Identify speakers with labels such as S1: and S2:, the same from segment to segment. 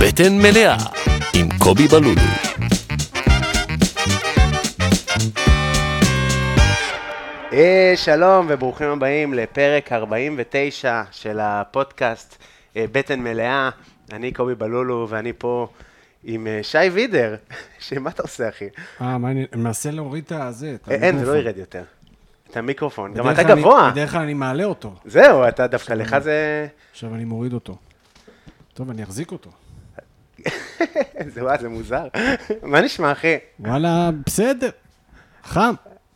S1: בטן מלאה עם קובי בלולו.
S2: אה, שלום וברוכים הבאים לפרק 49 של הפודקאסט אה, בטן מלאה. אני קובי בלולו ואני פה עם אה, שי וידר. שמה אתה עושה אחי?
S3: אה, מה, אני אני מנסה להוריד את הזה, את
S2: אה, אין, זה לא
S3: המיקרופון.
S2: ירד יותר. את המיקרופון. גם
S3: בדרך
S2: אתה
S3: כלל אני-
S2: גבוה.
S3: בדרך כלל אני מעלה אותו,
S2: זהו, אתה דווקא לך זה...
S3: עכשיו אני מוריד אותו. טוב, אני אחזיק אותו.
S2: זה וואי, זה מוזר. מה נשמע אחי?
S3: וואלה, בסדר. חם,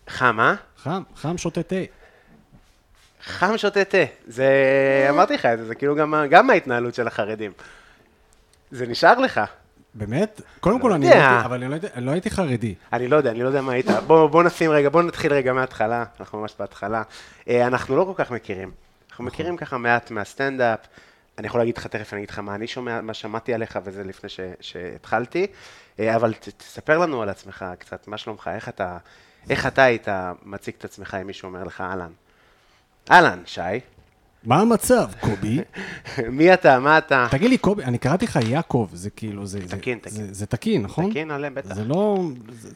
S2: חם, אה?
S3: חם, חם שותה תה.
S2: חם שותה תה. זה... אמרתי לך את זה, זה כאילו גם ה- גם ההתנהלות של החרדים. זה נשאר לך.
S3: באמת? קודם כל,
S2: לא
S3: אני לא
S2: יודע.
S3: הייתי, אבל אני לא הייתי- אני לא הייתי חרדי.
S2: אני לא יודע, אני לא יודע מה היית. בוא, בוא נשים רגע, בוא נתחיל רגע מההתחלה, אנחנו ממש בהתחלה. אה, אנחנו לא כל כך מכירים. אנחנו
S3: נכון.
S2: מכירים ככה מעט מהסטנדאפ. אני יכול להגיד לך תכף, אני אגיד לך מה אני שומע, מה שמעתי עליך, וזה לפני ש, שהתחלתי. אה, אבל ת, תספר לנו על עצמך קצת, מה שלומך, איך אתה, איך אתה היית מציג את עצמך אם מישהו אומר לך אהלן. אהלן, שי.
S3: מה המצב, קובי?
S2: מי אתה, מה אתה?
S3: תגיד לי, קובי, אני קראתי לך יעקב, זה כאילו, זה... זה-
S2: תקין, תקין.
S3: זה- זה תקין, נכון?
S2: תקין עליהם, בטח.
S3: זה לא... זה-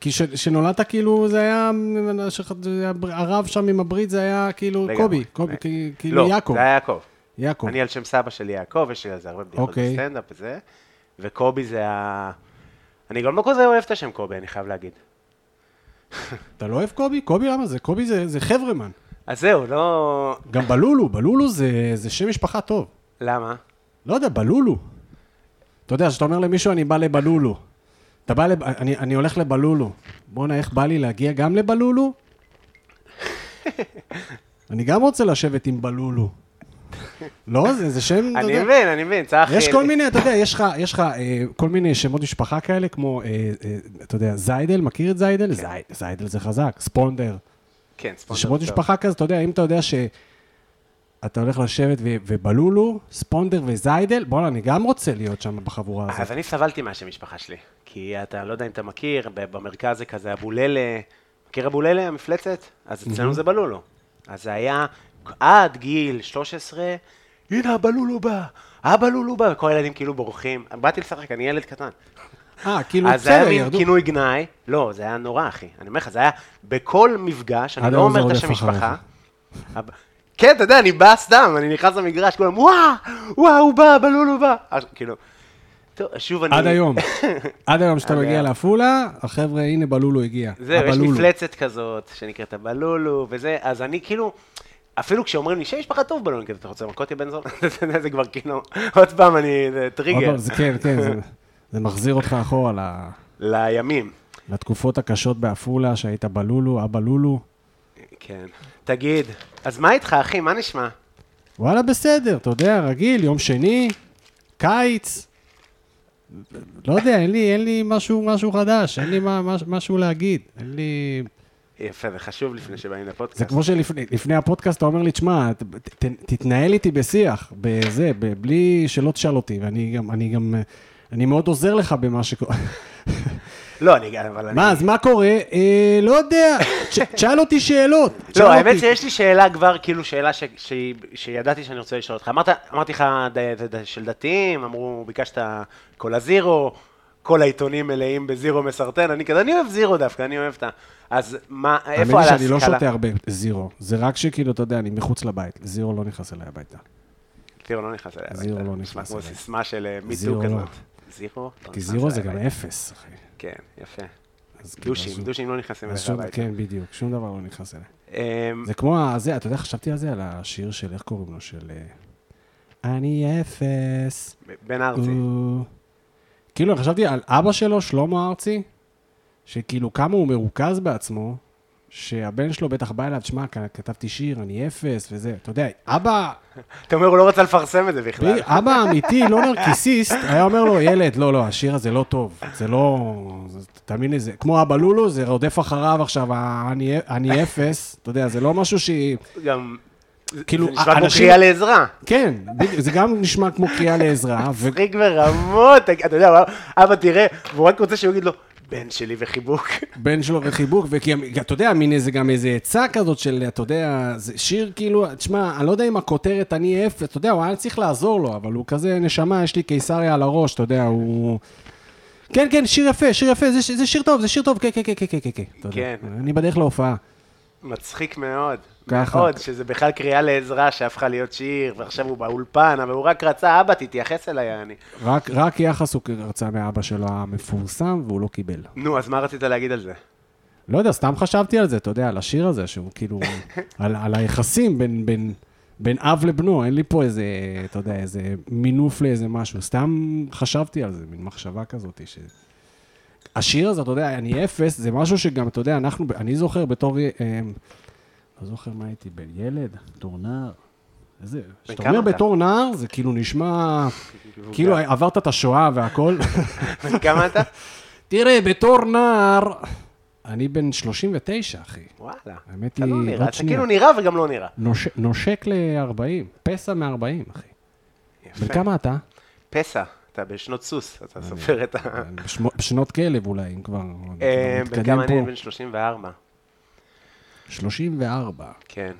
S3: כי ש- שנולדת כאילו, זה היה, זה היה- הרב שם עם הברית, זה היה כאילו
S2: לגמרי. אה,
S3: קובי, קובי, כי- כאילו יעקב,
S2: לא, זה היה יעקב.
S3: יעקב.
S2: אני על שם סבא שלי יעקב, יש לי על זה הרבה בדיחות
S3: אוקיי.
S2: בסטנדאפ וזה, וקובי זה ה... אני גם לא כזה אוהב את השם קובי, אני חייב להגיד.
S3: אתה לא אוהב קובי? קובי למה זה? קובי זה, זה חברמן.
S2: אז זהו, לא...
S3: גם בלולו, בלולו זה, זה שם משפחה טוב.
S2: למה?
S3: לא יודע, בלולו. אתה יודע, כשאתה אומר למישהו, אני בא לבלולו. אתה בא לב... אני, אני הולך לבלולו. בואנה, איך בא לי להגיע גם לבלולו? אני גם רוצה לשבת עם בלולו. לא, זה, זה שם, אתה
S2: אני
S3: יודע.
S2: מבין, אני מבין, צחי.
S3: יש כל מיני, אתה יודע, יש לך, יש לך אה, כל מיני שמות משפחה כאלה, כמו, אה, אה, אתה יודע, זיידל, מכיר את זיידל? זי- זיידל זה חזק, ספונדר.
S2: כן,
S3: זה
S2: ספונדר.
S3: שמות
S2: טוב.
S3: משפחה כזה, אתה יודע, אם אתה יודע שאתה הולך לשבת ו- ובלולו, ספונדר וזיידל, בואנה, אני גם רוצה להיות שם בחבורה
S2: אז
S3: הזאת.
S2: אני סבלתי מהשם משפחה שלי, כי אתה לא יודע אם אתה מכיר, ב- במרכז זה כזה אבוללה, מכיר אבוללה המפלצת? אז
S3: Mhm.
S2: אצלנו זה בלולו. אז זה היה עד גיל 13, הנה הבלולו בא, הבלולו בא, וכל הילדים כאילו בורחים. באתי לשחק, אני ילד קטן.
S3: אה, כאילו,
S2: אז זה היה
S3: בסדר,
S2: מין
S3: ירדו.
S2: כינוי גנאי, לא, זה היה נורא, אחי. אני אומר לך, זה היה בכל מפגש, אני
S3: עד
S2: לא
S3: היום זה
S2: אומר את
S3: רודף
S2: השם משפחה.
S3: אחריך.
S2: אבל- כן, אתה יודע, אני בא סתם, אני נכנס למגרש, כולם, וואו, וואו, הוא בא, בלול הוא בא. אז כאילו, טוב, שוב אני...
S3: עד היום. עד היום שאתה
S2: עד
S3: מגיע
S2: היום.
S3: לעפולה, החבר'ה, הנה בלולו הגיע.
S2: זהו, יש
S3: הבלולו.
S2: מפלצת כזאת, שנקראת הבלולו, וזה, אז אני כאילו... אפילו כשאומרים לי שם משפחה טוב בלון, כאילו, אתה רוצה מכות בן זון? אתה יודע, זה כבר כאילו, עוד פעם, אני, זה
S3: עוד
S2: טריגר.
S3: פעם, זה כן, כן, זה- זה מחזיר אותך אחורה ל-
S2: לימים.
S3: לתקופות הקשות בעפולה, שהיית בלולו, אבא לולו.
S2: כן. תגיד, אז מה איתך, אחי? מה נשמע?
S3: וואלה, בסדר, אתה יודע, רגיל, יום שני, קיץ. לא יודע, אין לי, אין לי משהו, משהו חדש, אין לי מה, מש, משהו להגיד. אין לי...
S2: יפה, זה חשוב לפני שבאים לפודקאסט.
S3: זה כמו שלפני לפני הפודקאסט אתה אומר לי, תשמע, ת- ת- תתנהל איתי בשיח, בזה, ב- בלי שלא תשאל אותי, ואני גם, אני גם, אני מאוד עוזר לך במה שקורה.
S2: לא, אני, אבל אני...
S3: מה, אז מה קורה? אה, לא יודע, תש- תשאל אותי שאלות. תשאל
S2: לא, האמת
S3: אותי.
S2: שיש לי שאלה כבר, כאילו שאלה ש... ש... שידעתי שאני רוצה לשאול אותך. אמרת, אמרתי לך ד... ד... ד... של דתיים, אמרו, ביקשת כל הזירו, כל העיתונים מלאים בזירו מסרטן, אני כזה, אני אוהב זירו דווקא, אני אוהב את ה... אז מה,
S3: האמת
S2: איפה על
S3: היא
S2: הסקאלה?
S3: שאני לא שותה הרבה זירו, זה רק שכאילו, אתה יודע, אני מחוץ לבית, זירו לא נכנס אליי הביתה.
S2: זירו לא נכנס אליי.
S3: זירו לא
S2: נשמע
S3: נכנס
S2: כמו
S3: אליי.
S2: סיסמה של אה, מיטו
S3: זירו לא.
S2: כזאת. זירו? לא
S3: כי
S2: נכנס
S3: זירו זה
S2: אליי
S3: גם
S2: הביתה.
S3: אפס, אחי.
S2: כן, יפה.
S3: אז כאילו, אז
S2: דושים,
S3: הוא-
S2: דושים לא נכנסים
S3: אז
S2: אליך
S3: שום,
S2: הביתה.
S3: כן, בדיוק, שום דבר לא נכנס אליי.
S2: אמ,
S3: זה כמו הזה, אתה יודע, חשבתי על זה, על השיר של, איך קוראים לו? של... אה, אני אפס.
S2: בן ארצי.
S3: הוא-" כאילו, חשבתי על אבא שלו, שלמה ארצי, שכאילו כמה הוא מרוכז בעצמו, שהבן שלו בטח בא אליו, שמע, כ- כתבתי שיר, אני אפס, וזה. אתה יודע, אבא,
S2: אתה אומר, הוא לא רצה לפרסם את זה בכלל.
S3: בלי- אבא אמיתי, לא נרקיסיסט, היה אומר לו, ילד, לא, לא, השיר הזה לא טוב, זה לא... זה- תאמין לי, זה כמו אבא לולו, זה רודף אחריו עכשיו, ה- אני- אני אפס, אתה יודע, זה לא משהו ש...
S2: גם...
S3: כאילו,
S2: זה נשמע כמו
S3: אנשים-
S2: קריאה לעזרה.
S3: כן, בדיוק, זה גם נשמע כמו קריאה לעזרה, ו...
S2: מצחיק ברמות, אתה יודע, הוא אמר, אבא תראה, והוא רק רוצה שהוא יגיד לו, בן שלי וחיבוק.
S3: בן שלו וחיבוק, וכי, אתה יודע, מין איזה, גם איזה עצה כזאת של, אתה יודע, זה שיר כאילו, תשמע, אני לא יודע אם הכותרת אני אפס, אתה יודע, הוא היה צריך לעזור לו, אבל הוא כזה, נשמה, יש לי קיסריה על הראש, אתה יודע, הוא... כן, כן, שיר יפה, שיר יפה, זה, ש- זה שיר טוב, זה שיר טוב, כן, כן, כן, כן, כן, כן, כן. אתה יודע.
S2: כן.
S3: אני בדרך להופעה.
S2: מצחיק מאוד.
S3: ככה.
S2: מאוד, שזה בכלל קריאה לעזרה שהפכה להיות שיר, ועכשיו הוא באולפן, אבל הוא רק רצה, אבא, תתייחס אליי, אני.
S3: רק, רק יחס הוא רצה מאבא שלו המפורסם, והוא לא קיבל.
S2: נו, אז מה רצית להגיד על זה?
S3: לא יודע, סתם חשבתי על זה, אתה יודע, על השיר הזה, שהוא כאילו, על, על היחסים בין, בין, בין אב לבנו, אין לי פה איזה, אתה יודע, איזה מינוף לאיזה משהו, סתם חשבתי על זה, מין מחשבה כזאת ש... השיר הזה, אתה יודע, אני אפס, זה משהו שגם, אתה יודע, אנחנו, אני זוכר בתור, אה, לא זוכר מה הייתי, בן ילד, בתור נער, איזה, כשאתה
S2: כמה
S3: אומר
S2: אתה?
S3: בתור נער, זה כאילו נשמע, כאילו עברת את השואה והכל.
S2: בן כמה אתה?
S3: תראה, בתור נער, אני בן 39, אחי.
S2: וואלה.
S3: האמת
S2: אתה לא
S3: היא,
S2: נראה,
S3: עוד
S2: אתה
S3: שנייה.
S2: כאילו נראה וגם לא נראה.
S3: נוש... נושק ל-40, פסע מ-40, אחי. בן כמה אתה?
S2: פסע, אתה בשנות סוס, אתה סופר את ה...
S3: בשמו- בשנות כלב אולי, אם כבר. אנחנו
S2: אה, בן
S3: מתקדמים
S2: כמה אני?
S3: פה.
S2: בן 34.
S3: 34.
S2: כן.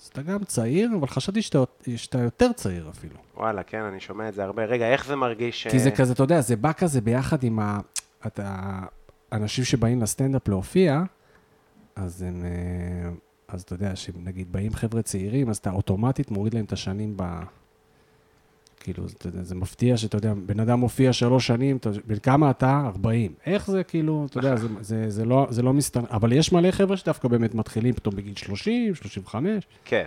S3: אז אתה גם צעיר, אבל חשבתי שאתה, שאתה יותר צעיר אפילו.
S2: וואלה, כן, אני שומע את זה הרבה. רגע, איך זה מרגיש?
S3: כי זה
S2: אה,
S3: כזה, אתה יודע, זה בא כזה ביחד עם ה... אתה... אנשים שבאים לסטנדאפ להופיע, אז הם... אה, אז אתה יודע, שנגיד באים חבר'ה צעירים, אז אתה אוטומטית מוריד להם את השנים ב... כאילו, זה- אתה יודע, זה מפתיע שאתה יודע, בן אדם מופיע שלוש שנים, אתה- בן כמה אתה? 40. איך זה כאילו, אתה יודע, זה, זה, זה לא, זה לא מסתנ... אבל יש מלא חבר'ה שדווקא באמת מתחילים פתאום בגיל 30, 35.
S2: כן.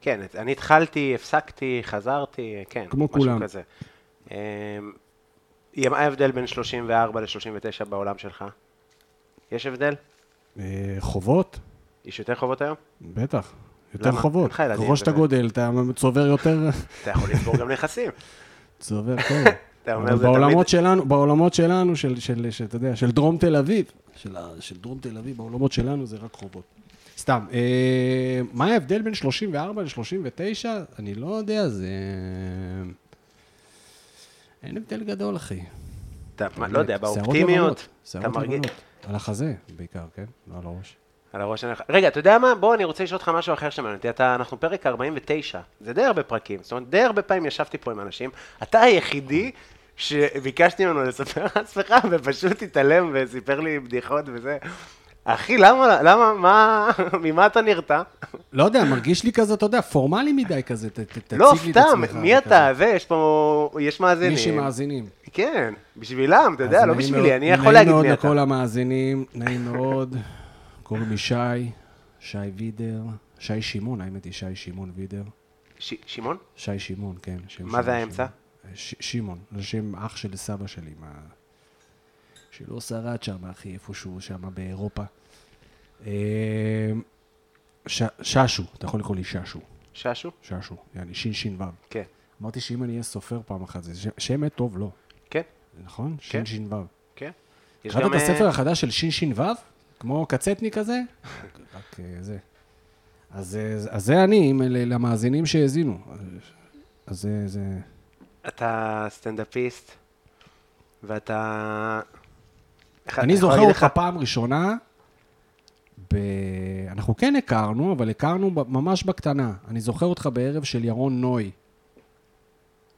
S2: כן, את- אני התחלתי, הפסקתי, חזרתי, כן,
S3: כמו
S2: משהו
S3: כולם.
S2: כזה. אמ, יא, מה ההבדל בין 34 ל-39 בעולם שלך? יש הבדל?
S3: אה, חובות?
S2: יש יותר חובות היום?
S3: בטח. יותר
S2: למה?
S3: חובות.
S2: אין לך ילדים,
S3: ככל שאתה
S2: באמת.
S3: גודל, אתה צובר יותר...
S2: אתה יכול לסגור גם נכסים.
S3: זה עובר טוב.
S2: אתה אומר,
S3: אבל
S2: זה תמיד-
S3: בעולמות שלנו, בעולמות שלנו, של, של, של, אתה יודע, של דרום תל אביב, של, ה- של דרום תל אביב, בעולמות שלנו זה רק חובות. סתם, אה, מה ההבדל בין 34 ל-39? אני לא יודע, זה... אין הבדל גדול, אחי.
S2: אתה, מה, לא יודע,
S3: באמת, שערות
S2: באופטימיות,
S3: לבנות,
S2: אתה
S3: שערות
S2: מרגיש...
S3: לבנות. על החזה בעיקר, כן? לא על הראש.
S2: על הראש שלך. רגע, אתה יודע מה? בוא, אני רוצה לשאול אותך משהו אחר שמעניין אותי. אתה- אנחנו פרק 49, זה די הרבה פרקים. זאת אומרת, די הרבה פעמים ישבתי פה עם אנשים. אתה היחידי שביקשתי ממנו לספר על עצמך, ופשוט התעלם וסיפר לי בדיחות וזה. אחי, למה, למה, מה, ממה אתה נרתע?
S3: לא יודע, מרגיש לי כזה, אתה יודע, פורמלי מדי כזה, ת- ת- תציג לי את
S2: לא,
S3: עצמך.
S2: סתם, מי
S3: וכזה.
S2: אתה? זה, יש פה, יש מאזינים.
S3: מי שמאזינים.
S2: כן, בשבילם, אתה יודע,
S3: אז
S2: לא
S3: נעים
S2: בשבילי,
S3: מאוד-
S2: אני יכול להגיד
S3: נעים
S2: מי
S3: מאוד
S2: אתה.
S3: לכל המאזינים, נעים מאוד. קוראים לי שי, שי וידר, שי שמעון, האמת היא שי שמעון וידר.
S2: ש- שמעון?
S3: שי שמעון, כן. שם
S2: מה
S3: שמעון,
S2: זה האמצע?
S3: שמעון. ש- שמעון, זה שם אח של סבא שלי, מה... שלא שרד שם, אחי, איפשהו שם באירופה. אה, ש- ששו, אתה יכול לקרוא לי ששו,
S2: ששו?
S3: ששו, יעני שין שין וו.
S2: כן.
S3: אמרתי שאם אני אהיה סופר פעם אחת, זה שם- שם מת טוב, לא.
S2: כן,
S3: נכון? שין שין וו.
S2: כן. יש
S3: קראת
S2: גם,
S3: את
S2: אה,
S3: הספר החדש של ש"ש"ו? כמו קצטני כזה? רק אה, זה. אז אה, אז זה אני, אם אלה- למאזינים שהאזינו. אז זה- זה...
S2: אתה סטנדאפיסט, ואתה... איך-
S3: אני
S2: יכול
S3: זוכר
S2: להגיד
S3: אותך
S2: לך-
S3: פעם ראשונה, ב... אנחנו כן הכרנו, אבל הכרנו ב- ממש בקטנה. אני זוכר אותך בערב של ירון נוי.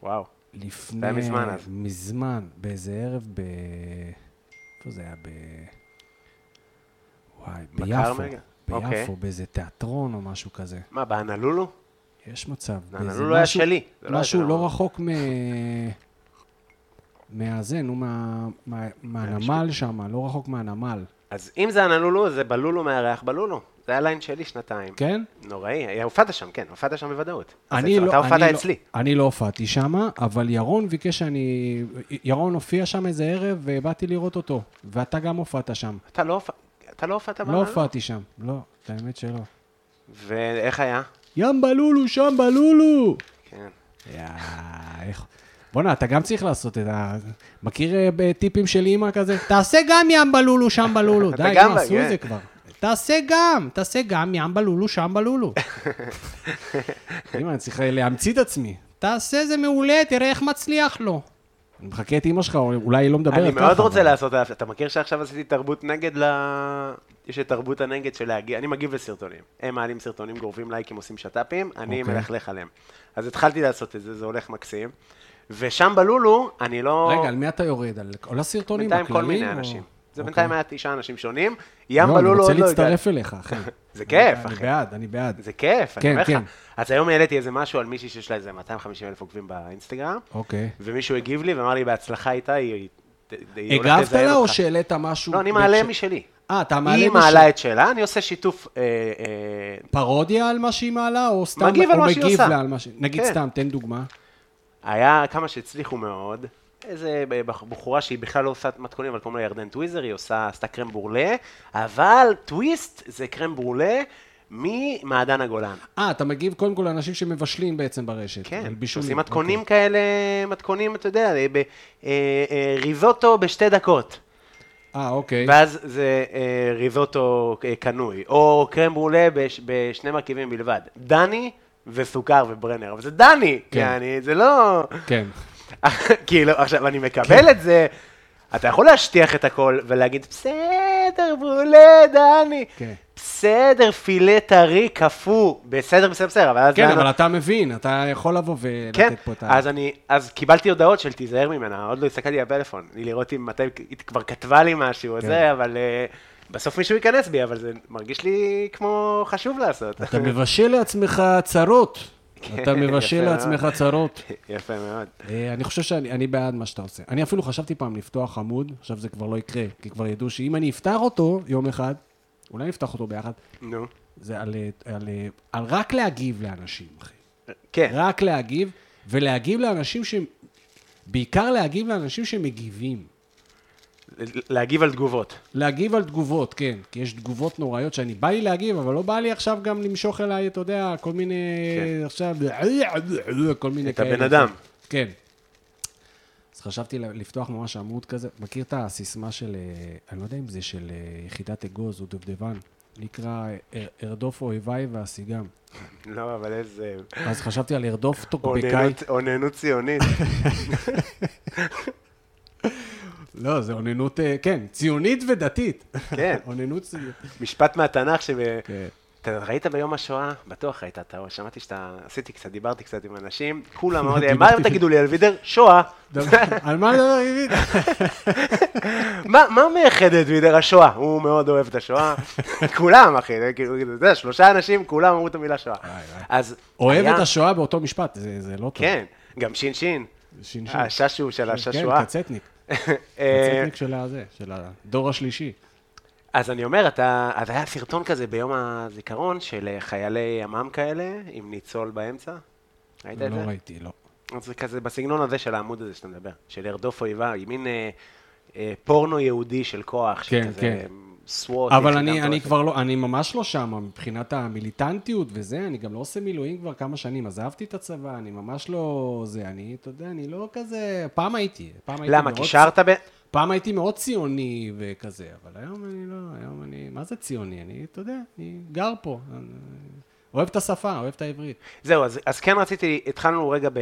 S2: וואו,
S3: לפני...
S2: זה היה מזמן אז.
S3: מזמן, באיזה ערב ב... איפה זה היה? ב... וואי, ביפו.
S2: בכרמל? אוקיי.
S3: ביפו, באיזה תיאטרון או משהו כזה.
S2: מה, באנלולו?
S3: יש מצב.
S2: לא, לא,
S3: וזה
S2: לא היה
S3: משהו-
S2: שלי. זה לא היה
S3: משהו
S2: שלנו.
S3: לא רחוק מ... מהזה, נו, מה- מה- מהנמל שם, לא רחוק מהנמל,
S2: אז אם זה אנלולו, זה בלולו מארח בלולו. זה היה ליין שלי שנתיים.
S3: כן?
S2: נוראי, היה- הופעת שם, כן, הופעת שם בוודאות. אז
S3: אני
S2: אתה-
S3: לא-
S2: אתה הופעת
S3: אני לא-
S2: אצלי.
S3: אני לא הופעתי שם, אבל ירון ביקש שאני... ירון הופיע שם איזה ערב, ובאתי לראות אותו. ואתה גם הופעת שם.
S2: אתה לא הופעת אתה לא הופעת
S3: לא
S2: באנלולו?
S3: הופעתי שם, לא, את האמת שלא.
S2: ואיך היה?
S3: ים בלולו, שם בלולו!
S2: כן.
S3: יאה, איך... בואנה, אתה גם צריך לעשות את ה... מכיר אה, ב- טיפים של אימא כזה? תעשה גם ים בלולו, שם בלולו.
S2: אתה
S3: די,
S2: גם
S3: נו,
S2: ב-
S3: עשו את זה
S2: כן.
S3: כבר. תעשה גם, תעשה גם ים בלולו, שם בלולו. אימא, אני צריך להמציא את עצמי. תעשה זה מעולה, תראה איך מצליח לו. אני מחכה את אימא שלך, או אולי היא לא מדברת ככה.
S2: אני מאוד רוצה
S3: אבל-
S2: לעשות, אתה מכיר שעכשיו עשיתי תרבות נגד ל... יש את תרבות הנגד של להגיע, אני מגיב לסרטונים. הם מעלים סרטונים, גורבים לייקים, עושים שת"פים, אני
S3: אוקיי.
S2: מלכלך עליהם. אז התחלתי לעשות את זה, זה הולך מקסים. ושם בלולו, אני לא...
S3: רגע, על מי אתה יורד? על כל הסרטונים?
S2: בינתיים כל
S3: הכלליים,
S2: מיני
S3: או-
S2: אנשים. זה
S3: אוקיי.
S2: בינתיים היה תשעה אנשים שונים,
S3: לא,
S2: ים בלולו עוד
S3: אני
S2: לא
S3: רוצה
S2: הגעתי.
S3: להצטרף אליך, אחי.
S2: זה כיף,
S3: אני
S2: אחי.
S3: בעד, אני בעד.
S2: זה כיף,
S3: כן,
S2: אני אומר
S3: כן.
S2: לך. אז היום העליתי איזה משהו על מישהי שיש לה איזה 250 אלף עוקבים באינסטגרם,
S3: אוקיי.
S2: ומישהו הגיב לי ואמר לי, בהצלחה איתה, היא... היא- היא הולכת
S3: הגבת
S2: לזיין
S3: לה או
S2: אותך."
S3: שהעלית משהו?
S2: לא, אני מעלה
S3: בהקשר-
S2: משלי.
S3: אה, אתה מעלה
S2: היא
S3: משהו?
S2: מעלה את שלה, אני עושה שיתוף... אה, אה,
S3: פרודיה על מה שהיא מעלה, או סתם...
S2: מגיב על
S3: או
S2: מה שהיא
S3: מגיב
S2: עושה.
S3: לה על מה שהיא... נגיד
S2: כן.
S3: סתם, תן דוגמה.
S2: היה כמה שהצליחו מאוד, איזה אה, בחורה שהיא בכלל לא עושה מתכונים, אבל קוראים לה ירדן טוויזר, היא עושה, עשתה קרם ברולה, אבל טוויסט זה קרם ברולה ממעדן הגולן.
S3: אה, אתה מגיב קודם כל לאנשים שמבשלים בעצם ברשת. על
S2: כן,
S3: בישולים. אוקיי.
S2: עושים מתכונים כאלה, מתכונים, אתה יודע, ב, אה, אה, ריזוטו בשתי דקות.
S3: אוקיי. אה, אוקיי.
S2: ואז זה אה, ריזוטו אה, קנוי, או קרם ברולה בש, בשני מרכיבים בלבד. דני וסוכר וברנר, אבל זה דני,
S3: כן.
S2: כן. יעני, זה לא...
S3: כן.
S2: כאילו, עכשיו, אני מקבל את זה, אתה יכול להשטיח את הכל ולהגיד, בסדר, ברולה, דני.
S3: כן.
S2: בסדר, פילה טרי, קפוא, בסדר, בסדר, בסדר, אבל אז...
S3: כן,
S2: לאן-
S3: אבל אתה מבין, אתה יכול לבוא
S2: כן,
S3: ולתת פה את ה...
S2: אז אני, אז קיבלתי הודעות של תיזהר ממנה, עוד לא הסתכלתי בפלאפון, היא לראות אם מתי, היא כבר כתבה לי משהו, או
S3: כן.
S2: זה, אבל אה, בסוף מישהו ייכנס בי, אבל זה מרגיש לי כמו חשוב לעשות.
S3: אתה מבשל לעצמך צרות.
S2: כן,
S3: אתה מבשל
S2: יפה מאוד.
S3: לעצמך צרות.
S2: יפה מאוד.
S3: אה, אני חושב שאני אני בעד מה שאתה עושה. אני אפילו חשבתי פעם לפתוח עמוד, עכשיו זה כבר לא יקרה, כי כבר ידעו שאם אני אפתח אותו יום אחד, אולי נפתח אותו ביחד,
S2: נו.
S3: זה על, אה, על, אה, על רק להגיב לאנשים, אחי.
S2: כן,
S3: רק להגיב, ולהגיב לאנשים ש... בעיקר להגיב לאנשים שמגיבים.
S2: להגיב על תגובות.
S3: להגיב על תגובות, כן, כי יש תגובות נוראיות שאני בא לי להגיב, אבל לא בא לי עכשיו גם למשוך אליי, אתה יודע, כל מיני, כן.
S2: כן.
S3: עכשיו, כל מיני
S2: את
S3: כאלה.
S2: הבן אדם.
S3: כן. אז חשבתי ל- לפתוח ממש עמוד כזה, מכיר את הסיסמה של, אה, אני לא יודע אם זה של אה, יחידת אגוז או דובדבן, נקרא אה, ארדוף אויביי ואשיגם.
S2: לא, אבל איזה...
S3: אז חשבתי על ארדוף טוקבקאי.
S2: אוננות- אוננות ציונית.
S3: לא, זה אוננות, אה, כן, ציונית ודתית.
S2: כן.
S3: אוננות ציונית.
S2: משפט מהתנ"ך ש...
S3: כן.
S2: אתה ראית ביום השואה? בטוח ראית, אתה שמעתי שאתה עשיתי קצת, דיברתי קצת עם אנשים, כולם אמרו לי, מה
S3: דיברתי-
S2: תגידו לי על וידר? שואה.
S3: על מה לדבר, עברית?
S2: מה מה מייחד את וידר השואה? הוא מאוד אוהב את השואה. כולם, אחי, זה כאילו, אתה יודע, שלושה אנשים, כולם אמרו את המילה שואה. אז...
S3: אוהב
S2: היה-
S3: את השואה באותו משפט, זה זה לא טוב.
S2: כן, גם שין-שין.
S3: שין-שין.
S2: הששו של
S3: כן,
S2: השואה.
S3: קצטניק.
S2: אה,
S3: קצטניק של הזה, של הדור השלישי.
S2: אז אני אומר, אתה, אז היה סרטון כזה ביום הזיכרון של אה, חיילי ימ"מ כאלה, עם ניצול באמצע. ראית את
S3: לא
S2: זה?
S3: ראיתי, לא.
S2: אז זה כזה בסגנון הזה של העמוד הזה שאתה מדבר, של ארדוף אויבה, היא מין אה, אה, פורנו יהודי של כוח,
S3: כן,
S2: שכזה
S3: כן.
S2: סוואט.
S3: אבל אני, אני כבר לא, אני ממש לא שם מבחינת המיליטנטיות וזה, אני גם לא עושה מילואים כבר כמה שנים, עזבתי את הצבא, אני ממש לא זה, אני, אתה יודע, אני לא כזה, פעם הייתי, פעם הייתי
S2: למה?
S3: מאוד-
S2: כי שרת ב...
S3: פעם הייתי מאוד ציוני וכזה, אבל היום אני לא, היום אני, מה זה ציוני? אני, אתה יודע, אני גר פה, אני, אוהב את השפה, אוהב את העברית.
S2: זהו, אז, אז כן רציתי, התחלנו רגע ב...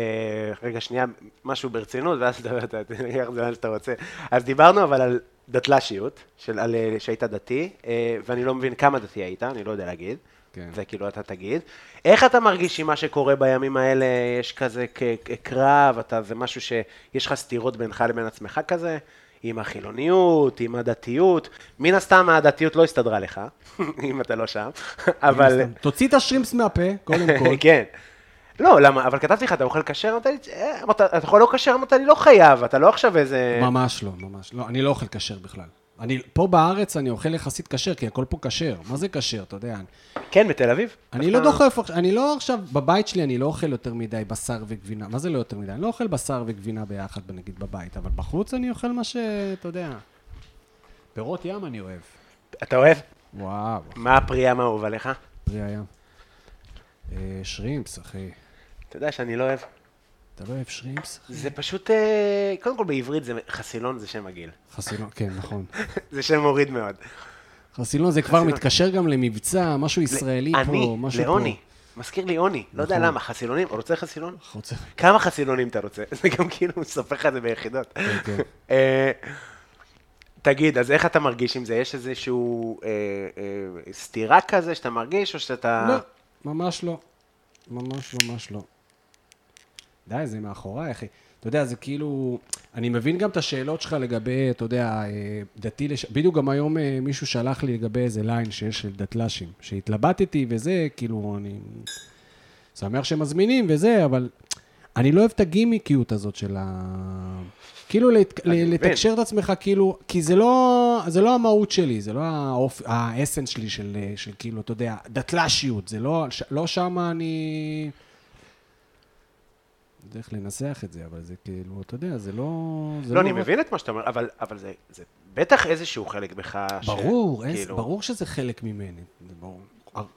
S2: רגע שנייה, משהו ברצינות, ואז תדבר אתה, תגיד איך זה מה שאתה רוצה. אז דיברנו אבל על דתל"שיות, של, על, אה, שהיית דתי, אה, ואני לא מבין כמה דתי היית, אני לא יודע להגיד.
S3: כן.
S2: זה כאילו אתה תגיד. איך אתה מרגיש עם מה שקורה בימים האלה, יש כזה כ- כ- קרב, אתה, זה משהו שיש לך סתירות בינך לבין עצמך כזה? עם החילוניות, עם הדתיות. מן הסתם הדתיות לא הסתדרה לך, אם אתה לא שם, אבל...
S3: סתם, תוציא את השרימפס מהפה, קודם כל.
S2: כן. לא, למה? אבל כתבתי לך, אתה אוכל כשר? אמרת לי, "אה, אמרת, אתה יכול לא כשר? אמרת לי, לא חייב, אתה לא עכשיו איזה...
S3: ממש לא, ממש לא. אני לא אוכל כשר בכלל. אני, פה בארץ אני אוכל יחסית כשר, כי הכל פה כשר. מה זה כשר, אתה יודע?
S2: כן, בתל אביב.
S3: אני לא
S2: דווקא-
S3: דוחף, עכשיו- אני לא עכשיו, בבית שלי אני לא אוכל יותר מדי בשר וגבינה. מה זה לא יותר מדי? אני לא אוכל בשר וגבינה ביחד, נגיד, בבית, אבל בחוץ אני אוכל מה שאתה יודע. פירות ים אני אוהב.
S2: אתה אוהב?
S3: וואו,
S2: מה הפרי ים האהוב עליך?
S3: פרי הים. אה, שרימפס, אחי.
S2: אתה יודע שאני לא אוהב.
S3: אתה לא אוהב שרימפס?
S2: זה פשוט, אה, קודם כל בעברית זה חסילון זה שם מגעיל.
S3: חסילון, כן, נכון.
S2: זה שם מוריד מאוד.
S3: חסילון זה כבר
S2: חסילון.
S3: מתקשר גם למבצע, משהו ישראלי פה,
S2: אני,
S3: משהו פה. נכון.
S2: לעוני. מזכיר לי עוני, לא יודע למה, חסילונים, רוצה חסילון?
S3: חוצה.
S2: כמה חסילונים אתה רוצה? זה גם כאילו מספר לך את זה ביחידות.
S3: כן.
S2: אה, תגיד, אז איך אתה מרגיש עם זה? יש איזשהו אה, אה, סתירה כזה שאתה מרגיש, או שאתה...
S3: לא, ממש לא. ממש ממש לא. די, זה מאחוריי, אחי. אתה יודע, זה כאילו... אני מבין גם את השאלות שלך לגבי, אתה יודע, אה, דתי לש... בדיוק גם היום אה, מישהו שלח לי לגבי איזה ליין שיש של דתל"שים, שהתלבטתי וזה, כאילו, אני שמח שמזמינים וזה, אבל אני לא אוהב את הגימיקיות הזאת של ה... כאילו לת...
S2: אני
S3: ל-
S2: מבין.
S3: לתקשר את עצמך, כאילו, כי זה לא, זה לא המהות שלי, זה לא האופ... האסנס שלי של, אה, של כאילו, אתה יודע, דתל"שיות, זה לא, ש... לא שמה אני... לא יודע איך לנסח את זה, אבל זה כאילו, אתה יודע, זה לא... זה
S2: לא, אני מבין את מה שאתה אומר, אבל, אבל זה, זה בטח איזשהו חלק בך, ש-
S3: ברור, אין-
S2: כאילו- אה,
S3: ברור שזה חלק ממני, זה ברור.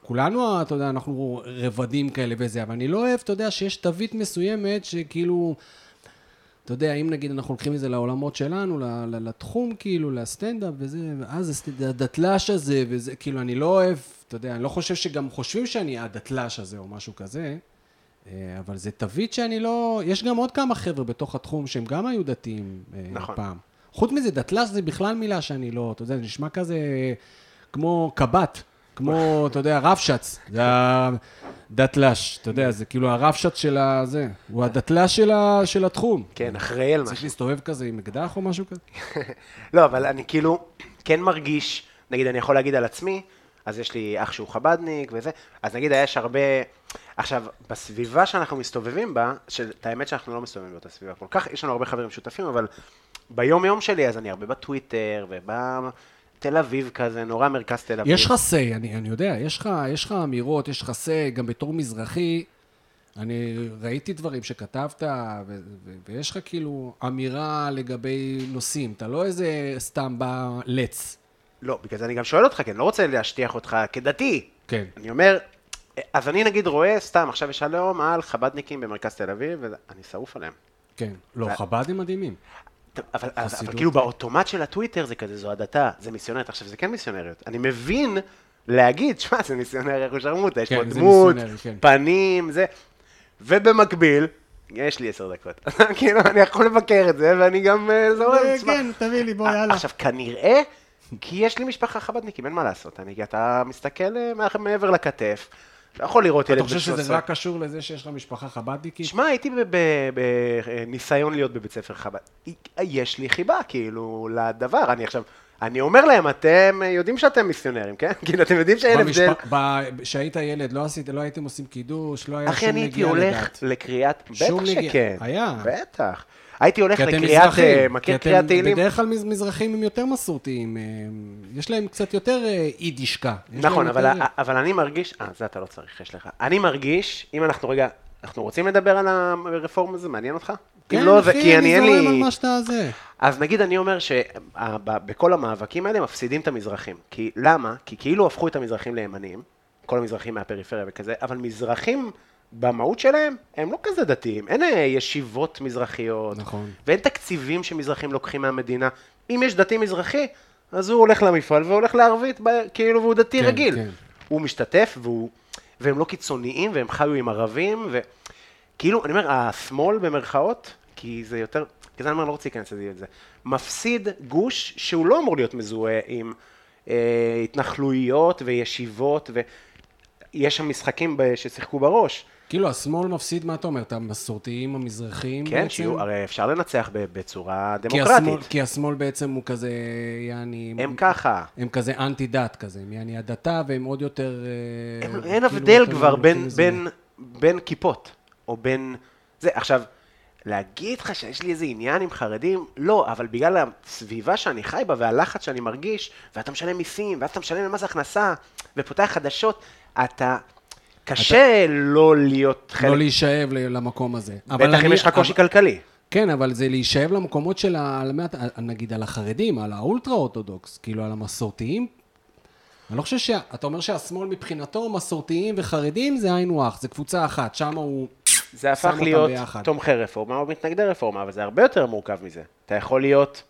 S3: כולנו, אתה יודע, אנחנו רבדים כאלה וזה, אבל אני לא אוהב, אתה יודע, שיש תווית מסוימת שכאילו, אתה יודע, אם נגיד אנחנו לוקחים את זה לעולמות שלנו, ל- ל- לתחום, כאילו, לסטנדאפ וזה, ואז הסט- הדתל"ש הזה וזה, כאילו, אני לא אוהב, אתה יודע, אני לא חושב שגם חושבים שאני הדתל"ש הזה או משהו כזה. אה, אבל זה תווית שאני לא... יש גם עוד כמה חבר'ה בתוך התחום שהם גם היו דתיים אה,
S2: נכון.
S3: פעם. חוץ מזה, דתל"ש זה בכלל מילה שאני לא... אתה יודע, זה נשמע כזה כמו קב"ט, כמו, אתה יודע, רבש"ץ. זה הדתל"ש, אתה יודע, זה כאילו הרבש"ץ של ה... זה. הוא הדתל"ש של, ה... של התחום.
S2: כן, אחראי על
S3: צריך
S2: משהו.
S3: להסתובב כזה עם אקדח או משהו כזה?
S2: לא, אבל אני כאילו כן מרגיש, נגיד, אני יכול להגיד על עצמי, אז יש לי אח שהוא חבדניק וזה, אז נגיד, יש הרבה... עכשיו, בסביבה שאנחנו מסתובבים בה, שאת האמת שאנחנו לא מסתובבים באותה סביבה כל כך, יש לנו הרבה חברים משותפים, אבל ביום-יום שלי, אז אני הרבה בטוויטר ובתל אביב כזה, נורא מרכז תל אביב.
S3: יש לך say, אני, אני יודע, יש לך, יש לך אמירות, יש לך say, גם בתור מזרחי, אני ראיתי דברים שכתבת, ו, ו, ויש לך כאילו אמירה לגבי נושאים, אתה לא איזה סתם בא לץ.
S2: לא, בגלל זה אני גם שואל אותך, כי אני לא רוצה להשטיח אותך כדתי.
S3: כן.
S2: אני אומר, אז אני נגיד רואה, סתם, עכשיו יש עליהום על חבדניקים במרכז תל אביב, ואני שרוף עליהם.
S3: כן. לא, חב"דים מדהימים.
S2: טוב, אבל, אז, אבל
S3: חסידות.
S2: כאילו באוטומט של הטוויטר זה כזה, זו הדתה, זה מיסיונרית, עכשיו זה כן מיסיונריות. אני מבין להגיד, שמע, זה מיסיונר אחוז שרמוטה, יש
S3: כן,
S2: פה
S3: זה
S2: דמות,
S3: מיסיונרי, כן.
S2: פנים, זה. ובמקביל, יש לי עשר דקות. כאילו, אני יכול לבקר את זה, ואני גם אה, זורם, תשמע.
S3: כן,
S2: אה,
S3: תביא לי, בוא,
S2: עכשיו, כנראה, כי יש לי משפחה חבדניקים, אין מה לעשות. אני, אתה מסתכל אה, מה- מעבר לכתף, לא יכול לראות ילד
S3: אתה חושב שזה
S2: 13.
S3: רק קשור לזה שיש לך משפחה חב"דניקית?
S2: שמע, הייתי בניסיון אה, להיות בבית ספר חב"ד. יש לי חיבה, כאילו, לדבר. אני עכשיו, אני אומר להם, אתם יודעים שאתם מיסיונרים, כן? כאילו, אתם יודעים שאין הבדל.
S3: במשפ- ב- כשהיית ילד, לא עשית- לא הייתם עושים קידוש, לא היה
S2: אחי,
S3: שום
S2: אני הייתי
S3: נגיעה
S2: הולך
S3: לדת.
S2: לקריאת...
S3: שום
S2: בטח
S3: נגיעה.
S2: שכן.
S3: היה.
S2: בטח. הייתי הולך
S3: כי אתם
S2: לקריאת... אה,
S3: מזרחים.
S2: מכיר
S3: כי
S2: קריאת
S3: אתם
S2: תהילים?
S3: בדרך כלל מז- מזרחים הם יותר מסורתיים, אה, יש להם קצת יותר אה, יידישקה. יש
S2: נכון,
S3: להם
S2: אבל,
S3: יותר-
S2: אבל אני מרגיש, אה, זה אתה לא צריך, יש לך. אני מרגיש, אם אנחנו רגע, אנחנו רוצים לדבר על הרפורמה הזו, מעניין אותך?
S3: כן,
S2: אם לא, זה-
S3: אחי,
S2: כי אני,
S3: אני
S2: אין לי...
S3: זורם על מה שאתה זה.
S2: אז נגיד אני אומר שבכל המאבקים האלה מפסידים את המזרחים. כי למה? כי כאילו הפכו את המזרחים לימניים, כל המזרחים מהפריפריה וכזה, אבל מזרחים במהות שלהם הם לא כזה דתיים. אין אה, ישיבות מזרחיות,
S3: נכון.
S2: ואין תקציבים שמזרחים לוקחים מהמדינה. אם יש דתי מזרחי, אז הוא הולך למפעל והולך לערבית, ב- כאילו, והוא דתי
S3: כן,
S2: רגיל.
S3: כן.
S2: הוא משתתף, והוא, והם לא קיצוניים, והם חיו עם ערבים, וכאילו, אני אומר, השמאל במרכאות, כי זה יותר, כי זה אני אומר, לא רוצה להיכנס לזה, זה, מפסיד גוש שהוא לא אמור להיות מזוהה עם אה, התנחלויות וישיבות, ויש שם משחקים ב, ששיחקו בראש.
S3: כאילו, השמאל מפסיד, מה אתה אומר? את המסורתיים המזרחים בעצם?
S2: כן, שיהיו, הרי אפשר לנצח ב- בצורה
S3: כי השמאל-
S2: דמוקרטית.
S3: כי השמאל בעצם הוא כזה, יעני...
S2: הם ככה.
S3: הם כזה אנטי דת כזה, הם יעני הדתה והם עוד יותר... אה,
S2: אין- אין
S3: כאילו,
S2: הבדל
S3: אתה
S2: כבר
S3: לא-
S2: בין,
S3: איזה-
S2: בין, בין כיפות, או בין... זה, עכשיו, להגיד לך שיש לי איזה עניין עם חרדים? לא, אבל בגלל הסביבה שאני חי בה והלחץ שאני מרגיש, ואתה משלם מיסים, ואז אתה משלם למס הכנסה, ופותח חדשות, אתה... קשה לא להיות חלק,
S3: לא להישאב ל- למקום הזה. אבל
S2: בטח אם
S3: אני-
S2: יש לך קושי
S3: אבל-
S2: כלכלי.
S3: כן, אבל זה להישאב למקומות של ה... על מה אתה- על- נגיד על החרדים, על האולטרה-אורתודוקס, כאילו על המסורתיים. אני לא חושב ש... אתה אומר שהשמאל מבחינתו, מסורתיים וחרדים זה היינו הך, זה קבוצה אחת, שם הוא...
S2: זה
S3: שם
S2: הפך
S3: אותם
S2: להיות
S3: ביחד.
S2: תומכי רפורמה או מתנגדי רפורמה, אבל זה הרבה יותר מורכב מזה. אתה יכול להיות...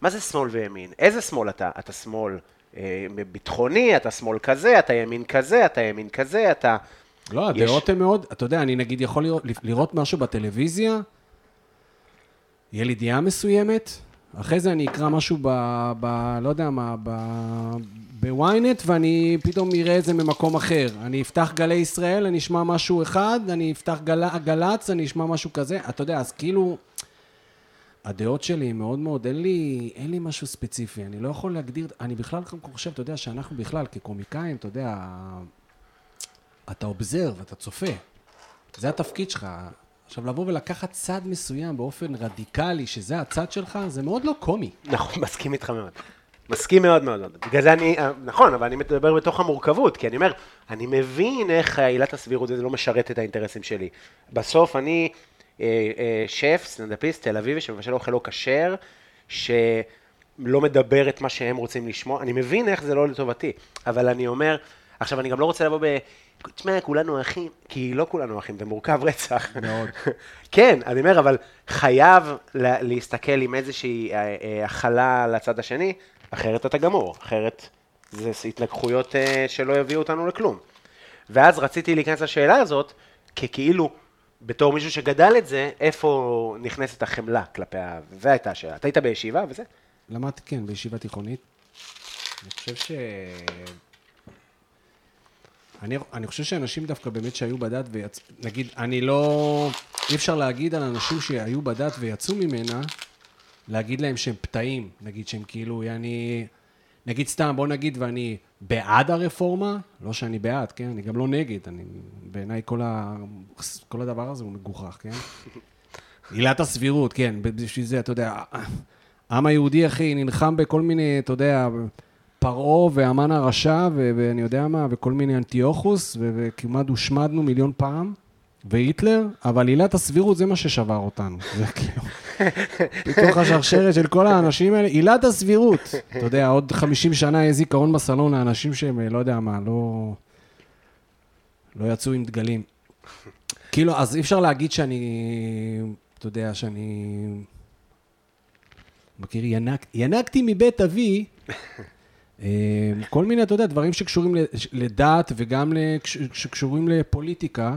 S2: מה זה שמאל וימין? איזה שמאל אתה? אתה שמאל אה, ביטחוני, אתה שמאל כזה, אתה ימין כזה, אתה ימין כזה, אתה...
S3: לא,
S2: יש-
S3: הדעות הן מאוד, אתה יודע, אני נגיד יכול לראות, לראות משהו בטלוויזיה, יהיה לי דעה מסוימת, אחרי זה אני אקרא משהו ב... ב לא יודע מה, ב... בוויינט, ואני פתאום אראה את זה ממקום אחר. אני אפתח גלי ישראל, אני אשמע משהו אחד, אני אפתח גל, גל"צ, אני אשמע משהו כזה. אתה יודע, אז כאילו, הדעות שלי הן מאוד מאוד, אין לי, אין לי משהו ספציפי, אני לא יכול להגדיר, אני בכלל חושב, אתה יודע, שאנחנו בכלל, כקומיקאים, אתה יודע, אתה אובזרב, אתה צופה. זה התפקיד שלך. עכשיו, לבוא ולקחת צד מסוים באופן רדיקלי, שזה הצד שלך, זה מאוד לא קומי.
S2: נכון, מסכים איתך מאוד. מסכים מאוד מאוד מאוד. בגלל זה אני, אה, נכון, אבל אני מדבר בתוך המורכבות, כי אני אומר, אני מבין איך עילת הסבירות הזה לא משרת את האינטרסים שלי. בסוף אני אה, אה, שף, סטנדאפיסט, תל אביבי, שמבשל אוכל לא כשר, שלא לא מדבר את מה שהם רוצים לשמוע, אני מבין איך זה לא לטובתי, אבל אני אומר, עכשיו אני גם לא רוצה לבוא ב... תשמע, כולנו אחים, כי לא כולנו אחים, זה מורכב רצח.
S3: מאוד.
S2: כן, אני אומר, אבל חייב לה, להסתכל עם איזושהי אה, אה, הכלה לצד השני, אחרת אתה גמור, אחרת זה ס- התלקחויות אה, שלא יביאו אותנו לכלום. ואז רציתי להיכנס לשאלה הזאת, ככאילו, בתור מישהו שגדל את זה, איפה נכנסת החמלה כלפי ה... זו הייתה השאלה. אתה היית בישיבה וזה?
S3: למדתי, כן, בישיבה תיכונית. אני חושב ש... אני, אני חושב שאנשים דווקא באמת שהיו בדת ויצאו, נגיד, אני לא... אי אפשר להגיד על אנשים שהיו בדת ויצאו ממנה, להגיד להם שהם פתאים, נגיד שהם כאילו, יעני... נגיד סתם, בוא נגיד, ואני בעד הרפורמה, לא שאני בעד, כן? אני גם לא נגד, אני... בעיניי כל, ה... כל הדבר הזה הוא מגוחך, כן? עילת הסבירות, כן, בשביל זה, אתה יודע, העם היהודי, אחי, נלחם בכל מיני, אתה יודע, פרעה והמן הרשע, ו- ואני יודע מה, וכל מיני אנטיוכוס, ו- וכמעט הושמדנו מיליון פעם, והיטלר, אבל עילת הסבירות זה מה ששבר אותנו. זה כאילו, פיתוח השרשרת של כל האנשים האלה, עילת הסבירות. אתה יודע, עוד 50 שנה יהיה זיכרון בסלון לאנשים שהם, אה, לא יודע מה, לא... לא יצאו עם דגלים. כאילו, אז אי אפשר להגיד שאני, אתה יודע, שאני... מכיר, ינק, ינקתי מבית אבי, אה, כל מיני, אתה יודע, דברים שקשורים ל- ש- לדת וגם לקש- שקשורים לפוליטיקה.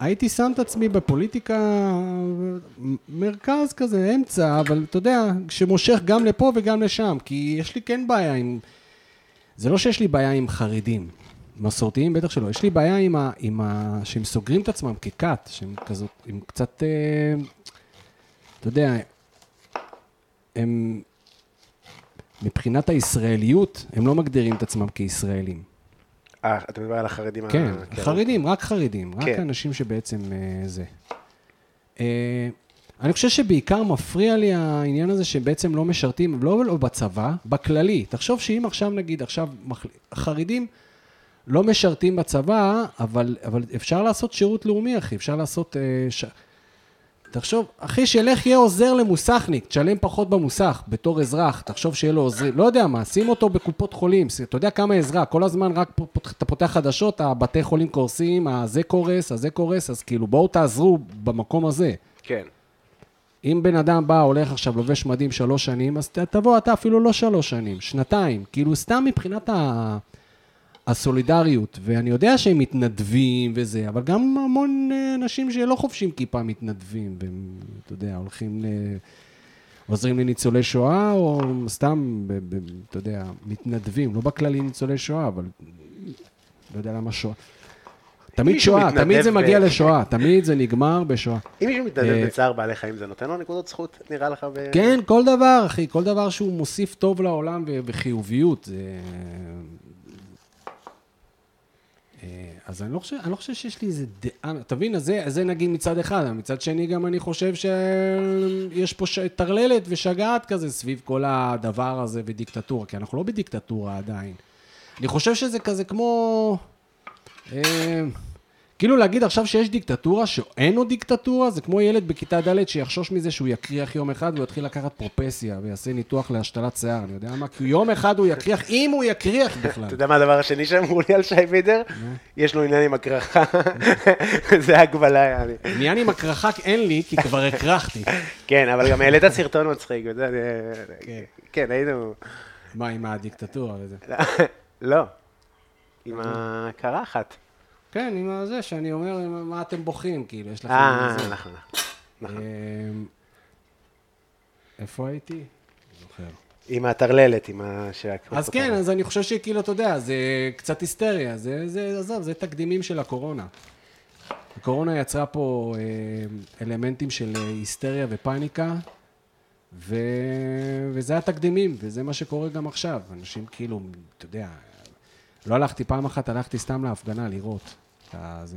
S3: הייתי שם את עצמי בפוליטיקה אה, מרכז כזה, אמצע, אבל אתה יודע, שמושך גם לפה וגם לשם, כי יש לי כן בעיה עם... זה לא שיש לי בעיה עם חרדים, מסורתיים בטח שלא, יש לי בעיה עם ה... עם ה שהם סוגרים את עצמם ככת, שהם כזאת, הם קצת, אה, אתה יודע, הם, מבחינת הישראליות, הם לא מגדירים את עצמם כישראלים.
S2: אה, אתה מדבר על החרדים. ה-
S3: כן, חרדים, רק חרדים, רק
S2: כן.
S3: אנשים שבעצם אה, זה. אה, אני חושב שבעיקר מפריע לי העניין הזה שבעצם לא משרתים, לא לא בצבא, בכללי. תחשוב שאם עכשיו, נגיד, עכשיו מחל- חרדים לא משרתים בצבא, אבל, אבל אפשר לעשות שירות לאומי, אחי, אפשר לעשות... אה, ש... תחשוב, אחי, שילך יהיה עוזר למוסכניק, תשלם פחות במוסך, בתור אזרח, תחשוב שיהיה לו עוזרים, לא יודע מה, שים אותו בקופות חולים, ש- אתה יודע כמה עזרה, כל הזמן רק פ- פות- אתה פותח חדשות, הבתי חולים קורסים, הזה קורס, הזה קורס, אז כאילו, בואו תעזרו במקום הזה.
S2: כן.
S3: אם בן אדם בא, הולך עכשיו, לובש מדים שלוש שנים, אז ת- תבוא אתה אפילו לא שלוש שנים, שנתיים. כאילו, סתם מבחינת ה... הסולידריות, ואני יודע שהם מתנדבים וזה, אבל גם המון אה, אנשים שלא חובשים כיפה מתנדבים, והם, אתה יודע, הולכים, ל- עוזרים לניצולי שואה, או סתם, ב- ב- אתה יודע, מתנדבים, לא בכללי ניצולי שואה, אבל לא יודע למה שואה. תמיד
S2: מישהו
S3: שואה, תמיד
S2: מתנדב
S3: זה
S2: ב-
S3: מגיע לשואה, תמיד זה נגמר בשואה.
S2: אם מישהו
S3: אה,
S2: מתנדב בצער בעלי חיים, זה נותן לו נקודות זכות, נראה לך? ב-
S3: כן, כל דבר, אחי, כל דבר שהוא מוסיף טוב לעולם ו- וחיוביות. זה... אה, אז אני לא, חושב, אני לא חושב שיש לי איזה דעה, אתה מבין, אז זה, זה נגיד מצד אחד, אבל מצד שני גם אני חושב שיש פה ש- טרללת ושגעת כזה סביב כל הדבר הזה ודיקטטורה, כי אנחנו לא בדיקטטורה עדיין. אני חושב שזה כזה כמו... אה, כאילו להגיד עכשיו שיש דיקטטורה, שאין עוד דיקטטורה, זה כמו ילד בכיתה ד' שיחשוש מזה שהוא יקריח יום אחד והוא יתחיל לקחת פרופסיה ויעשה ניתוח להשתלת שיער, אני יודע מה? כי יום אחד הוא יקריח, אם הוא יקריח בכלל.
S2: אתה יודע מה הדבר השני שאמרו לי על שי וידר? יש לו עניין עם הקרחה.
S3: אה.
S2: זה הגבלה, יעני.
S3: עניין עם הקרחק אין לי, כי כבר הקרחתי.
S2: כן, אבל גם העלית סרטון מצחיק, אתה יודע,
S3: כן.
S2: כן, היינו...
S3: מה, עם הדיקטטורה וזה? אה.
S2: לא, עם הקרחת.
S3: כן, עם הזה שאני אומר, מה אתם בוכים, כאילו, יש לכם...
S2: אה,
S3: איזה-
S2: נכון. נכון.
S3: אמ, איפה הייתי? לא זוכר.
S2: עם הטרללת, עם ה... של הקרופות.
S3: אז כן, אז אני חושב שכאילו, אתה יודע, זה קצת היסטריה, זה, זה, עזוב, זה תקדימים של הקורונה. הקורונה יצרה פה אה, אלמנטים של אה, היסטריה ופאניקה, ו... וזה התקדימים, וזה מה שקורה גם עכשיו. אנשים כאילו, אתה יודע, לא הלכתי פעם אחת, הלכתי סתם להפגנה לראות את זה,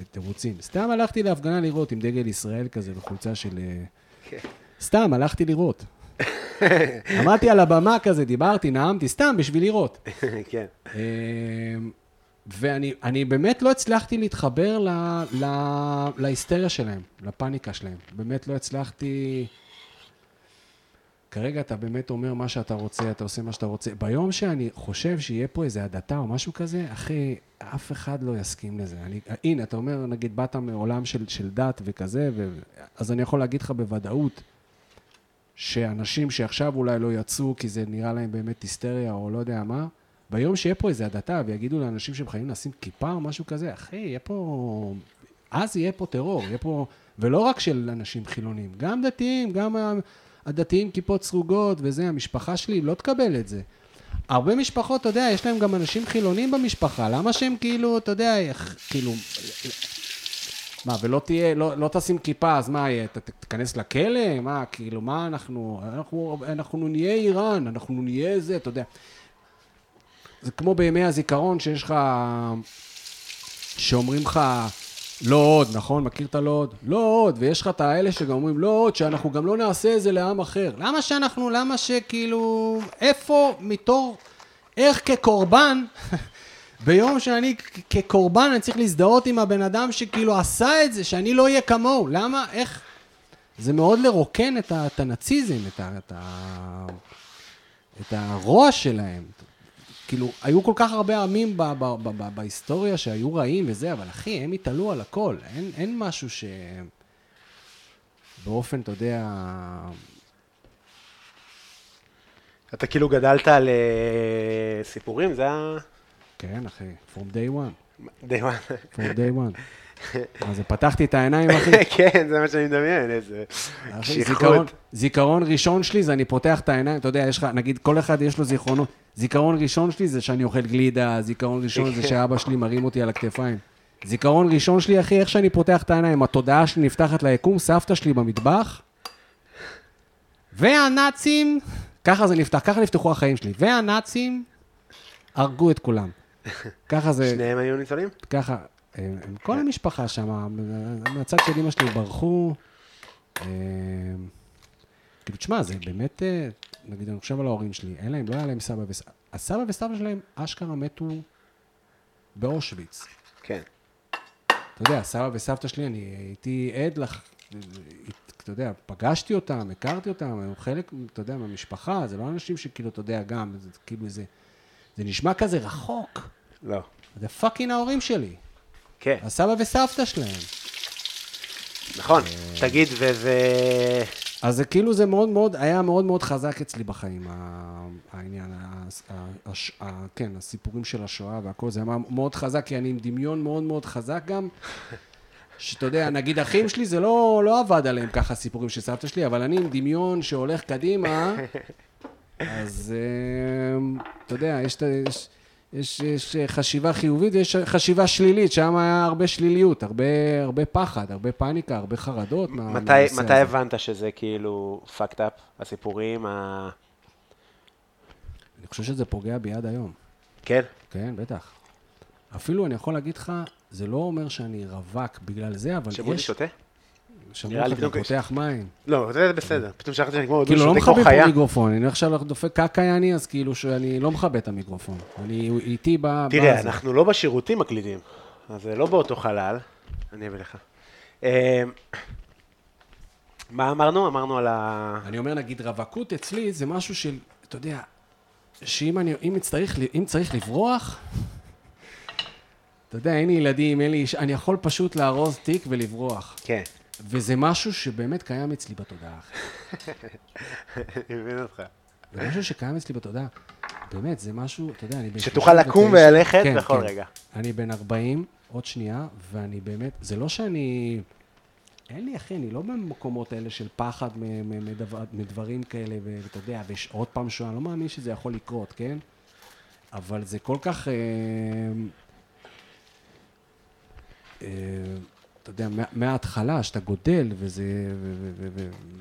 S3: בתירוצים. סתם הלכתי להפגנה לראות עם דגל ישראל כזה וחולצה של... אה, סתם, הלכתי לראות. עמדתי על הבמה כזה, דיברתי, נאמתי, סתם בשביל לראות.
S2: כן.
S3: אמ, ואני אני באמת לא הצלחתי להתחבר ל, ל, להיסטריה שלהם, לפאניקה שלהם. באמת לא הצלחתי... כרגע אתה באמת אומר מה שאתה רוצה, אתה עושה מה שאתה רוצה. ביום שאני חושב שיהיה פה איזה הדתה או משהו כזה, אחי, אף אחד לא יסכים לזה. אני, הנה, אתה אומר, נגיד, באת מעולם של, של דת וכזה, ו, אז אני יכול להגיד לך בוודאות שאנשים שעכשיו אולי לא יצאו כי זה נראה להם באמת היסטריה או לא יודע מה, ביום שיהיה פה איזה הדתה ויגידו לאנשים שהם חייבים לשים כיפה או משהו כזה, אחי, יהיה פה... אז יהיה פה טרור, יהיה פה... ולא רק של אנשים חילונים, גם דתיים, גם ה- הדתיים כיפות סרוגות וזה, המשפחה שלי לא תקבל את זה. הרבה משפחות, אתה יודע, יש להם גם אנשים חילונים במשפחה, למה שהם כאילו, אתה יודע, איך- כאילו, מה, ולא תהיה, לא, לא תשים כיפה, אז מה יהיה, ת, ת- תיכנס לכלא? מה, כאילו, מה אנחנו, אנחנו, אנחנו נהיה איראן, אנחנו נהיה זה, אתה יודע. זה כמו בימי הזיכרון שיש לך, שאומרים לך, לא עוד, נכון? מכיר את הלא עוד? לא עוד, ויש לך את האלה שגם אומרים, לא עוד, שאנחנו גם לא נעשה את זה לעם אחר. למה שאנחנו, למה שכאילו, איפה מתור, איך כקורבן, ביום שאני כ- כקורבן, אני צריך להזדהות עם הבן אדם שכאילו עשה את זה, שאני לא אהיה כמוהו. למה, איך... זה מאוד לרוקן את, ה, את הנאציזם, את, ה, את, ה, את הרוע שלהם. כאילו, היו כל כך הרבה עמים ב, ב, ב, ב, בהיסטוריה שהיו רעים וזה, אבל אחי, הם התעלו על הכל. אין, אין משהו ש... באופן, אתה יודע...
S2: אתה כאילו גדלת על אה, סיפורים, זה ה...
S3: כן, אחי, from day one.
S2: די מה.
S3: from day one. אז פתחתי את העיניים, אחי.
S2: כן, זה מה שאני מדמיין, איזה
S3: אחי, אה, זיכרון,
S2: קשיחות.
S3: זיכרון ראשון שלי זה אני פותח את העיניים, אתה יודע, יש לך, נגיד, כל אחד יש לו זיכרונות. זיכרון ראשון שלי זה שאני אוכל גלידה, זיכרון ראשון זה שאבא שלי מרים אותי על הכתפיים. זיכרון ראשון שלי, אחי, איך שאני פותח את העיניים, התודעה שלי נפתחת ליקום, סבתא שלי במטבח, והנאצים, ככה זה נפתח, ככה נפתחו החיים שלי, והנאצים הרגו את כולם. ככה זה...
S2: שניהם היו ניצולים?
S3: ככה, הם, הם כל המשפחה שם, מהצד של אמא שלי ברחו. הם, כאילו, תשמע, זה באמת, אה, נגיד, אני חושב על ההורים שלי, אין להם, לא היה להם סבא וסבא. הסבא וסבא שלהם אשכרה מתו באושוויץ.
S2: כן.
S3: אתה יודע, סבא וסבתא שלי, אני הייתי עד לך, אתה יודע, פגשתי אותם, הכרתי אותם, הם חלק, אתה יודע, מהמשפחה, זה לא אנשים שכאילו, אתה יודע, גם, זה כאילו זה, זה נשמע כזה רחוק.
S2: לא.
S3: זה פאקינג ההורים שלי.
S2: כן,
S3: הסבא וסבתא שלהם.
S2: נכון.
S3: אה,
S2: תגיד, וזה...
S3: אז זה כאילו זה מאוד מאוד, היה מאוד מאוד חזק אצלי בחיים, ה- העניין, ה- ה- הש- ה- כן, הסיפורים של השואה והכל, זה היה מאוד חזק, כי אני עם דמיון מאוד מאוד חזק גם, שאתה יודע, נגיד אחים שלי, זה לא, לא עבד עליהם ככה הסיפורים של סבתא שלי, אבל אני עם דמיון שהולך קדימה, אז אמ, אתה יודע, יש, את ה- יש, יש, יש אה, חשיבה חיובית ויש חשיבה שלילית, שם היה הרבה שליליות, הרבה, הרבה פחד, הרבה פאניקה, הרבה חרדות. מה-
S2: מתי-
S3: מהנושא
S2: מתי
S3: הזה.
S2: הבנת שזה כאילו fucked up? הסיפורים, ה...
S3: אני חושב שזה פוגע בי עד היום.
S2: כן?
S3: כן, בטח. אפילו אני יכול להגיד לך, זה לא אומר שאני רווק בגלל זה, אבל יש...
S2: שמולי שותה?
S3: שמעו
S2: נראה לי
S3: לך, אתה
S2: בדיוק יש.
S3: פותח מים.
S2: לא, זה בסדר. פתאום שכחתי שאני כמו...
S3: כאילו, לא
S2: שותה כמו
S3: מכבה
S2: חיה.
S3: פה מיקרופון, אני עכשיו דופק קקאי אני, אז כאילו שאני לא מכבה את המיקרופון. אני הוא איתי ב...
S2: תראה,
S3: בזה.
S2: אנחנו לא בשירותים מקלידים, אז זה לא באותו חלל. אני אביא לך. אה, מה אמרנו? אמרנו על ה...
S3: אני אומר, נגיד, רווקות אצלי זה משהו של, אתה יודע, שאם אני, אם צריך, אם צריך לברוח, אתה יודע, אין לי ילדים, אין לי אישה, אני יכול פשוט לארוז תיק ולברוח.
S2: כן.
S3: וזה משהו שבאמת קיים אצלי בתודעה, אחי.
S2: אני מבין אותך.
S3: זה משהו שקיים אצלי בתודעה. באמת, זה משהו, אתה יודע, אני... בן
S2: שתוכל לקום
S3: 39.
S2: וללכת
S3: כן,
S2: בכל
S3: כן.
S2: רגע.
S3: אני בן 40, עוד שנייה, ואני באמת, זה לא שאני... אין לי, אחי, אני לא במקומות האלה של פחד מ- מ- מדבר- מדברים כאלה, ו- ואתה יודע, ויש עוד פעם שואה, אני לא מאמין שזה יכול לקרות, כן? אבל זה כל כך... אה, אה, אתה יודע, מה- מההתחלה, שאתה גודל, וזה... ו- ו- ו- ו-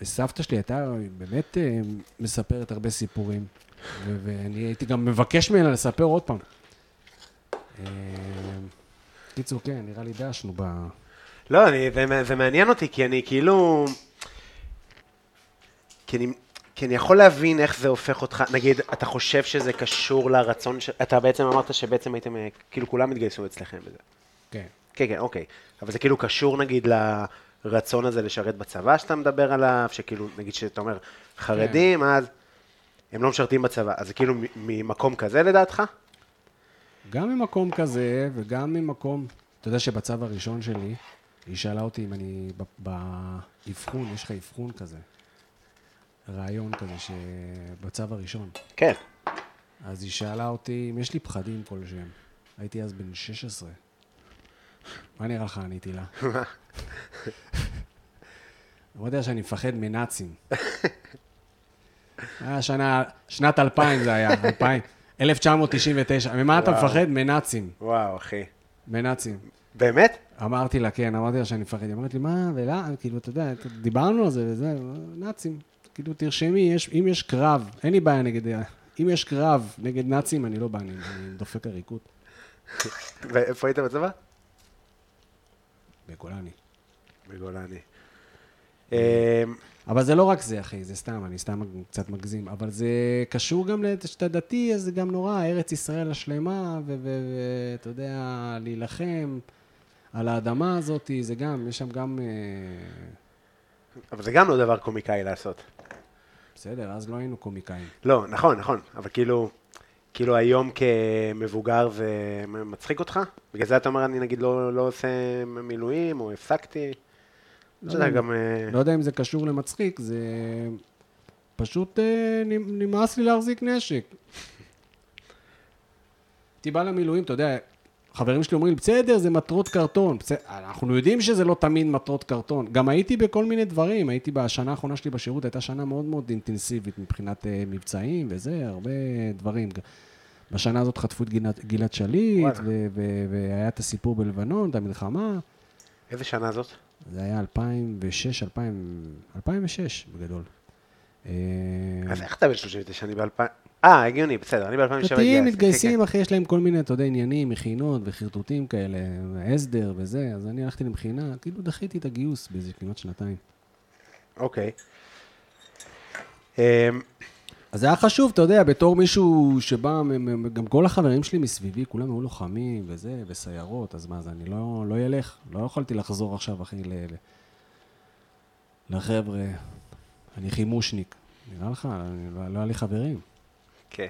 S3: וסבתא שלי הייתה באמת אה, מספרת הרבה סיפורים, ו- ואני הייתי גם מבקש ממנה לספר עוד פעם. אה, קיצור, כן, נראה לי דשנו ב...
S2: לא, אני, זה, מע- זה מעניין אותי, כי אני כאילו... כי אני, כי אני יכול להבין איך זה הופך אותך, נגיד, אתה חושב שזה קשור לרצון, ש... אתה בעצם אמרת שבעצם הייתם, אה, כאילו כולם התגייסו אצלכם בזה.
S3: כן.
S2: כן, כן, אוקיי. אבל זה כאילו קשור נגיד לרצון הזה לשרת בצבא שאתה מדבר עליו, שכאילו, נגיד שאתה אומר, חרדים, אז הם לא משרתים בצבא. אז זה כאילו מ- ממקום כזה לדעתך?
S3: גם ממקום כזה, וגם ממקום... אתה יודע שבצו הראשון שלי, היא שאלה אותי אם אני... ב- באבחון, יש לך אבחון כזה. רעיון כזה שבצו הראשון.
S2: כן.
S3: אז היא שאלה אותי אם יש לי פחדים כלשהם. הייתי אז בן 16. מה נראה לך עניתי לה? אני יודע שאני מפחד מנאצים. היה שנה, שנת 2000 זה היה, 2000, 1999. ממה אתה
S2: וואו.
S3: מפחד? מנאצים,
S2: וואו, אחי.
S3: מנאצים.
S2: באמת?
S3: אמרתי לה, כן, אמרתי לה שאני מפחד. היא אמרת לי, מה, ולא, כאילו, אתה יודע, דיברנו על זה וזה, נאצים. כאילו, תרשמי, יש, אם יש קרב, אין לי בעיה נגד... אם יש קרב נגד נאצים, אני לא בא, אני, אני דופק עריקות.
S2: ואיפה היית בצבא?
S3: בגולני.
S2: בגולני. אמ,
S3: אבל זה לא רק זה, אחי, זה סתם, אני סתם קצת מגזים. אבל זה קשור גם לזה שאתה דתי, אז זה גם נורא, ארץ ישראל השלמה, ואתה יודע, להילחם על האדמה הזאת, זה גם, יש שם גם... אה,
S2: אבל זה גם לא דבר קומיקאי לעשות.
S3: בסדר, אז לא היינו קומיקאים.
S2: לא, נכון, נכון, אבל כאילו, כאילו היום כמבוגר זה מצחיק אותך? בגלל זה אתה אומר, אני נגיד לא, לא עושה מילואים, או הפסקתי? אתה יודע, גם... אה,
S3: לא יודע אם זה קשור למצחיק, זה פשוט אה, נמ- נמאס לי להחזיק נשק. הייתי בא למילואים, אתה יודע, חברים שלי אומרים, בסדר, זה מטרות קרטון. בסדר, אנחנו יודעים שזה לא תמיד מטרות קרטון. גם הייתי בכל מיני דברים, הייתי בשנה האחרונה שלי בשירות, הייתה שנה מאוד מאוד אינטנסיבית מבחינת אה, מבצעים וזה, הרבה דברים. בשנה הזאת חטפו את גלעד- גלעד שליט,
S2: וואלה.
S3: ו- ו- והיה את הסיפור בלבנון, את המלחמה.
S2: איזה שנה זאת?
S3: זה היה 2006, 2000, 2006 בגדול. אה,
S2: אז איך אתה בן 39? אני ב-2000... אה, הגיוני, בסדר, אני ב-2007 התגייסתי.
S3: דתיים
S2: כן,
S3: מתגייסים, אחי, יש להם כל מיני, אתה יודע, עניינים, מכינות וחרטוטים כאלה, הסדר וזה, אז אני הלכתי למכינה, כאילו דחיתי את הגיוס באיזה כמעט שנתיים.
S2: כן. אוקיי. אמ,
S3: אז זה היה חשוב, אתה יודע, בתור מישהו שבא, מ- מ- גם כל החברים שלי מסביבי, כולם היו לוחמים וזה, וסיירות, אז מה, אז אני לא, לא ילך, לא יכולתי לחזור עכשיו, אחי, ל... ל- לחבר'ה, אני חימושניק. נראה לך, אני- לא- לא היה לי חברים.
S2: כן,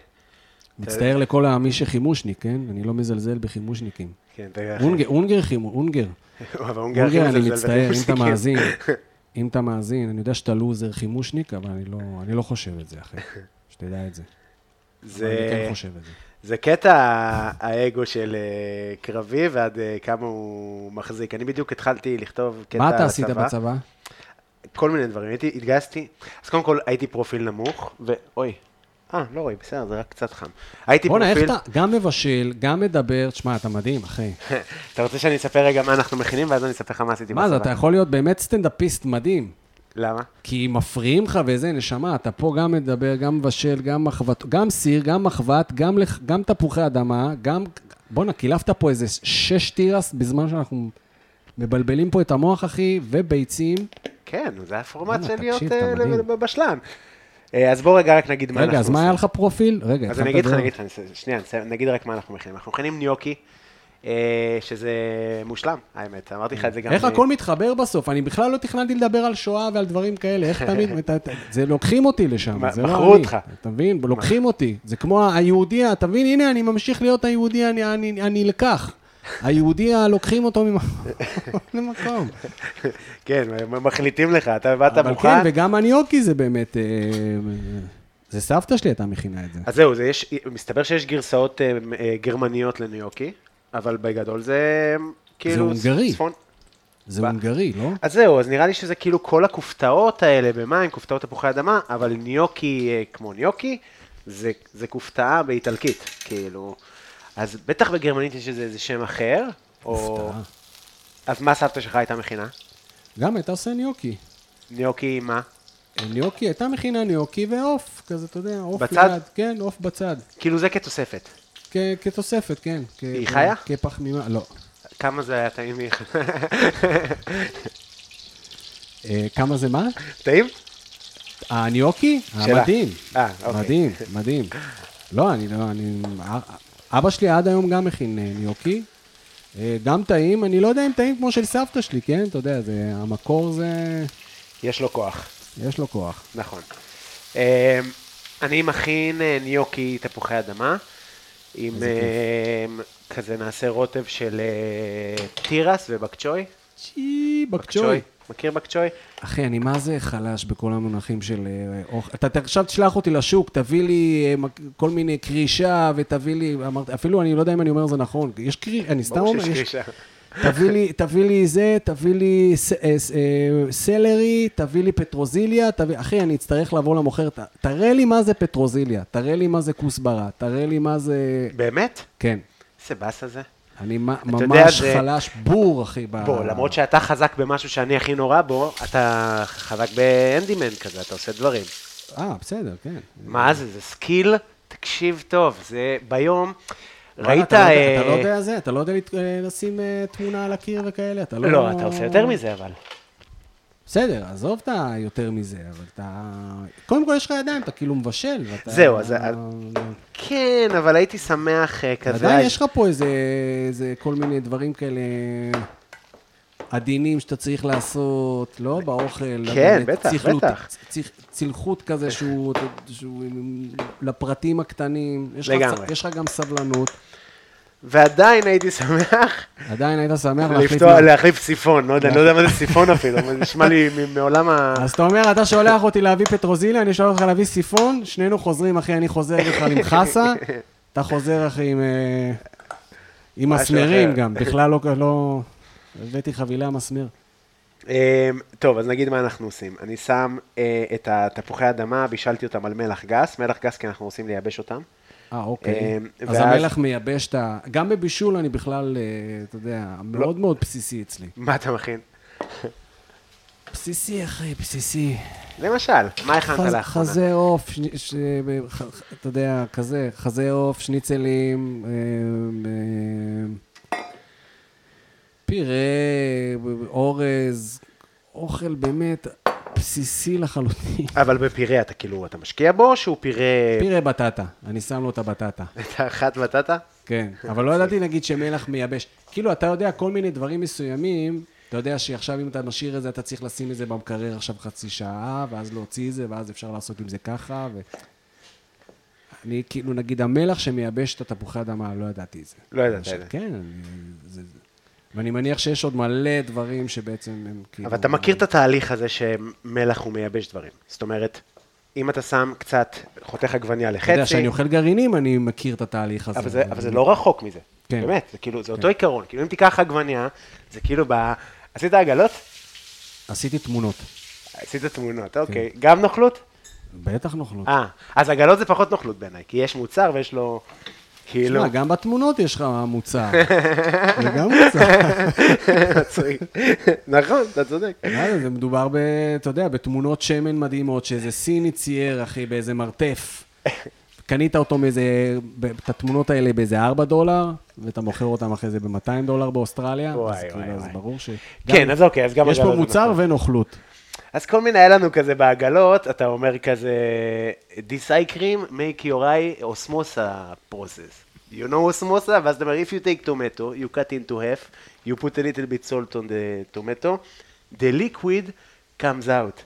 S3: מצטער לכל המי שחימושניק, כן? אני לא מזלזל בחימושניקים.
S2: כן, אתה יודע,
S3: אונגר, אונגר חימוש, אונגר.
S2: אבל הוא גר
S3: אונגר,
S2: הכי
S3: אני
S2: מזלזל כן.
S3: מצטער, אם אתה
S2: בחימושניקים.
S3: מאזין, אם אתה מאזין, אני יודע שאתה לוזר חימושניק, אבל אני לא, אני לא חושב את זה, אחי. שתדע את זה. אבל אני
S2: זה...
S3: כן חושב את זה.
S2: זה קטע האגו של אה, קרבי ועד אה, כמה הוא מחזיק. אני בדיוק התחלתי לכתוב קטע על הצבא.
S3: מה אתה עשית בצבא?
S2: כל מיני דברים. הייתי, התגייסתי, אז קודם כל הייתי פרופיל נמוך, ואוי, אה, לא רואים, בסדר, זה רק קצת חם. הייתי
S3: בואנה, איך
S2: פרופיל...
S3: אתה גם מבשל, גם מדבר, תשמע, אתה מדהים, אחי.
S2: אתה רוצה שאני אספר רגע מה אנחנו מכינים, ואז אני אספר לך מה עשיתי
S3: מה זה,
S2: בצבא.
S3: אתה יכול להיות באמת סטנדאפיסט מדהים.
S2: למה?
S3: כי מפריעים לך וזה, נשמה, אתה פה גם מדבר, גם מבשל, גם מחבת, גם סיר, גם מחבת, גם, לח- גם תפוחי אדמה, גם... בואנה, קילפת פה איזה שש תירס בזמן שאנחנו מבלבלים פה את המוח, אחי, וביצים.
S2: כן, זה הפורמט
S3: בואנה,
S2: של להיות
S3: תקשיב, אתה
S2: אה,
S3: מדהים.
S2: לב- בשלן. אה, אז בוא רגע רק נגיד מה אנחנו
S3: רגע,
S2: עושים.
S3: אז מה היה לך פרופיל? רגע,
S2: אז
S3: התחלת
S2: אני אגיד לך,
S3: לדבר.
S2: אני אגיד לך, אני אעשה- שנייה, אני אעשה- נגיד רק מה אנחנו מכינים. אנחנו מכינים ניוקי, אה, שזה מושלם, האמת, אמרתי לך את זה גם...
S3: איך
S2: אה,
S3: הכל מתחבר בסוף? אני בכלל לא תכננתי לדבר על שואה ועל דברים כאלה, איך תמיד, אתה- אתה- זה לוקחים אותי לשם,
S2: מה-
S3: זה לא אני.
S2: מכרו אותך.
S3: אתה מבין? לוקחים אותי. זה כמו היהודי, אתה מבין? הנה, אני ממשיך להיות היהודי, אני- אני אני נלקח. היהודי, לוקחים אותו ממקום למקום.
S2: כן, מ- מ- מחליטים לך, אתה באת
S3: אבל כן,
S2: מוכן.
S3: וגם הניוקי זה באמת... אה, זה סבתא שלי הייתה מכינה את זה.
S2: אז זהו, זה יש, מסתבר שיש גרסאות אה, מ- אה, גרמניות לניוקי, אבל בגדול זה כאילו...
S3: הונגרי.
S2: צפון-
S3: זה
S2: ב-
S3: הונגרי, לא?
S2: אז זהו, אז נראה לי שזה כאילו כל הכופתאות האלה במים, כופתאות תפוחי אדמה, אבל ניוקי אה, כמו ניוקי, זה, זה כופתאה באיטלקית, כאילו. אז בטח בגרמנית יש איזה, איזה שם אחר, או...
S3: הפתעה.
S2: אז מה סבתא שלך הייתה מכינה?
S3: גם הייתה עושה ניוקי. אה,
S2: ניוקי עם מה?
S3: ניוקי, הייתה מכינה ניוקי ועוף, כזה, אתה יודע, עוף
S2: בצד?
S3: ליד. כן, עוף בצד.
S2: כאילו זה כתוספת.
S3: כ- כתוספת, כן. כ-
S2: היא חיה?
S3: כפחמימה, לא.
S2: כמה זה היה טעים לי?
S3: אה, כמה זה מה?
S2: טעים?
S3: הניוקי?
S2: שלה.
S3: מדהים.
S2: אה, אוקיי.
S3: מדהים, מדהים. לא, אני לא, אני... אבא שלי עד היום גם הכין אה, ניוקי. אה, גם טעים, אני לא יודע אם טעים כמו של סבתא שלי, כן? אתה יודע, זה, המקור זה...
S2: יש לו כוח.
S3: יש לו כוח.
S2: נכון. אה, אני מכין אה, ניוקי תפוחי אדמה, עם אה, כזה נעשה רוטב של אה, תירס ובק צ'וי.
S3: צ'י, בקצ'וי.
S2: מכיר בק צ'וי?
S3: אחי, אני מה זה חלש בכל המונחים של אה, אוכל. אתה אתה עכשיו תשלח אותי לשוק, תביא לי אה, מק- כל מיני קרישה ותביא לי, אמרתי, אפילו אני לא יודע אם אני אומר זה נכון, יש קרישה, אני סתם
S2: ברור
S3: אומר,
S2: שיש
S3: יש-
S2: קרישה.
S3: תביא לי, תביא לי זה, תביא לי ס, אה, ס, אה, סלרי, תביא לי פטרוזיליה, תביא, אחי, אני אצטרך לבוא למוכר, ת- תראה לי מה זה פטרוזיליה, תראה לי מה זה כוסברה, תראה לי מה זה...
S2: באמת?
S3: כן,
S2: איזה באסה זה.
S3: אני מה-
S2: יודע,
S3: ממש
S2: זה-
S3: חלש בור, אחי. ב-
S2: בוא, למרות שאתה חזק במשהו שאני הכי נורא בו, אתה חזק בהנדימן כזה, אתה עושה דברים.
S3: אה, בסדר, כן.
S2: מה זה? זה סקיל? תקשיב טוב, זה ביום...
S3: וואלה,
S2: ראית...
S3: אתה לא יודע-
S2: אה,
S3: אתה לא יודע זה, אתה לא יודע לת- אה, לשים אה, תמונה על הקיר וכאלה, אתה לא...
S2: לא, אתה עושה יותר מזה, אבל.
S3: בסדר, עזוב את היותר מזה, אבל אתה... קודם כל יש לך ידיים, אתה כאילו מבשל, ואתה...
S2: זהו, אז- אה, כן, אבל הייתי שמח אה, כזה...
S3: עדיין יש לך פה איזה, איזה כל מיני דברים כאלה עדינים שאתה צריך לעשות, לא באוכל.
S2: כן,
S3: אבל
S2: בטח,
S3: צלחות-
S2: בטח.
S3: צ- צלחות כזה שהוא, שהוא עם- לפרטים הקטנים. יש לך-
S2: לגמרי.
S3: יש לך גם סבלנות.
S2: ועדיין הייתי שמח
S3: עדיין היית שמח להחליף...
S2: לפתוח,
S3: מה-
S2: להחליף סיפון, לא יודע, אני לא יודע מה זה סיפון אפילו, אבל זה נשמע לי מ- מעולם ה...
S3: אז אתה אומר, אתה שולח אותי להביא פטרוזיליה, אני שולח אותך להביא סיפון, שנינו חוזרים, אחי, אני חוזר איתך עם חסה, אתה חוזר, אחי, עם... אה, עם
S2: משהו
S3: מסמרים
S2: אחר.
S3: גם, בכלל לא... לא... הבאתי חבילה מסמר.
S2: אמ, טוב, אז נגיד מה אנחנו עושים. אני שם אה, את התפוחי אדמה, בישלתי אותם על מלח גס, מלח גס כי אנחנו רוצים לייבש אותם.
S3: אה, אוקיי.
S2: אמ,
S3: אז
S2: ואז-
S3: המלח מייבש את ה... גם בבישול אני בכלל, אה, אתה יודע,
S2: לא.
S3: מאוד מאוד בסיסי אצלי.
S2: מה אתה מכין?
S3: בסיסי, אחי, בסיסי.
S2: למשל, מה הכנת
S3: חז-
S2: לאחרונה?
S3: חזה עוף, שני- ש- ב- ח- ח- אתה יודע, כזה, חזה עוף, שניצלים, אמ, אמ, פירה, ב- ב- אורז, אוכל באמת בסיסי לחלוטין.
S2: אבל בפירה אתה כאילו, אתה משקיע בו, או שהוא פירה...
S3: פירה בטטה, אני שם לו את הבטטה.
S2: את האחת בטטה?
S3: כן, אבל לא ידעתי נגיד שמלח מייבש. כאילו, אתה יודע כל מיני דברים מסוימים, אתה יודע שעכשיו אם אתה משאיר את זה, אתה צריך לשים את זה במקרר עכשיו חצי שעה, ואז להוציא את זה, ואז אפשר לעשות עם זה ככה, ו... אני כאילו, נגיד המלח שמייבש את התפוחי אדמה, לא ידעתי את זה.
S2: לא ידעת את
S3: למשל,
S2: זה.
S3: כן, אני... זה... זה- ואני מניח שיש עוד מלא דברים שבעצם הם כאילו...
S2: אבל אתה מכיר את התהליך הזה שמלח הוא מייבש דברים. זאת אומרת, אם אתה שם קצת, חותך עגבניה לחצי...
S3: אתה יודע, כשאני אוכל גרעינים, אני מכיר את התהליך הזה.
S2: אבל זה, אבל זה לא רחוק מזה.
S3: כן.
S2: באמת, זה כאילו, זה אותו עיקרון. כאילו, אם תיקח עגבניה, זה כאילו ב... עשית עגלות?
S3: עשיתי תמונות.
S2: עשית תמונות,
S3: כן.
S2: אוקיי. גם נוכלות?
S3: בטח נוכלות.
S2: אה, אז עגלות זה פחות נוכלות בעיניי, כי יש מוצר ויש לו... כאילו,
S3: תשמע, גם בתמונות יש לך מוצר. זה גם מוצר.
S2: מצוי. נכון, אתה צודק.
S3: מה זה, זה מדובר ב... אתה יודע, בתמונות שמן מדהימות, שאיזה סיני צייר, אחי, באיזה מרתף. קנית אותו מאיזה... ב- את התמונות האלה באיזה 4 דולר, ואתה מוכר אותם אחרי זה ב-200 דולר באוסטרליה.
S2: וואי,
S3: אז כאילו,
S2: וואי,
S3: אז
S2: וואי.
S3: ברור ש...
S2: כן,
S3: גם-
S2: אז אוקיי, אז גם
S3: יש פה
S2: עגלות זה
S3: מוצר
S2: נכון.
S3: ונוכלות.
S2: אז כל מיני, היה לנו כזה בעגלות, אתה אומר כזה, This eye cream make your eye osmosa process. You know osmosa, ואז אתה אומר, if you take tomato, you cut into half, you put a little bit salt on the tomato, the liquid comes out.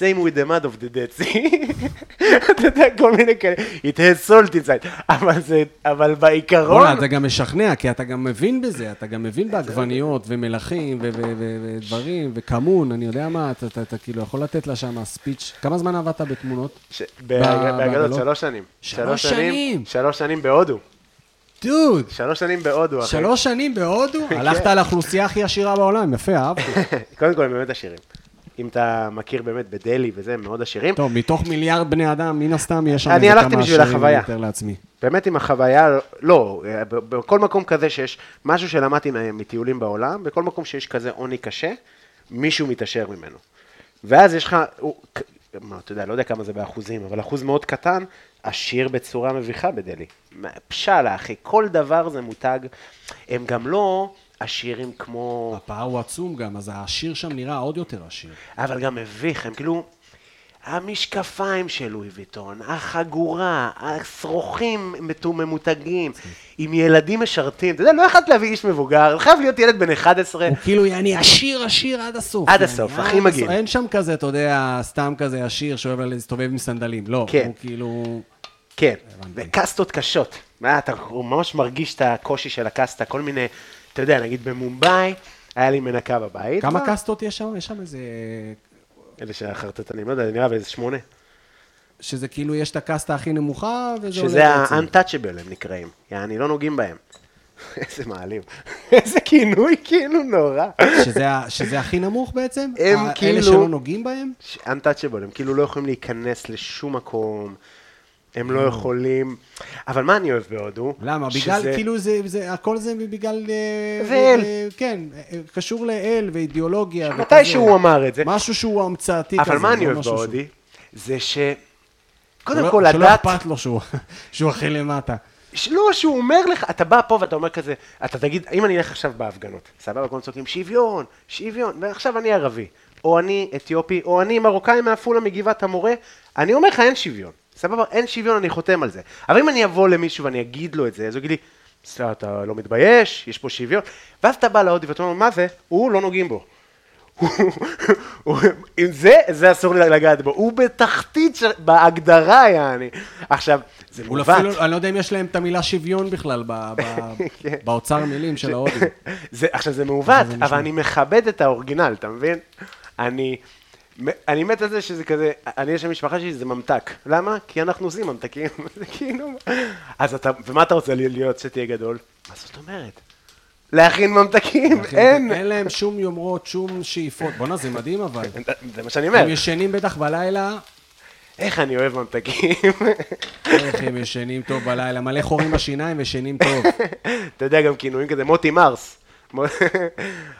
S2: same with the mud of the dead sea. אתה יודע, כל מיני כאלה, it has salt inside, אבל זה, אבל בעיקרון,
S3: בוא'נה, אתה גם משכנע, כי אתה גם מבין בזה, אתה גם מבין בעגבניות ומלחים ו- ו- ו- ודברים, וכמון, אני יודע מה, אתה- אתה אתה כאילו יכול לתת לה שם ספיץ'. כמה זמן עבדת בתמונות?
S2: ש- בהג-
S3: בעגלות?
S2: בהגלות שלוש שנים.
S3: שלוש שנים?
S2: שלוש שנים בהודו.
S3: דוד,
S2: שלוש שנים בהודו, אחי.
S3: שלוש שנים בהודו,
S2: כן.
S3: הלכת על האוכלוסייה הכי עשירה בעולם, יפה, אהבתי.
S2: קודם כל, הם באמת עשירים. אם אתה מכיר באמת בדלהי וזה, הם מאוד עשירים.
S3: טוב, מתוך מיליארד בני אדם, מן הסתם יש שם
S2: אני
S3: איזה
S2: הלכתי
S3: כמה
S2: בשביל
S3: עשירים, אני
S2: החוויה.
S3: מתאר לעצמי.
S2: באמת עם החוויה, לא, אה, ב- בכל מקום כזה שיש, משהו שלמדתי מה- מטיולים בעולם, בכל מקום שיש כזה עוני קשה, מישהו מתעשר ממנו. ואז יש לך, הוא- כ- מה, אתה יודע, לא יודע כמה זה באחוזים, אבל אחוז מאוד קטן, עשיר בצורה מביכה בדלהי. מה- פשאלה, אחי, כל דבר זה מותג. הם גם לא עשירים כמו...
S3: הפער הוא עצום גם, אז העשיר שם נראה עוד יותר עשיר.
S2: אבל גם מביך, הם כאילו... המשקפיים של לואי ויטון, החגורה, השרוכים מתו- ממותגים, עם ילדים משרתים, אתה יודע, לא יכולת להביא איש מבוגר, חייב להיות ילד בן 11,
S3: הוא כאילו, אני עשיר, עשיר עד הסוף.
S2: עד
S3: יעני,
S2: הסוף,
S3: עד
S2: הכי מגעיל.
S3: אין שם כזה, אתה יודע, סתם כזה עשיר שאוהב להסתובב עם סנדלים. לא,
S2: כן.
S3: הוא כאילו...
S2: כן,
S3: הבנתי.
S2: וקסטות קשות, מה, אתה הוא ממש מרגיש את הקושי של הקסטה, כל מיני, אתה יודע, נגיד במומבאי, היה לי מנקה בבית.
S3: כמה
S2: מה?
S3: קסטות יש שם? יש שם איזה...
S2: אלה של החרטטנים, לא יודע, נראה לי איזה שמונה.
S3: שזה כאילו, יש את הקסטה הכי נמוכה, וזה עולה
S2: שזה
S3: בעצם.
S2: ה-untouchable הם נקראים, יעני, לא נוגעים בהם. איזה מעליב. איזה כינוי כאילו נורא.
S3: שזה ה- שזה הכי נמוך בעצם?
S2: הם
S3: ה- אלה
S2: כאילו-
S3: שלא נוגעים בהם?
S2: untouchable, הם כאילו לא יכולים להיכנס לשום מקום, הם לא יכולים, אבל מה אני אוהב בהודו?
S3: Mm. למה? בגלל,
S2: שזה-
S3: כאילו, זה, זה, הכל זה בגלל... אה,
S2: זה אל.
S3: אה, כן, אה, קשור לאל ואידיאולוגיה. וכזה.
S2: מתי שהוא אמר את זה.
S3: משהו שהוא המצאתי כזה.
S2: אבל מה אני
S3: לא
S2: אוהב
S3: משהו שהוא-
S2: בהודי? זה ש...
S3: שלא-
S2: קודם כל,
S3: שלא
S2: הדת,
S3: אכפת לו שהוא- שהוא הכי למטה.
S2: ש- לא, שהוא אומר לך, אתה בא פה ואתה אומר כזה, אתה תגיד, אם אני אלך עכשיו בהפגנות, סבבה, כולם צועקים שוויון, שוויון, ועכשיו אני ערבי, או אני אתיופי, או אני מרוקאי מעפולה מגבעת המורה, אני אומר לך, אין שוויון, סבבה, אין שוויון, אני חותם על זה. אבל אם אני אבוא למישהו ואני אגיד לו את זה, אז הוא יגיד לי, "סע, אתה לא מתבייש, יש פה שוויון, ואז אתה בא להודי ואתה אומר, מה זה? הוא, לא נוגעים בו. הוא- עם זה, זה אסור לי לגעת בו, הוא בתחתית, של- בהגדרה, יעני. עכשיו, זה
S3: הוא
S2: מעוות.
S3: אפילו, אני לא יודע אם יש להם את המילה שוויון בכלל ב- ב-
S2: כן.
S3: באוצר מילים של ההודים.
S2: זה, עכשיו, זה מעוות,
S3: זה נשמע.
S2: אבל אני מכבד את האורגינל, אתה מבין? אני, אני מת על זה שזה כזה, אני יש למשפחה שלי, זה ממתק. למה? כי אנחנו עושים ממתקים, זה כאילו... אז אתה, ומה אתה רוצה להיות שתהיה גדול? מה זאת אומרת? להכין ממתקים, אין.
S3: אין להם שום יומרות, שום שאיפות. בואנה, זה מדהים אבל.
S2: זה מה שאני אומר.
S3: הם ישנים בטח בלילה,
S2: איך אני אוהב ממתקים.
S3: איך הם ישנים טוב בלילה, מלא חורים בשיניים וישנים טוב.
S2: אתה יודע, גם כינויים כזה, מוטי מרס. מו-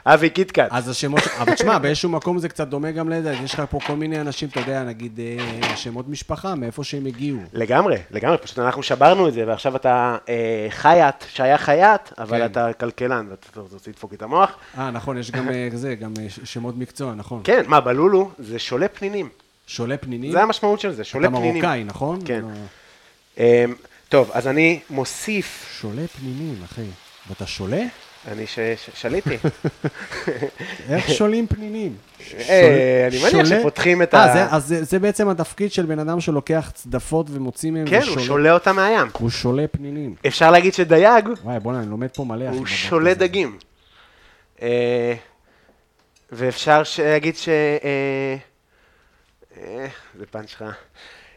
S2: אבי קיטקאט.
S3: אז השמות, אבל תשמע, באיזשהו מקום זה קצת דומה גם לזה, יש לך פה כל מיני אנשים, אתה יודע, נגיד אה, שמות משפחה, מאיפה שהם הגיעו.
S2: לגמרי, לגמרי, פשוט אנחנו שברנו את זה, ועכשיו אתה אה, חייט שהיה חייט, אבל
S3: כן.
S2: אתה כלכלן, ואתה אתה רוצה לדפוק את המוח.
S3: אה, נכון, יש גם אה, זה, גם אה, ש- שמות מקצוע, נכון.
S2: כן, מה, בלולו זה שולה פנינים,
S3: שולה פנינים.
S2: זה המשמעות של זה, שולה
S3: אתה
S2: פנינים.
S3: מרוקאי, נכון?
S2: כן.
S3: לא.
S2: אה, טוב, אז אני מוסיף,
S3: שולה פנינים, אחי. ואתה שולה?
S2: אני ש- ש- שליתי.
S3: איך שולים פנינים?
S2: אה, אני מניח
S3: שולה-
S2: שפותחים את
S3: אה,
S2: ה-
S3: זה- אז זה- זה בעצם התפקיד של בן אדם שלוקח צדפות ומוציא מהם
S2: כן, הוא
S3: ושולה.
S2: שולה אותה מהים.
S3: הוא שולה פנינים.
S2: אפשר להגיד שדייג,
S3: וואי, בוא'נה, אני לומד פה מלא, אחי.
S2: הוא
S3: בבוקר
S2: שולה
S3: הזה.
S2: דגים. אה, ואפשר ש- להגיד ש... אה, אה, זה פאנץ' רע.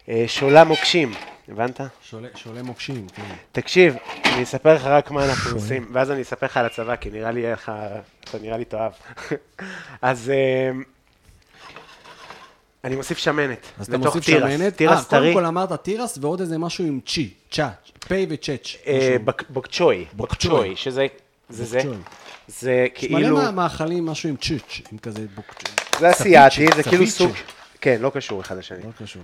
S2: אה, שולה מוקשים, הבנת?
S3: שולה- שולה מוקשים, כן.
S2: תקשיב, אני אספר לך רק מה אנחנו עושים, ואז אני אספר לך על הצבא, כי נראה לי איך ה... אתה נראה לי תאהב. אז אה, אני מוסיף שמנת.
S3: אז אתה
S2: בתוך
S3: מוסיף
S2: תירס.
S3: שמנת. אה,
S2: תירס
S3: קודם
S2: טרי,
S3: כל אמרת תירס ועוד איזה משהו עם צ'י, צ'ה, פי וצ'ץ'.
S2: אה,
S3: משהו.
S2: בק- בוקצ'וי, בוקצ'וי, שזה... זה זה,
S3: בוקצ'וי.
S2: זה כאילו...
S3: מלא מה- מאכלים, משהו עם צ'יץ', עם כזה בוקצ'ו.
S2: זה אסיאתי,
S3: סביצ'ה,
S2: זה כאילו
S3: סביצ'ה.
S2: סוג... כן, לא קשור אחד לשני.
S3: לא קשור.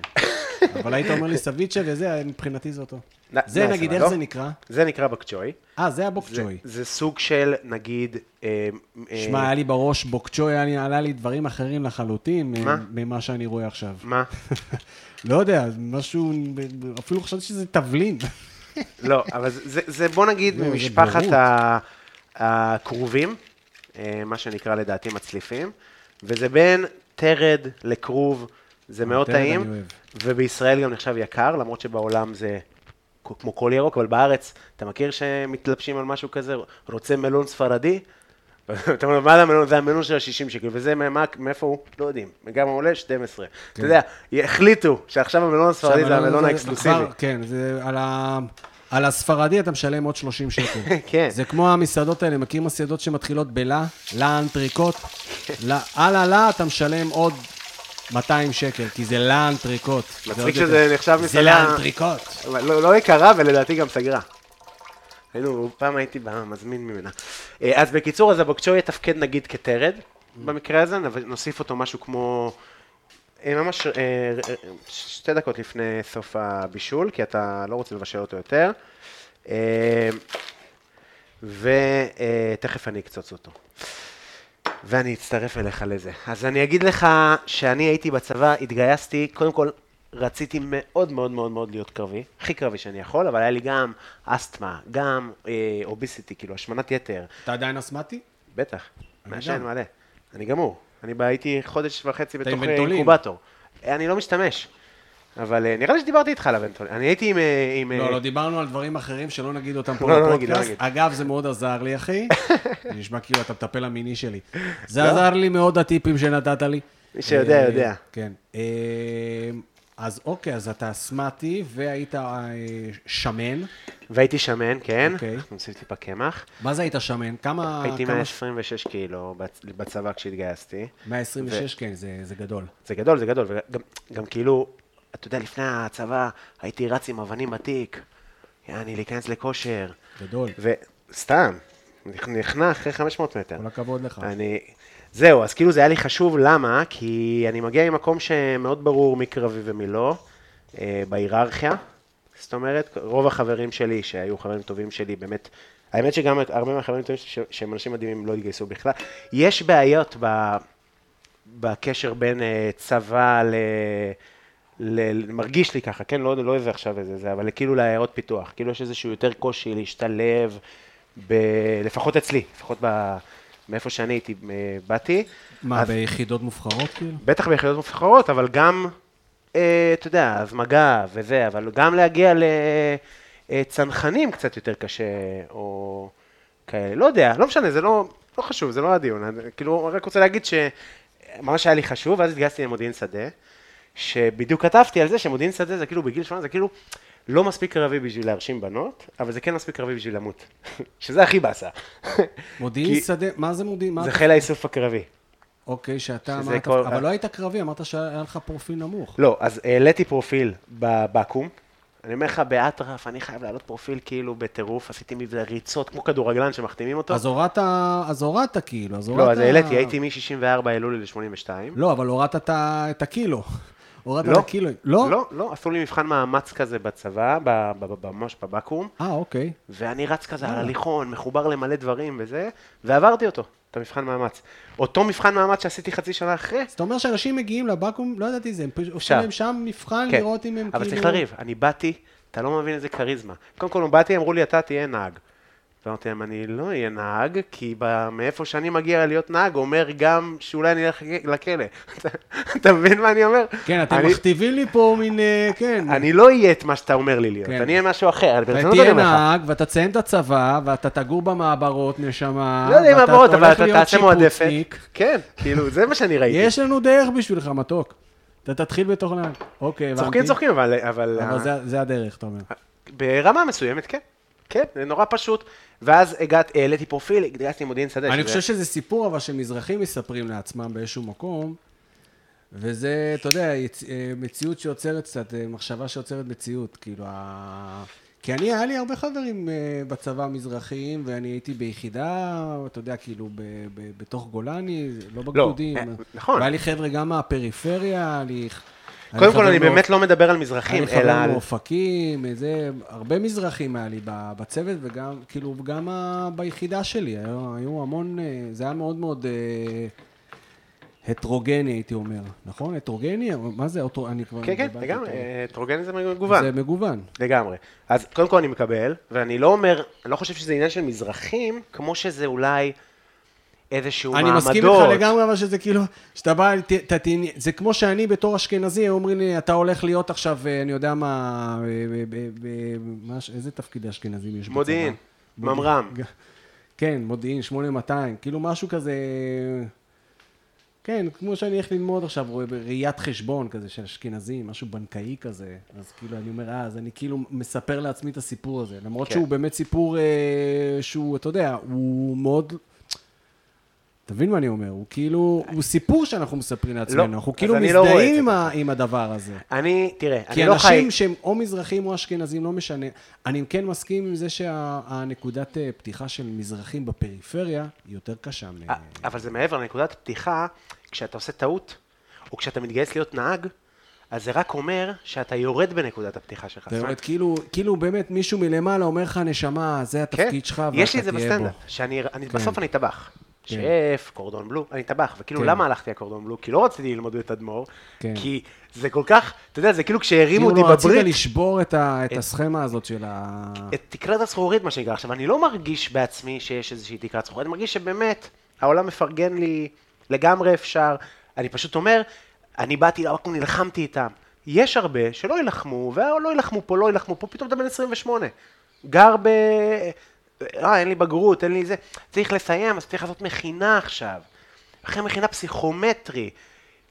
S3: אבל היית אומר לי סביצ'ה וזה, מבחינתי זה אותו.
S2: נ-
S3: זה
S2: נייס,
S3: נגיד,
S2: אבל
S3: איך
S2: לא?
S3: זה נקרא?
S2: זה נקרא בקצ'וי.
S3: אה, זה
S2: זה-
S3: הבוקצ'וי.
S2: זה סוג של, נגיד... אה, אה,
S3: שמע, היה לי בראש בוקצ'וי, היה לי- עלה לי דברים אחרים לחלוטין
S2: מה?
S3: מ- ממה שאני רואה עכשיו.
S2: מה?
S3: לא יודע, משהו, אפילו חשבתי שזה תבלין.
S2: לא, אבל זה, זה- זה בוא נגיד
S3: לא, זה
S2: ממשפחת
S3: בורות.
S2: ה- הכרובים, אה, מה שנקרא לדעתי מצליפים, וזה בין טרד לכרוב, זה מאוד
S3: אה, טרד אני
S2: טעים,
S3: אוהב.
S2: ובישראל גם נחשב יקר, למרות שבעולם זה כ- כמו כל ירוק, אבל בארץ, אתה מכיר שמתלבשים על משהו כזה, רוצה מלון ספרדי? אתה אומר, מה זה המלון? זה המלון של ה-60 שקל, וזה מה- מה- מאיפה הוא? לא יודעים. גם עולה 12.
S3: כן.
S2: אתה יודע, החליטו שעכשיו המלון הספרדי זה
S3: עכשיו,
S2: המלון
S3: זה-
S2: האקסקלוסיבי.
S3: כבר- כן, זה על ה... על הספרדי אתה משלם עוד 30 שקל.
S2: כן.
S3: זה כמו המסעדות האלה, מכיר מסעדות שמתחילות בלה, לה אנטריקוט? לה- על הלה אתה משלם עוד 200 שקל, כי זה לה אנטריקוט. זה עוד
S2: שזה
S3: יותר.
S2: נחשב
S3: זה
S2: מסעדה-
S3: לה אנטריקוט.
S2: אבל לא, לא יקרה, ולדעתי גם סגרה. היינו, פעם הייתי במזמין ממנה. אה, אז בקיצור, אז הבוקצ'וי יתפקד נגיד כטרד, במקרה הזה, נב- נוסיף אותו משהו כמו... אה, ממש אה, אה, ש- שתי דקות לפני סוף הבישול, כי אתה לא רוצה לבשל אותו יותר. אה, ותכף אה, אני אקצוץ אותו. ואני אצטרף אליך לזה. אז אני אגיד לך שאני הייתי בצבא, התגייסתי, קודם כל רציתי מאוד מאוד מאוד מאוד להיות קרבי, הכי קרבי שאני יכול, אבל היה לי גם אסתמה, גם אה, אוביסיטי, כאילו השמנת יתר,
S3: אתה עדיין אסמטי?
S2: בטח,
S3: אני
S2: מעשן
S3: גם.
S2: מלא. אני גמור, אני בא- הייתי חודש וחצי בתוך
S3: עם
S2: אה,
S3: בנטולין.
S2: אינקובטור. אה, אני לא משתמש, אבל אה, נראה לי שדיברתי איתך על הבנטולין, אני הייתי עם... אה, עם אה,
S3: לא, לא דיברנו על דברים אחרים שלא נגיד אותם פה
S2: לא, לא נגיד, לא
S3: בפודקאסט.
S2: נגיד.
S3: אגב, זה מאוד עזר לי, אחי. זה נשמע כאילו אתה מטפל המיני שלי. זה עזר לי מאוד, הטיפים שנתת לי.
S2: לא. מי שיודע,
S3: אה,
S2: יודע.
S3: כן. אה, אז אוקיי, אז אתה אסמטי והיית אה, שמן.
S2: והייתי שמן, כן,
S3: אוקיי.
S2: אנחנו נוסיף טיפה קמח.
S3: מה זה היית שמן? כמה...
S2: הייתי
S3: כמה-
S2: 126 קילו בצ- בצבא כשהתגייסתי.
S3: 126, כן, זה זה גדול.
S2: זה גדול, זה גדול, וגם גם כאילו, אתה יודע, לפני הצבא הייתי רץ עם אבנים בתיק, יעני, להיכנס לכושר,
S3: גדול.
S2: וסתם, נכנע אחרי 500 מטר.
S3: כל הכבוד לך.
S2: אני... זהו, אז כאילו זה היה לי חשוב, למה? כי אני מגיע ממקום שמאוד ברור מי קרבי ומי לא, אה, בהיררכיה. זאת אומרת, רוב החברים שלי, שהיו חברים טובים שלי, באמת, האמת שגם את- הרבה מהחברים הטובים שלי, ש- שהם אנשים מדהימים, לא התגייסו בכלל. יש בעיות ב... בקשר בין אה, צבא ל... ל... ל- מרגיש לי ככה, כן? לא, לא איזה עכשיו איזה זה, אבל כאילו לעיירות פיתוח. כאילו יש איזשהו יותר קושי להשתלב, ב... לפחות אצלי, לפחות ב... מאיפה שאני הייתי, אה, באתי.
S3: מה,
S2: אז-
S3: ביחידות מובחרות כאילו?
S2: בטח ביחידות מובחרות, אבל גם, אה, אתה יודע, אז מגע וזה, אבל גם להגיע לצנחנים קצת יותר קשה, או כאלה, לא יודע, לא משנה, זה לא, לא חשוב, זה לא הדיון, אני- כאילו, רק רוצה להגיד שממש היה לי חשוב, ואז התגייסתי למודיעין שדה, שבדיוק כתבתי על זה שמודיעין שדה זה כאילו בגיל שמונה, זה כאילו... לא מספיק קרבי בשביל להרשים בנות, אבל זה כן מספיק קרבי בשביל למות, שזה הכי באסה.
S3: מודיעין
S2: כי-
S3: שדה, מה זה מודיעין? מה-
S2: זה חיל האיסוף הקרבי.
S3: אוקיי, שאתה
S2: שזה
S3: אמרת,
S2: כל-
S3: אבל לא היית קרבי, אמרת שהיה לך פרופיל נמוך.
S2: לא, אז העליתי פרופיל בבקו"ם. אני אומר לך, באטרף, אני חייב להעלות פרופיל כאילו בטירוף, עשיתי מזה ריצות כמו כדורגלן שמחתימים אותו.
S3: אז הורדת, אז הורדת כאילו, אז הורדת...
S2: לא, אז העליתי, הייתי מ-64 העלו לי ל-82.
S3: לא, אבל הורדת את ה- את הקילו. הורדת
S2: לא.
S3: את הקילו. לא?
S2: לא, לא, עשו לי מבחן מאמץ כזה בצבא, ב- ב- ב- ממש בבקו"ם,
S3: אה, אוקיי.
S2: ואני רץ כזה על הליכון, מחובר למלא דברים וזה, ועברתי אותו, את המבחן מאמץ. אותו מבחן מאמץ שעשיתי חצי שנה אחרי,
S3: אז אתה אומר שאנשים מגיעים לבקו"ם, לא ידעתי זה, הם פשוט עושים
S2: עכשיו.
S3: להם שם מבחן
S2: כן,
S3: לראות אם הם כאילו...
S2: אבל צריך לריב, אני באתי, אתה לא מבין איזה כריזמה. קודם כל, באתי, אמרו לי, אתה תהיה נהג. ואמרתי להם, אני לא אהיה נהג, כי ב- מאיפה שאני מגיע להיות נהג, אומר גם שאולי אני אלך לכלא. אתה- אתה מבין מה אני אומר?
S3: כן, אתם
S2: אני-
S3: מכתיבים לי פה מין, אה, כן.
S2: אני לא אהיה את מה שאתה אומר לי להיות,
S3: כן.
S2: אני אהיה משהו אחר, אני
S3: אתה
S2: ברצינות אני
S3: תהיה
S2: אומר לך.
S3: נהג, ואתה תסיים את הצבא, ואתה תגור במעברות, נשמה.
S2: לא יודע אם
S3: ואתה
S2: הבאות, אבל
S3: הולך
S2: אתה
S3: להיות
S2: תעשה מועדפת.
S3: שיפוצניק.
S2: כן, כאילו, זה מה שאני ראיתי.
S3: יש לנו דרך בשבילך, מתוק. אתה תתחיל בתור נהג. אוקיי, הבנתי.
S2: צוחקים, צוחקים, אבל... אבל
S3: אבל
S2: ה-
S3: זה- זה הדרך, אתה אומר.
S2: ברמה מסוימת, כן. כן, זה נורא פשוט. ואז הגעת, העליתי פרופיל, התגייסתי למודיעין שדה.
S3: אני
S2: שזה-
S3: חושב שזה סיפור אבל שמזרחים מספרים לעצמם באיזשהו מקום, וזה, אתה יודע, יצ- אה, מציאות שיוצרת קצת, אה, מחשבה שיוצרת מציאות, כאילו ה... כי אני, היה לי הרבה חברים אה, בצבא המזרחיים, ואני הייתי ביחידה, אתה יודע, כאילו, ב, ב, בתוך גולני, לא בגדודים.
S2: אה, נכון.
S3: והיה לי חבר'ה גם מהפריפריה, היה לי... היה לי
S2: קודם כל,
S3: חבר
S2: אני
S3: מאופ-
S2: באמת לא מדבר על מזרחים,
S3: היה לי
S2: אלא
S3: חבר
S2: על...
S3: מאופקים, איזה, הרבה מזרחים היה לי ב- בצוות, וגם, כאילו, גם ה- ביחידה שלי, היו, היו המון, אה, זה היה מאוד מאוד אה, הטרוגני, הייתי אומר, נכון? הטרוגני? מה זה הטרו- אני כבר...
S2: כן, כן,
S3: מבלבל
S2: לגמרי,
S3: אותי.
S2: אה, הטרוגני זה מגוון,
S3: זה מגוון.
S2: לגמרי. אז קודם כל אני מקבל, ואני לא אומר, אני לא חושב שזה עניין של מזרחים, כמו שזה אולי איזשהו
S3: אני
S2: מעמדות.
S3: מסכים איתך לגמרי, אבל שזה כאילו, שאתה בא, ת- ת- ת- זה כמו שאני בתור אשכנזי, היו אומרים לי, אתה הולך להיות עכשיו, אה, אני יודע מה, אה, ב- ב- ב- מה ש- איזה תפקידי אשכנזים יש בצבא?
S2: מודיעין,
S3: מודיעין.
S2: ממר"ם.
S3: ג- כן, מודיעין, 8200, כאילו משהו כזה... כן, כמו שאני הולך ללמוד עכשיו, רואה בראיית חשבון כזה של אשכנזים, משהו בנקאי כזה. אז כאילו, אני אומר, אה, אז אני כאילו מספר לעצמי את הסיפור הזה. למרות
S2: כן.
S3: שהוא באמת סיפור אה, שהוא, אתה יודע, הוא מאוד... אתה מבין מה אני אומר? הוא כאילו, הוא סיפור שאנחנו מספרים לעצמנו.
S2: אה, לא,
S3: אנחנו
S2: אז
S3: כאילו
S2: אני לא רואה את
S3: מזדהים
S2: זה
S3: עם ה- עם הדבר הזה.
S2: אני, תראה,
S3: כי
S2: אני לא חי...
S3: אנשים שהם או מזרחים או אשכנזים, לא משנה. אני כן מסכים עם זה שהנקודת פתיחה של מזרחים בפריפריה היא יותר קשה. מ-
S2: אה, אבל זה מעבר לנקודת פתיחה, כשאתה עושה טעות, או כשאתה מתגייס להיות נהג, אז זה רק אומר שאתה יורד בנקודת הפתיחה שלך.
S3: אתה
S2: זאת
S3: יורד,
S2: אומרת,
S3: כאילו, כאילו באמת מישהו מלמעלה אומר לך, נשמה, זה התפקיד שלך, ואתה תהיה בו.
S2: כן, יש לי את זה בסטנדאפ, שאני, אני,
S3: כן.
S2: בסוף אני טבח.
S3: כן.
S2: שף, קורדון בלו, אני טבח, וכאילו
S3: כן.
S2: למה הלכתי לקורדון בלו? כי לא רציתי ללמוד בתדמור,
S3: כן.
S2: כי זה כל כך, אתה יודע, זה כאילו כשהרימו
S3: כאילו
S2: אותי
S3: לא רצית
S2: בברית,
S3: לשבור את ה- את הסכמה הזאת של ה...
S2: את תקרת הסחורית מה שנקרא. עכשיו, אני לא מרגיש בעצמי שיש איזושהי תקרת סחורית, אני מרגיש שבאמת העולם מפרגן לי, לגמרי אפשר. אני פשוט אומר, אני באתי למקום, נלחמתי איתם. יש הרבה שלא יילחמו, ולא יילחמו פה, לא יילחמו פה, פתאום אתה בן 28. גר ב... אה, אין לי בגרות, אין לי זה. צריך לסיים, אז צריך לעשות מכינה עכשיו. אחרי מכינה פסיכומטרי.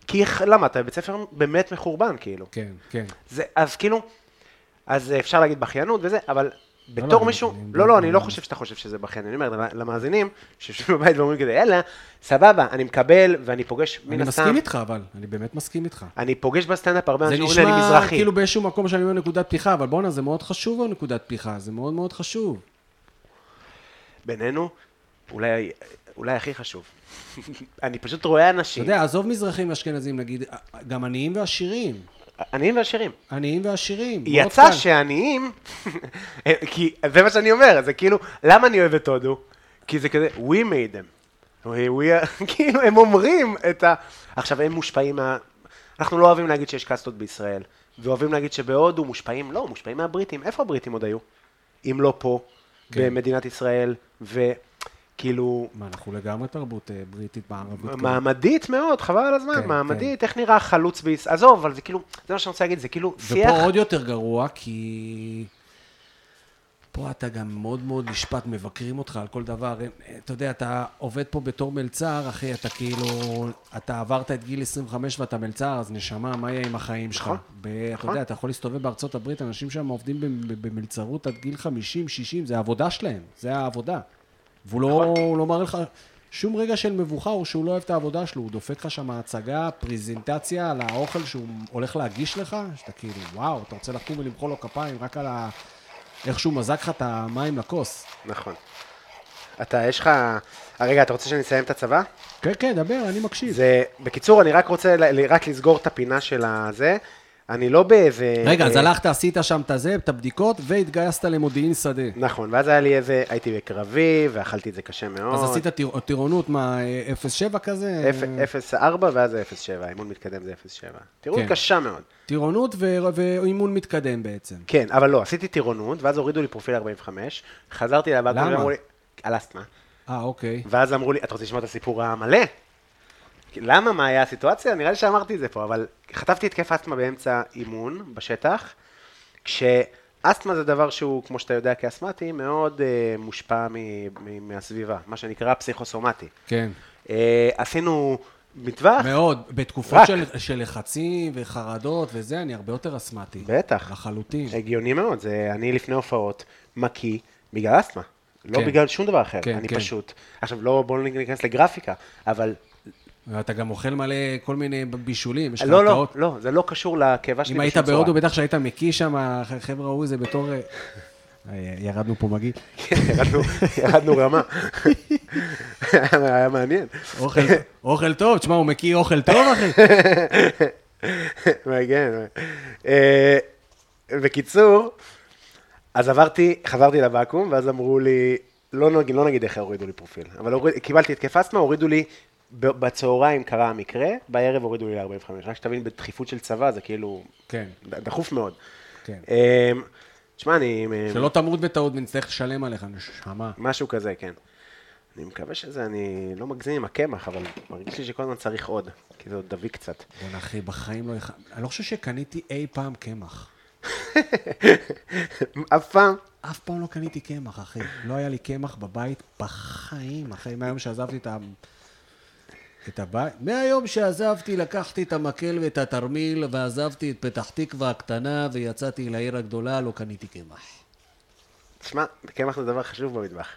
S2: כי למה? אתה בבית ספר באמת מחורבן, כאילו.
S3: כן, כן.
S2: זה, אז כאילו, אז אפשר להגיד בכיינות וזה, אבל
S3: לא,
S2: בתור
S3: אני-
S2: מישהו,
S3: אני-
S2: לא, לא, אני לא חושב שאתה חושב שזה בכיין, אני אומר למאזינים שיושבים בבית ואומרים כזה, יאללה, סבבה, אני מקבל ואני פוגש מן
S3: אני
S2: הסתם, אה,
S3: מסכים איתך, אבל, אני באמת מסכים איתך.
S2: אני פוגש בסטנדאפ הרבה
S3: זה
S2: אנשים אומרים לי, אני
S3: נשמע
S2: מזרחי.
S3: כאילו באיזשהו מקום שאני אומר נקודת פתיחה, אבל בואנה, זה מאוד חשוב הנקודת פתיחה, זה מאוד מאוד חשוב.
S2: בינינו, אולי אולי הכי חשוב. אני פשוט רואה
S3: אתה
S2: אנשים,
S3: יודע, עזוב מזרחים ואשכנזים, נגיד, גם עניים ועשירים.
S2: עניים ועשירים.
S3: עניים ועשירים. מאוד
S2: יצא
S3: קל.
S2: שעניים, כי זה מה שאני אומר, זה כאילו, למה אני אוהב את הודו? כי זה כזה, we made them. We, we are, כאילו, הם אומרים את ה... עכשיו, הם מושפעים מה... אנחנו לא אוהבים להגיד שיש קאסטות בישראל, ואוהבים להגיד שבהודו מושפעים, לא, מושפעים מהבריטים. איפה הבריטים עוד היו? אם לא פה,
S3: כן.
S2: במדינת ישראל, וכאילו,
S3: מה, אנחנו לגמרי תרבות אה, בריטית מערבית. כזאת.
S2: מעמדית מאוד, חבל על הזמן,
S3: כן,
S2: מעמדית, איך נראה חלוץ בישראל? עזוב, אבל זה כאילו, זה מה שאני רוצה להגיד, זה כאילו שיח...
S3: ופה עוד יותר גרוע, כי... פה אתה גם מאוד מאוד נשפט, מבקרים אותך על כל דבר. אין- אתה יודע, אתה עובד פה בתור מלצר, אחי, אתה כאילו... אתה עברת את גיל 25 ואתה מלצר, אז נשמה, מה יהיה עם החיים שלך?
S2: נכון,
S3: ב- אתה
S2: נכון.
S3: יודע, אתה יכול להסתובב בארצות הברית, אנשים שם עובדים במ- במלצרות עד גיל 50, 60, זה העבודה שלהם, זה העבודה. והוא לא, הוא לא מראה לך שום רגע של מבוכה או שהוא לא אוהב את העבודה שלו, הוא דופק לך שם הצגה, פרזנטציה על האוכל שהוא הולך להגיש לך, שאתה כאילו, וואו, אתה רוצה לקום ולמחוא לו כפיים רק על ה... איך שהוא מזג לך את המים לכוס.
S2: נכון. אתה, יש לך... אה, רגע, אתה רוצה שאני אסיים את הצבא?
S3: כן, כן, דבר, אני מקשיב.
S2: זה... בקיצור, אני רק רוצה ל... ל- רק לסגור את הפינה של הזה. אני לא באיזה...
S3: רגע, אז
S2: אה,
S3: הלכת, עשית שם את הזה, את הבדיקות, והתגייסת למודיעין שדה.
S2: נכון, ואז היה לי איזה... הייתי בקרבי, ואכלתי את זה קשה מאוד.
S3: אז עשית טיר- טירונות, מה, 0.7 כזה? אה,
S2: אפס- 0.4 ואז 0.7, אימון מתקדם זה 0.7. טירונות
S3: כן.
S2: קשה מאוד.
S3: טירונות ו- ואימון מתקדם בעצם.
S2: כן, אבל לא, עשיתי טירונות, ואז הורידו לי פרופיל 45, חזרתי לבקו"ם
S3: למה?
S2: ואמרו לי... על אסתמה.
S3: אה, אוקיי.
S2: ואז אמרו לי, אתה רוצה לשמוע את הסיפור המלא? כי למה, מה היה הסיטואציה? נראה לי שאמרתי את זה פה, אבל חטפתי התקף אסתמה באמצע אימון בשטח, כשאסתמה זה דבר שהוא, כמו שאתה יודע כאסתמטי, מאוד אה, מושפע מ, מ, מהסביבה, מה שנקרא פסיכוסומטי.
S3: כן.
S2: אה, עשינו מטווח,
S3: מאוד. בתקופות
S2: רק.
S3: של, של לחצים וחרדות וזה, אני הרבה יותר אסמטי.
S2: בטח.
S3: לחלוטין.
S2: הגיוני מאוד, זה אני לפני הופעות מקיא בגלל אסתמה, לא
S3: כן.
S2: בגלל שום דבר אחר,
S3: כן,
S2: אני
S3: כן.
S2: פשוט, עכשיו לא, בואו ניכנס לגרפיקה, אבל
S3: ואתה גם אוכל מלא כל מיני בישולים. יש לך
S2: לא, לא,
S3: הרצאות.
S2: לא, זה לא קשור לכאבה שלי
S3: אם היית
S2: בשום צורה.
S3: בהודו, בטח שהיית מקיא שם, החבר'ה ראו איזה בתור... אה, אה, ירדנו פה מגעיל.
S2: כן, ירדנו, ירדנו רמה. היה מעניין.
S3: אוכל, אוכל טוב, תשמע, הוא מקיא אוכל טוב, אחי.
S2: מעניין. אה, בקיצור, אז עברתי, חזרתי לבקו"ם, ואז אמרו לי, לא נגיד, לא נגיד איך הורידו לי פרופיל, אבל הוריד, קיבלתי התקף אסתמה, הורידו לי, ב- בצהריים קרה המקרה, בערב הורידו לי ל-45. רק שתבין, בדחיפות של צבא זה כאילו,
S3: כן,
S2: ד- דחוף מאוד.
S3: כן.
S2: אה, תשמע, אני... אה,
S3: שלא תמות בטעות ונצטרך לשלם עליך, נשמה.
S2: משהו כזה, כן. אני מקווה שזה, אני לא מגזים עם הקמח, אבל מרגיש לי שכל הזמן צריך עוד, כי זה עוד דביק קצת.
S3: בוא'נה, אחי, בחיים לא... אכ- אני לא חושב שקניתי אי פעם קמח.
S2: אף פעם.
S3: אף פעם לא קניתי קמח, אחי. לא היה לי קמח בבית בחיים, אחי, מהיום שעזבתי את ה...
S4: את הבית? מהיום שעזבתי, לקחתי את המקל ואת התרמיל, ועזבתי את פתח תקווה הקטנה, ויצאתי לעיר הגדולה, לא קניתי קמח.
S2: תשמע, קמח זה דבר חשוב במטבח.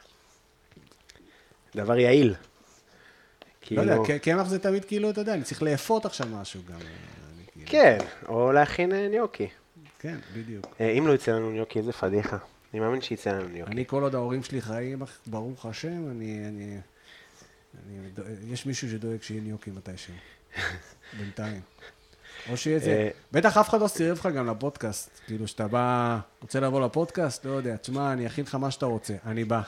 S2: דבר יעיל.
S3: לא
S2: כאילו,
S3: יודע, ק- קמח זה תמיד כאילו, אתה יודע, אני צריך לאפות עכשיו משהו גם. אני כאילו-
S2: כן, או להכין אה, ניוקי.
S3: כן, בדיוק.
S2: אה, אם לא יצא לנו ניוקי, איזה פדיחה. אני מאמין שיצא לנו ניוקי.
S3: אני, כל עוד ההורים שלי חיים, אך- ברוך השם, אני... אני- אני דואג- יש מישהו שדואג שיהיה ניוקי מתישהו. בינתיים. או שיהיה
S2: אה.
S3: זה. בטח אף אחד לא סירב לך גם לפודקאסט. כאילו, שאתה בא, רוצה לבוא לפודקאסט, לא יודע, תשמע, אני אכין לך מה שאתה רוצה, אני בא.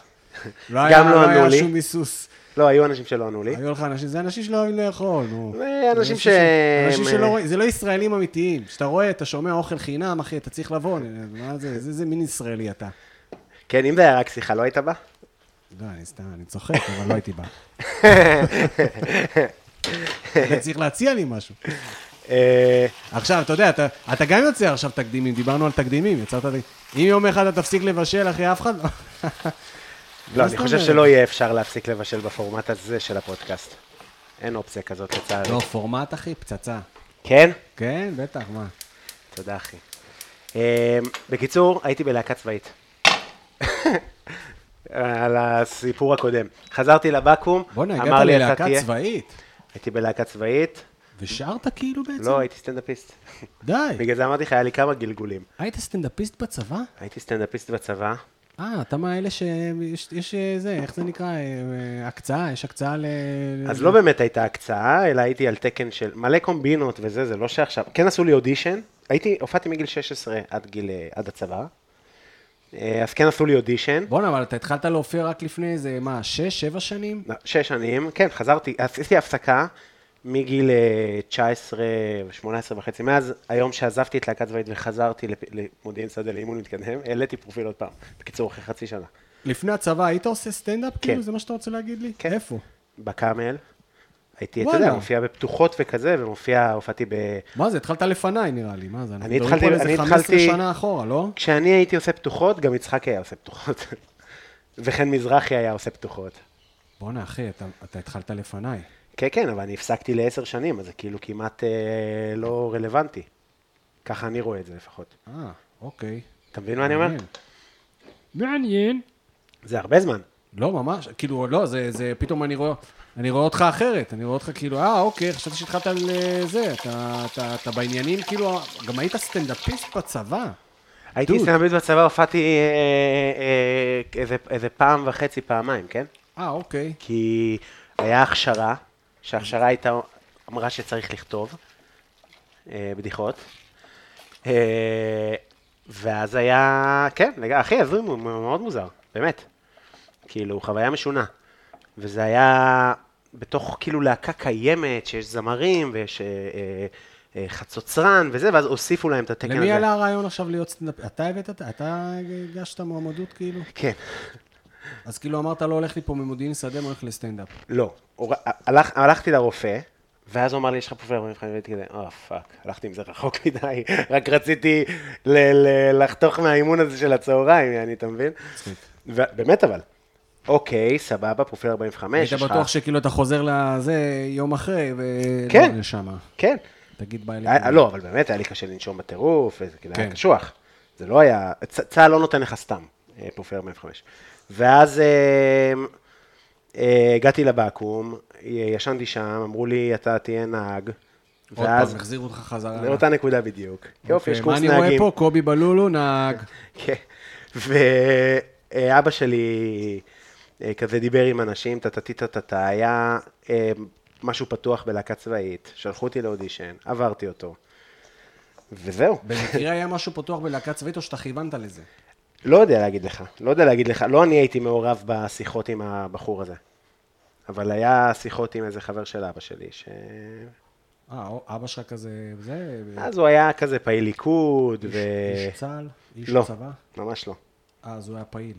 S3: לא היה-
S2: לא ענו
S3: לא
S2: לי.
S3: היה שום היסוס.
S2: לא, היו אנשים שלא ענו לי.
S3: היו לך אנשים, זה אנשים שלא אוהבים לאכול, נו.
S2: זה
S3: זה
S2: אנשים
S3: אנשים
S2: ש-
S3: אנשים
S2: הם,
S3: שלא
S2: אה,
S3: רואים, זה לא ישראלים אמיתיים. כשאתה רואה, אתה שומע אוכל חינם, אחי, אתה צריך לבוא. מה זה, זה- זה מין ישראלי אתה.
S2: כן, אם זה היה רק שיחה, לא היית בא?
S3: לא, אני סתם, אני צוחק, אבל לא הייתי בא. אתה צריך להציע לי משהו.
S2: אה,
S3: עכשיו, אתה יודע, אתה, אתה גם יוצר עכשיו תקדימים, דיברנו על תקדימים, יצרת... תק- אם יום אחד אתה תפסיק לבשל, אחי, אף אחד לא...
S2: לא,
S3: מה
S2: אני
S3: זאת
S2: חושב
S3: אומרת?
S2: שלא יהיה אפשר להפסיק לבשל בפורמט הזה של הפודקאסט. אין אופציה כזאת לצערי.
S3: לא, פורמט, אחי, פצצה.
S2: כן?
S3: כן, בטח, מה?
S2: תודה, אחי. אה, בקיצור, הייתי בלהקה צבאית. על הסיפור הקודם. חזרתי לבקו"ם,
S3: בואנה,
S2: אמר
S3: הגעת
S2: לי, "אתה
S3: ללהקה
S2: תהיה-"
S3: צבאית,
S2: הייתי בלהקה צבאית,
S3: ושרת כאילו בעצם?
S2: לא, הייתי סטנדאפיסט.
S3: די.
S2: בגלל זה אמרתי לך, היה לי כמה גלגולים.
S3: היית סטנדאפיסט בצבא?
S2: הייתי סטנדאפיסט בצבא,
S3: אה, אתה מאלה ש... יש- יש אה, זה, איך זה נקרא? אה, אה, הקצאה, יש הקצאה ל... כן.
S2: אז לא באמת הייתה הקצאה, אלא הייתי על תקן של מלא קומבינות וזה, זה לא שעכשיו, כן עשו לי אודישן, הייתי, הופעתי מגיל 16 עד גיל, אה, עד הצבא, אה, אז כן עשו לי אודישן,
S3: בואנה, אבל אתה התחלת להופיע רק לפני איזה, מה, שש, שבע שנים?
S2: לא, שש שנים, כן, חזרתי, עשיתי הפסקה מגיל אה, 19, 18 וחצי, מאז היום שעזבתי את להקה צבאית וחזרתי לפ- למודיעין שדה לאימון מתקדם, העליתי פרופיל עוד פעם, בקיצור, אחרי חצי שנה,
S3: לפני הצבא היית עושה סטנדאפ? כן. כאילו, זה מה שאתה רוצה להגיד לי?
S2: כן.
S3: איפה?
S2: בכרמל, הייתי, אתה
S3: וואלה.
S2: יודע, מופיע בפתוחות וכזה, ומופיע, הופעתי ב...
S3: מה זה, התחלת לפניי נראה לי, מה זה? אנחנו
S2: אני
S3: מדברים
S2: התחלתי-
S3: פה על איזה
S2: אני
S3: 15
S2: התחלתי-
S3: שנה אחורה, לא?
S2: כשאני הייתי עושה פתוחות, גם יצחק היה עושה פתוחות. וחן מזרחי היה עושה פתוחות.
S3: בואנה, אחי, אתה, אתה התחלת לפניי.
S2: כן, כן, אבל אני הפסקתי לעשר שנים, אז זה כאילו כמעט אה, לא רלוונטי. ככה אני רואה את זה לפחות.
S3: אה, אוקיי.
S2: אתה מבין מה אני אומר?
S3: מעניין. מעניין.
S2: זה הרבה זמן.
S3: לא, ממש, כאילו, לא, זה, זה פתאום אני רואה, אני רואה אותך אחרת, אני רואה אותך כאילו, אה, אוקיי, חשבתי שהתחלת על אה, זה, אתה, אתה, אתה בעניינים, כאילו, גם היית סטנדאפיסט בצבא.
S2: הייתי
S3: דוד.
S2: סטנדאפיסט בצבא, הופעתי אה, אה, איזה- איזה פעם וחצי, פעמיים, כן?
S3: אה, אוקיי.
S2: כי היה הכשרה, שההכשרה הייתה, אמרה שצריך לכתוב אה, בדיחות. אה, ואז היה, כן, לג- אחי, הזוי, מ- מ- מאוד מוזר, באמת. כאילו, חוויה משונה. וזה היה בתוך כאילו להקה קיימת, שיש זמרים ויש אה, אה, אה, חצוצרן וזה, ואז הוסיפו להם את התקן הזה.
S3: למי עלה הרעיון עכשיו להיות סטנדאפיסט? אתה הבאת, את- אתה הגשת מועמדות, כאילו?
S2: כן.
S3: אז כאילו אמרת, לא הולך לי פה ממודיעין שדה, אני הולך לסטנדאפ.
S2: לא. הוא ר- הלך, הלכתי לרופא, ואז הוא אמר לי, יש לך פרופיל 45, והייתי כזה, אה, פאק, הלכתי עם זה רחוק מדי, רק רציתי ל- ל- לחתוך מהאימון הזה של הצהריים, יעני, אתה מבין?
S3: מצחיק.
S2: ו- באמת אבל. אוקיי, סבבה, פרופיל 45,
S3: היית
S2: יש לך...
S3: בטוח שכאילו אתה חוזר לזה יום אחרי, ו...
S2: כן.
S3: לא, לשמה.
S2: כן.
S3: תגיד ביי
S2: היה- לא, אבל באמת, היה לי קשה לנשום בטירוף, וזה כאילו היה
S3: כן.
S2: קשוח. זה לא היה, צ- צה"ל לא נותן לך סתם אה, פרופיל 45. ואז אה, אה, הגעתי לבקו"ם, אה, ישנתי שם, אמרו לי, אתה תהיה נהג.
S3: עוד
S2: ואז-
S3: פעם, החזירו אותך חזרה.
S2: זה אותה נקודה בדיוק. יופי,
S3: אוקיי,
S2: יש קורס
S3: מה אני
S2: נהגים.
S3: רואה פה? קובי בלולו, נהג.
S2: כן. ואבא שלי אה, כזה דיבר עם אנשים, טה-טה-טה-טה-טה, היה אה, משהו פתוח בלהקה צבאית, שלחו אותי לאודישן, עברתי אותו. וזהו.
S3: במקרה היה משהו פתוח בלהקה צבאית, או שאתה כיוונת לזה?
S2: לא יודע להגיד לך, לא יודע להגיד לך, לא אני הייתי מעורב בשיחות עם הבחור הזה, אבל היה שיחות עם איזה חבר של אבא שלי, ש...
S3: אה, או- אבא שלך כזה, זה...
S2: אז הוא היה כזה פעיל ליכוד,
S3: איש-
S2: ו...
S3: איש צה"ל? איש
S2: לא,
S3: צבא?
S2: ממש לא.
S3: אה, אז הוא היה פעיל.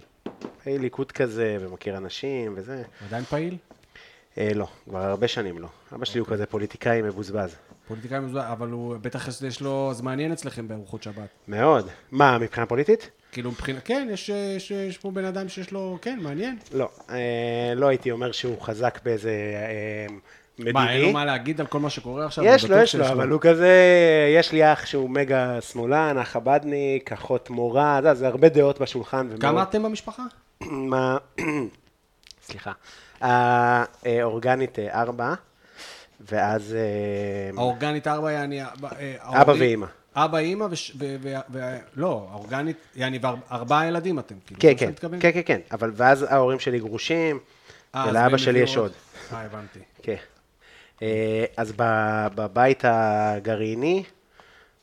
S2: פעיל ליכוד כזה, ומכיר אנשים, וזה.
S3: הוא עדיין פעיל?
S2: אה, לא, כבר הרבה שנים לא. אבא שלי הוא כזה פוליטיקאי מבוזבז.
S3: פוליטיקאי מזוהה, אבל הוא בטח יש- יש לו, זה מעניין אצלכם בארוחות שבת.
S2: מאוד. מה, מבחינה פוליטית?
S3: כאילו מבחינת, כן, יש, יש, יש פה בן אדם שיש לו, כן, מעניין.
S2: לא. אה, לא הייתי אומר שהוא חזק באיזה אה,
S3: מה, אין
S2: מדיני.
S3: לו מה להגיד על כל מה שקורה עכשיו?
S2: יש
S3: אני
S2: לו,
S3: בטוח
S2: יש לו,
S3: שיש
S2: אבל הוא כזה, יש לי אח שהוא מגה שמאלן, אח חבדניק, אחות מורה, זה, זה הרבה דעות בשולחן. ומאוד-
S3: כמה אתם במשפחה?
S2: מה... סליחה. האורגנית אה, ארבע, ואז... אה,
S3: האורגנית ארבע, יעני... אה, אה,
S2: אבא
S3: ההורים-
S2: ואימא.
S3: אבא ואימא, וש- ו- ו- ו- לא, האורגנית, יעני, ואר- ארבעה ילדים אתם, כאילו.
S2: כן,
S3: זה מה
S2: כן,
S3: שאתה מתכוון?
S2: כן, כן, כן, אבל ואז ההורים שלי גרושים,
S3: אה, אז
S2: ולאבא
S3: והם
S2: שלי
S3: הביאו
S2: יש עוד.
S3: אה, הבנתי.
S2: כן. אה, אז ב- בבית הגרעיני,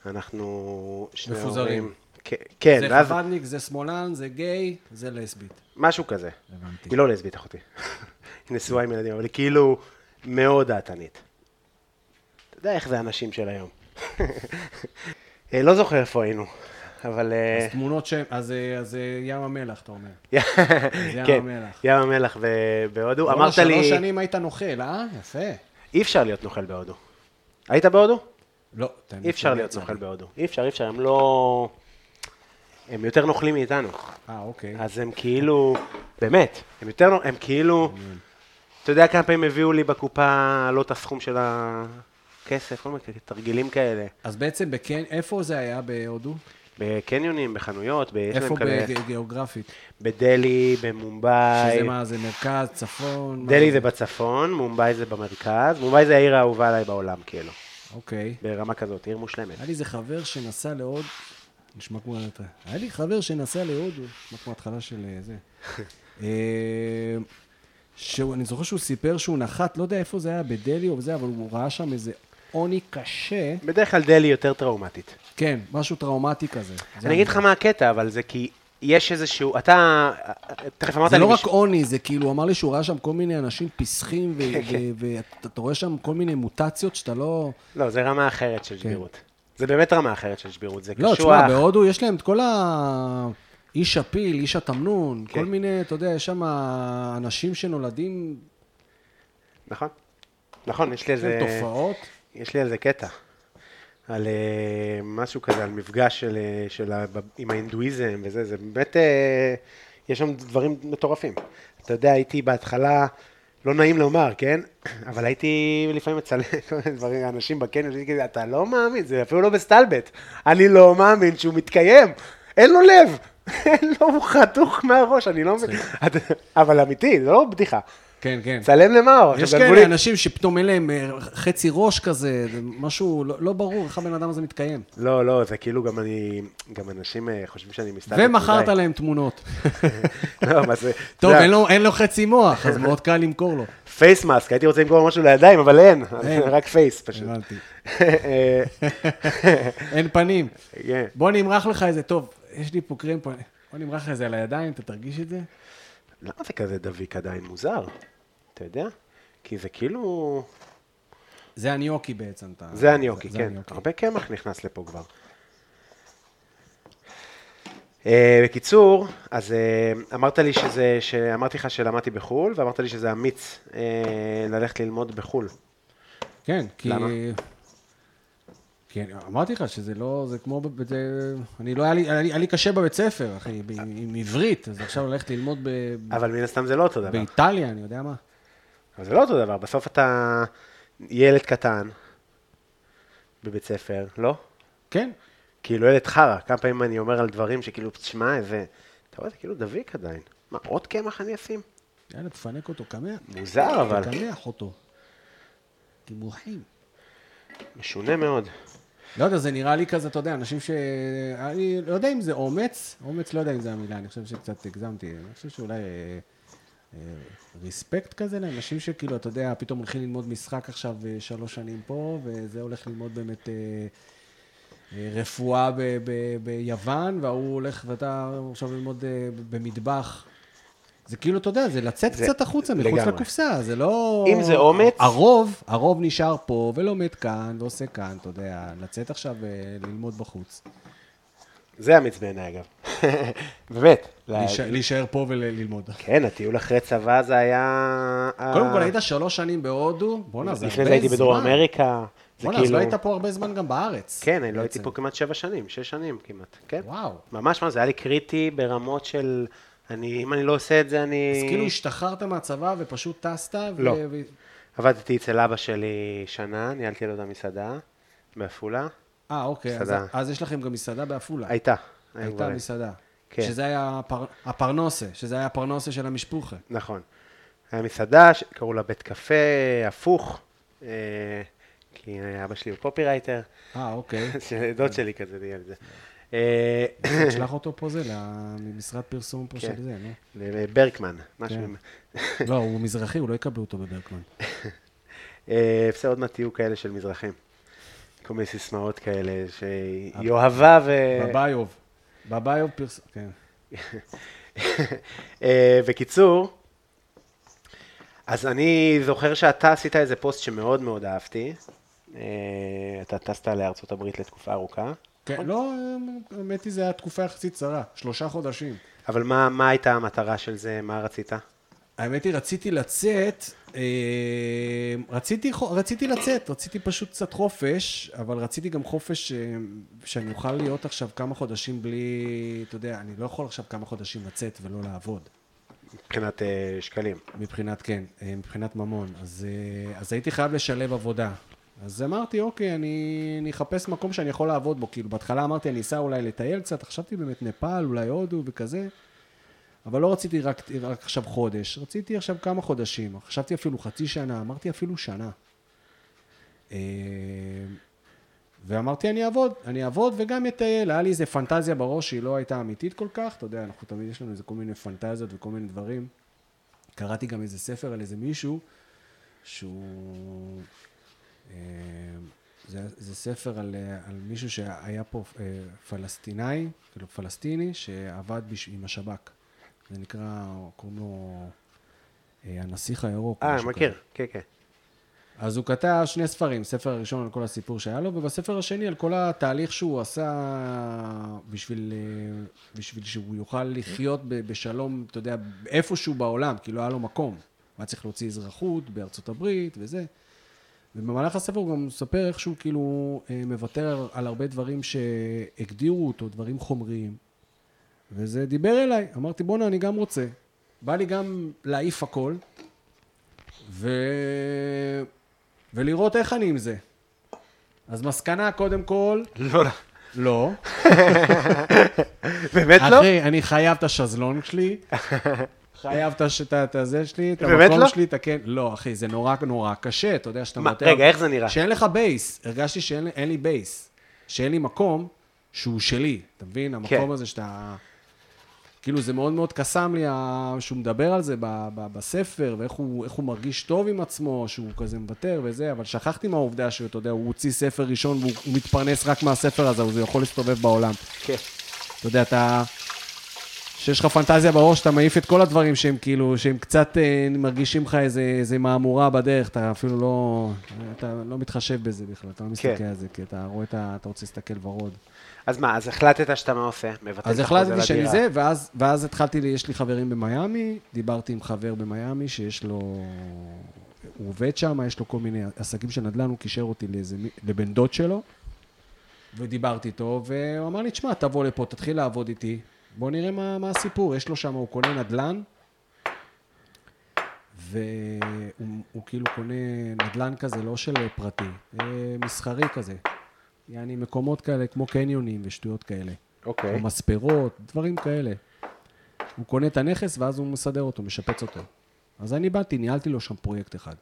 S2: אנחנו שני
S3: מפוזרים.
S2: הורים. כן, כן,
S3: זה
S2: ואז
S3: חבדניק, זה שמאלן, זה גיי, זה לסבית.
S2: משהו כזה.
S3: הבנתי.
S2: היא לא לסבית, אחותי. היא נשואה עם ילדים, אבל היא כאילו מאוד דעתנית. אתה יודע איך זה הנשים של היום. אה, לא זוכר איפה היינו, אבל... אה,
S3: אז תמונות שם, אז אה, אז, אה, ים המלח, אתה אומר. ים
S2: כן,
S3: המלח.
S2: ים המלח ו- בהודו.
S3: בואנה,
S2: אמרת לי,
S3: לא, שלוש שנים היית נוכל, אה? יפה.
S2: אי אפשר להיות נוכל בהודו. היית בהודו?
S3: לא, תאמת,
S2: אי אפשר
S3: לא
S2: להיות
S3: יצא לי.
S2: נוכל בהודו. אי אפשר, אי אפשר, הם לא... הם יותר נוכלים מאיתנו.
S3: אה, אוקיי.
S2: אז הם כאילו, באמת, הם יותר, נו- הם כאילו, אתה יודע כמה פעמים הביאו לי בקופה לא את הסכום של הכסף, כל מיני תרגילים כאלה,
S3: אז בעצם בקן, איפה זה היה בהודו?
S2: בקניונים, בחנויות, ב... יש להם אה,
S3: איפה
S2: כאלה-
S3: בג- גיאוגרפית?
S2: בדלהי,
S3: שזה
S2: במומבאי,
S3: מה, זה מרכז, צפון? מה
S2: אה, דלהי זה בצפון, מומבאי זה במרכז, מומבאי זה העיר האהובה עליי בעולם, כאילו,
S3: אוקיי.
S2: ברמה כזאת, עיר מושלמת.
S3: היה לי איזה חבר שנסע להודו, נשמע כמו... היה לי חבר שנסע להודו, נשמע כמו התחלה של אה, זה. אה, שהוא, אני זוכר שהוא סיפר שהוא נחת, לא יודע איפה זה היה, בדלהי או זה, אבל הוא ראה שם איזה עוני קשה.
S2: בדרך כלל דלהי יותר טראומטית.
S3: כן, משהו טראומטי כזה. זה
S2: אני אגיד לך מה הקטע, אבל זה כי יש איזשהו, אתה, תכף אמרת לי...
S3: זה לא
S2: מש-
S3: רק עוני, זה כאילו, הוא אמר לי שהוא ראה שם כל מיני אנשים פיסחים, ו- ו- ואתה אתה רואה שם כל מיני מוטציות שאתה לא...
S2: לא, זה רמה אחרת של שבירות. זה באמת רמה אחרת של שבירות, זה
S3: כן. לא,
S2: קשוח.
S3: תשמע, בהודו יש להם את כל ה... איש הפיל, איש התמנון,
S2: כן.
S3: כל מיני, אתה יודע, יש שם אנשים שנולדים, כן,
S2: נכון, נכון, יש לי
S3: יש להם
S2: איזה...
S3: תופעות.
S2: יש לי על זה קטע. על אה, משהו כזה, על מפגש של, אה, של ה- ב- עם ההינדואיזם וזה, זה באמת, אה, יש שם דברים מטורפים. אתה יודע, הייתי בהתחלה, לא נעים לומר, כן? אבל הייתי לפעמים מצלם כל מיני דברים, אנשים בקניון, הייתי כזה, אתה לא מאמין, זה אפילו לא בסטלבט. אני לא מאמין שהוא מתקיים, אין לו לב, אין לו, הוא חתוך מהראש, אני לא מבין. אבל אמיתי, זה לא בדיחה.
S3: כן, כן.
S2: צלם למה?
S3: יש
S2: עכשיו, גנבו
S3: כאלה
S2: לי-
S3: אנשים שפתאום אין להם אה, חצי ראש כזה, זה משהו לא לא ברור איך הבן אדם הזה מתקיים.
S2: לא, לא, זה כאילו גם אני, גם אנשים אה, חושבים שאני מסתלבט.
S3: ומכרת
S2: מדי.
S3: להם תמונות.
S2: לא, מה זה,
S3: טוב,
S2: אתה יודע,
S3: אין לו- אין לו חצי מוח, אז מאוד קל למכור לו.
S2: פייס מאסק, הייתי רוצה למכור משהו לידיים, אבל אין,
S3: אין.
S2: רק פייס פשוט.
S3: הבנתי.
S2: אה,
S3: אין פנים.
S2: כן.
S3: בוא נמרח לך איזה, טוב, יש לי פה קרם פה, בוא נמרח לך איזה על הידיים, אתה תרגיש את זה?
S2: למה זה כזה דביק עדיין מוזר? אתה יודע? כי זה כאילו,
S3: זה הניוקי בעצם. אתה-
S2: זה הניוקי,
S3: אה, זה אוקיי.
S2: כן.
S3: הניוקי.
S2: הרבה קמח נכנס לפה כבר. אה, בקיצור, אז אה, אמרת לי שזה, שאמרתי לך שלמדתי בחו"ל, ואמרת לי שזה אמיץ אה, ללכת ללמוד בחו"ל.
S3: כן, כי...
S2: למה?
S3: כן, אמרתי לך שזה לא, זה כמו, ב- זה, אני לא, היה לי, היה לי- היה לי קשה בבית ספר, אחי, ב- עם עם עברית, אז עכשיו ללכת ללמוד ב,
S2: אבל מן הסתם זה לא אותו דבר.
S3: באיטליה, אני יודע מה.
S2: אבל זה לא אותו דבר, בסוף אתה ילד קטן בבית ספר, לא?
S3: כן,
S2: כאילו ילד חרא, כמה פעמים אני אומר על דברים שכאילו, תשמע, איזה... אתה רואה, זה כאילו דביק עדיין. מה, עוד קמח אני אשים?
S3: יאללה, תפנק אותו, קמח.
S2: מוזר אבל,
S3: תקלח אותו. קימוחים.
S2: משונה מאוד.
S3: לא יודע, זה נראה לי כזה, אתה יודע, אנשים ש... אני לא יודע אם זה אומץ, אומץ לא יודע אם זה המילה, אני חושב שקצת הגזמתי, אני חושב שאולי אה, אה, ריספקט כזה לאנשים שכאילו, אתה יודע, פתאום הולכים ללמוד משחק עכשיו אה, שלוש שנים פה, וזה הולך ללמוד באמת אה, אה, רפואה ב- ב- ביוון, וההוא הולך ואתה עכשיו ללמוד אה, ב- במטבח. זה כאילו, אתה יודע, זה לצאת
S2: זה-
S3: קצת החוצה, מחוץ
S2: לגמרי.
S3: לקופסה, זה לא...
S2: אם זה אומץ-
S3: הרוב, הרוב נשאר פה ולומד כאן ועושה כאן, אתה יודע, לצאת עכשיו וללמוד בחוץ.
S2: זה אמיץ בעיניי אגב. באמת. ל-
S3: להישאר- להישאר פה וללמוד.
S2: כן, הטיול אחרי צבא זה היה... אה,
S3: קודם כל, היית שלוש שנים בהודו, בואנה, זה הרבה זמן.
S2: לפני זה הייתי בדרום אמריקה. זה
S3: בואנה, אז
S2: כאילו...
S3: לא היית פה הרבה זמן גם בארץ.
S2: כן, אני לא הייתי
S3: בעצם.
S2: פה כמעט שבע שנים, שש שנים כמעט, כן.
S3: וואו.
S2: ממש, מה, זה היה לי קריטי ברמות של...
S3: כאילו
S2: אני, אם אני לא עושה את זה, אני...
S3: אז כאילו השתחררת מהצבא ופשוט טסת? ו-
S2: לא.
S3: ו-
S2: עבדתי אצל אבא שלי שנה, ניהלתי לו את המסעדה בעפולה.
S3: אה, אוקיי. אז,
S2: מסעדה.
S3: אז יש לכם גם מסעדה בעפולה.
S2: הייתה. היו
S3: הייתה
S2: דברים.
S3: מסעדה.
S2: כן.
S3: שזה היה הפר... הפרנוסה, שזה היה הפרנוסה של המשפוחה.
S2: נכון. היה מסעדה שקראו לה בית קפה, הפוך, אה, כי אבא שלי הוא קופירייטר,
S3: אה, אוקיי.
S2: דוד שלי כזה ניהל את זה. אה,
S3: תשלח כן. אותו פה זה, למשרד פרסום פה
S2: כן.
S3: של זה, לא?
S2: ברקמן, משהו.
S3: כן.
S2: עם-
S3: לא, הוא מזרחי, הוא לא יקבלו אותו בברקמן.
S2: אה, בסדר, עוד מעט יהיו כאלה של מזרחים. כל מיני סיסמאות כאלה, שיואבה ו...
S3: בביוב. בביוב פרסום, כן.
S2: אה, בקיצור, אז אני זוכר שאתה עשית איזה פוסט שמאוד מאוד אהבתי. אה, אתה טסת לארצות הברית לתקופה ארוכה,
S3: כן, לא, האמת היא, זו הייתה תקופה יחסית קצרה, שלושה חודשים.
S2: אבל מה, מה הייתה המטרה של זה? מה רצית?
S3: האמת היא, רציתי לצאת, אה, רציתי, חו- רציתי לצאת, רציתי פשוט קצת חופש, אבל רציתי גם חופש אה, שאני אוכל להיות עכשיו כמה חודשים בלי, אתה יודע, אני לא יכול עכשיו כמה חודשים לצאת ולא לעבוד.
S2: מבחינת אה, שקלים.
S3: מבחינת, כן, אה, מבחינת ממון. אז, אה, אז הייתי חייב לשלב עבודה. אז אמרתי, אוקיי, אני, אני אחפש מקום שאני יכול לעבוד בו. כאילו, בהתחלה אמרתי, אני אסע אולי לטייל קצת, חשבתי באמת נפאל, אולי הודו וכזה, אבל לא רציתי רק, רק עכשיו חודש, רציתי עכשיו כמה חודשים. חשבתי אפילו חצי שנה, אמרתי אפילו שנה. אה, ואמרתי, אני אעבוד, אני אעבוד וגם אטייל. היה לי איזה פנטזיה בראש שהיא לא הייתה אמיתית כל כך, אתה יודע, אנחנו תמיד, יש לנו איזה כל מיני פנטזיות וכל מיני דברים. קראתי גם איזה ספר על איזה מישהו, שהוא... אה, זה, זה ספר על, אה, על מישהו שהיה פה אה, פלסטיני, כאילו פלסטיני, שעבד בש, עם השב"כ. זה נקרא, קוראים לו אה, הנסיך הירוק.
S2: אה,
S3: משהו
S2: מכיר, כן, כן.
S3: אז הוא כתב שני ספרים, ספר הראשון על כל הסיפור שהיה לו, ובספר השני על כל התהליך שהוא עשה בשביל, אה, בשביל שהוא יוכל לחיות ב- בשלום, אתה יודע, איפשהו בעולם, כי לא היה לו מקום. היה צריך להוציא אזרחות בארצות הברית וזה. ובמהלך הספר הוא גם מספר איך שהוא כאילו אה, מוותר על הרבה דברים שהגדירו אותו, דברים חומריים. וזה דיבר אליי, אמרתי בואנה אני גם רוצה. בא לי גם להעיף הכל, ו... ולראות איך אני עם זה. אז מסקנה, קודם כל,
S2: לא, לא.
S3: לא.
S2: באמת לא?
S3: אחי, אני חייב את השזלון שלי, חייב את הש- את ה- את הזה שלי, את
S2: באמת
S3: המקום
S2: לא?
S3: שלי, את הכן... לא, אחי, זה נורא נורא קשה, אתה יודע שאתה
S2: מה,
S3: מוותר-
S2: רגע, איך זה נראה?
S3: שאין לך בייס. הרגשתי שאין לי- אין לי בייס. שאין לי מקום שהוא שלי, אתה מבין? המקום
S2: כן.
S3: הזה שאתה... כאילו, זה מאוד מאוד קסם לי ה- שהוא מדבר על זה ב- ב- בספר, ואיך הוא, איך הוא מרגיש טוב עם עצמו, שהוא כזה מוותר וזה, אבל שכחתי מהעובדה שאתה יודע, הוא הוציא ספר ראשון והוא הוא מתפרנס רק מהספר הזה, אז הוא יכול להסתובב בעולם.
S2: כן.
S3: אתה יודע, אתה... שיש לך פנטזיה בראש, אתה מעיף את כל הדברים שהם כאילו, שהם קצת אה, מרגישים לך איזה, איזה מהמורה בדרך, אתה אפילו לא... אתה לא מתחשב בזה בכלל, אתה לא מסתכל
S2: כן.
S3: על זה, כי אתה רואה את ה... אתה רוצה להסתכל ורוד.
S2: אז מה, אז החלטת שאתה מה עושה? מבטל את
S3: אז
S2: החוזה
S3: החלטתי שאני
S2: לדירה.
S3: זה, ואז, ואז התחלתי, לי- יש לי חברים במיאמי, דיברתי עם חבר במיאמי שיש לו... הוא עובד שם, יש לו כל מיני עסקים של נדל"ן, הוא קישר אותי לאיזה, מי- לבן דוד שלו, ודיברתי איתו, והוא אמר לי, תשמע, תבוא לפה, תתחיל לעבוד איתי, בוא נראה מה, מה הסיפור. יש לו שם, הוא קונה נדל"ן, והוא הוא כאילו קונה נדל"ן כזה, לא של פרטי, אה, מסחרי כזה. יעני מקומות כאלה, כמו קניונים ושטויות כאלה.
S2: אוקיי.
S3: או מספרות, דברים כאלה. הוא קונה את הנכס ואז הוא מסדר אותו, משפץ אותו. אז אני באתי, ניהלתי לו שם פרויקט אחד.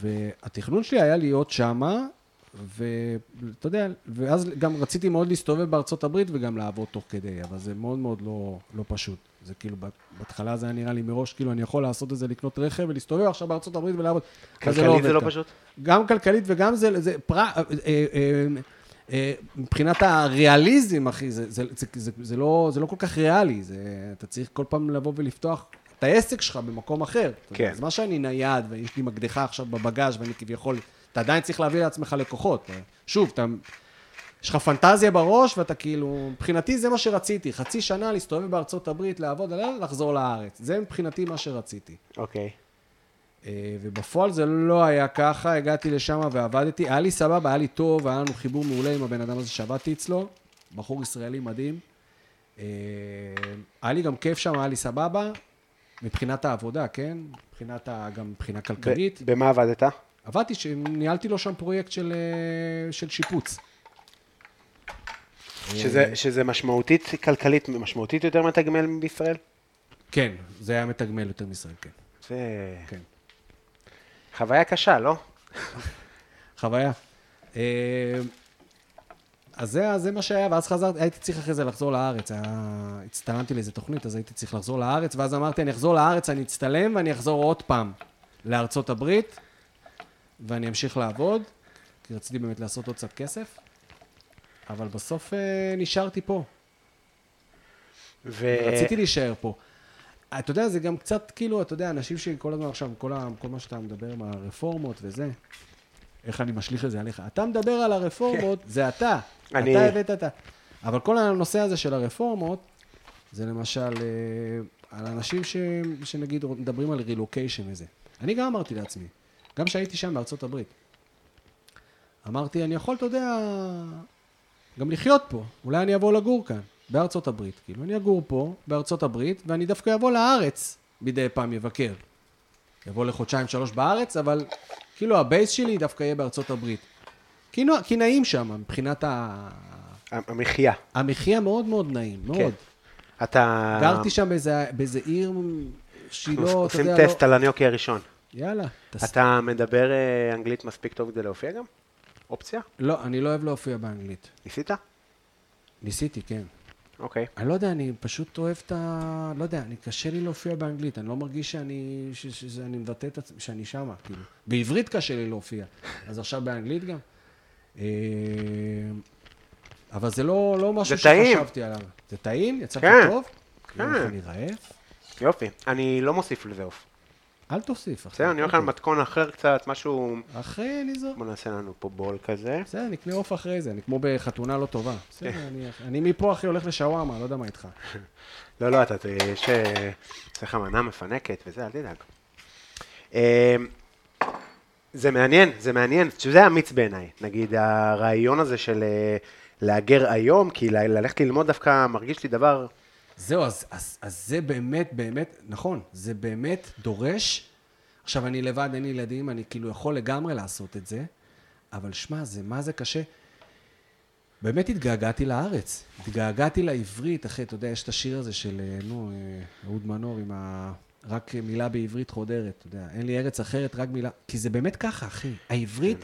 S3: והתכנון שלי היה להיות שמה, ואתה יודע, ואז גם רציתי מאוד להסתובב בארצות הברית וגם לעבוד תוך כדי, אבל זה מאוד מאוד לא, לא פשוט. זה כאילו, בהתחלה זה היה נראה לי מראש, כאילו, אני יכול לעשות את זה, לקנות רכב ולהסתובב עכשיו בארצות הברית ולעבוד. אבל
S2: כלכלית
S3: עובד
S2: זה לא
S3: ככה.
S2: פשוט?
S3: גם כלכלית וגם זה, זה פר... אה, אה, אה, אה, מבחינת הריאליזם, אחי, זה, זה, זה, זה, זה, לא, זה לא כל כך ריאלי, זה, אתה צריך כל פעם לבוא ולפתוח את העסק שלך במקום אחר. אתה יודע,
S2: כן.
S3: אז מה שאני נייד ויש לי מקדחה עכשיו בבגאז' ואני כביכול, אתה עדיין צריך להביא לעצמך לקוחות. שוב, אתה, יש לך פנטזיה בראש ואתה כאילו, מבחינתי זה מה שרציתי, חצי שנה להסתובב בארצות הברית, לעבוד, לחזור לארץ. זה מבחינתי מה שרציתי.
S2: אוקיי.
S3: אה, ובפועל זה לא היה ככה, הגעתי לשם ועבדתי, היה לי סבבה, היה לי טוב, היה לנו חיבור מעולה עם הבן אדם הזה שעבדתי אצלו, בחור ישראלי מדהים. אה, היה לי גם כיף שם, היה לי סבבה, מבחינת העבודה, כן? מבחינת, ה- גם מבחינה כלכלית.
S2: ב- במה עבדת?
S3: עבדתי, ש- ניהלתי לו שם פרויקט של, אה, של שיפוץ.
S2: שזה, שזה משמעותית, כלכלית משמעותית יותר מהתגמל בישראל?
S3: כן, זה היה מתגמל יותר מישראל, כן.
S2: זה
S3: כן.
S2: חוויה קשה, לא?
S3: חוויה. אה, אז זה, אז זה מה שהיה, ואז חזרתי, הייתי צריך אחרי זה לחזור לארץ. היה- הצטלמתי לאיזה תוכנית, אז הייתי צריך לחזור לארץ, ואז אמרתי, אני אחזור לארץ, אני אצטלם, ואני אחזור עוד פעם לארצות הברית, ואני אמשיך לעבוד, כי רציתי באמת לעשות עוד קצת כסף, אבל בסוף אה, נשארתי פה.
S2: ו...
S3: רציתי להישאר פה. אתה יודע, זה גם קצת כאילו, אתה יודע, אנשים שכל הזמן עכשיו, כל, ה, כל מה שאתה מדבר עם הרפורמות וזה, איך אני משליך את זה עליך? אתה מדבר על הרפורמות, זה אתה.
S2: אני-
S3: אתה הבאת את ה... אבל כל הנושא הזה של הרפורמות, זה למשל אה, על אנשים ש, שנגיד מדברים על רילוקיישן וזה. אני גם אמרתי לעצמי, גם כשהייתי שם בארצות הברית, אמרתי, אני יכול, אתה יודע, גם לחיות פה. אולי אני אבוא לגור כאן, בארצות הברית. כאילו, אני אגור פה, בארצות הברית, ואני דווקא אבוא לארץ מדי פעם, יבקר. אבוא לחודשיים, שלוש בארץ, אבל כאילו הבייס שלי דווקא יהיה בארצות הברית. כי, נו, כי נעים שם, מבחינת ה...
S2: המחיה.
S3: המחיה מאוד מאוד נעים, מאוד.
S2: כן. אתה...
S3: גרתי שם באיזה, באיזה עיר שהיא
S2: אנחנו
S3: לא, אתה
S2: עושים
S3: יודע,
S2: טסט
S3: לא...
S2: על הניוקי הראשון.
S3: יאללה. תס...
S2: אתה מדבר אה, אנגלית מספיק טוב כדי להופיע גם? אופציה?
S3: לא, אני לא אוהב להופיע באנגלית.
S2: ניסית?
S3: ניסיתי, כן.
S2: אוקיי.
S3: אני לא יודע, אני פשוט אוהב את ה... לא יודע, אני קשה לי להופיע באנגלית, אני לא מרגיש שאני, ש, ש, שאני מבטא את עצמי, שאני שמה, כאילו. בעברית קשה לי להופיע, אז עכשיו באנגלית גם. אה, אבל זה לא, לא משהו
S2: זה טעים.
S3: שחשבתי עליו. זה טעים? יצא
S2: כן.
S3: טוב?
S2: כן.
S3: יואו, איך אני רעב?
S2: יופי. אני לא מוסיף לזה עוף.
S3: אל תוסיף. אחי.
S2: בסדר, אני הולך
S3: אוקיי.
S2: על מתכון אחר קצת, משהו...
S3: אחרי אני זו...
S2: בוא נעשה לנו פה בול כזה.
S3: בסדר, נקנה עוף אחרי זה, אני כמו בחתונה לא טובה. בסדר, אני- אני מפה אחי הולך לשווארמה, לא יודע מה איתך.
S2: לא, לא, אתה, ת- יש אה, יש לך מנה מפנקת וזה, אל תדאג. אה, זה מעניין, זה מעניין, שזה אמיץ בעיניי. נגיד, הרעיון הזה של אה, להגר היום, כי ל- ללכת ללמוד דווקא מרגיש לי דבר...
S3: זהו, אז, אז, אז זה באמת, באמת, נכון, זה באמת דורש. עכשיו, אני לבד, אין לי ילדים, אני כאילו יכול לגמרי לעשות את זה, אבל שמע, זה מה זה קשה. באמת התגעגעתי לארץ, התגעגעתי לעברית, אחי, אתה יודע, יש את השיר הזה של, אה, נו, אה, אהוד מנור עם ה... רק מילה בעברית חודרת, אתה יודע, אין לי ארץ אחרת, רק מילה... כי זה באמת ככה, אחי. העברית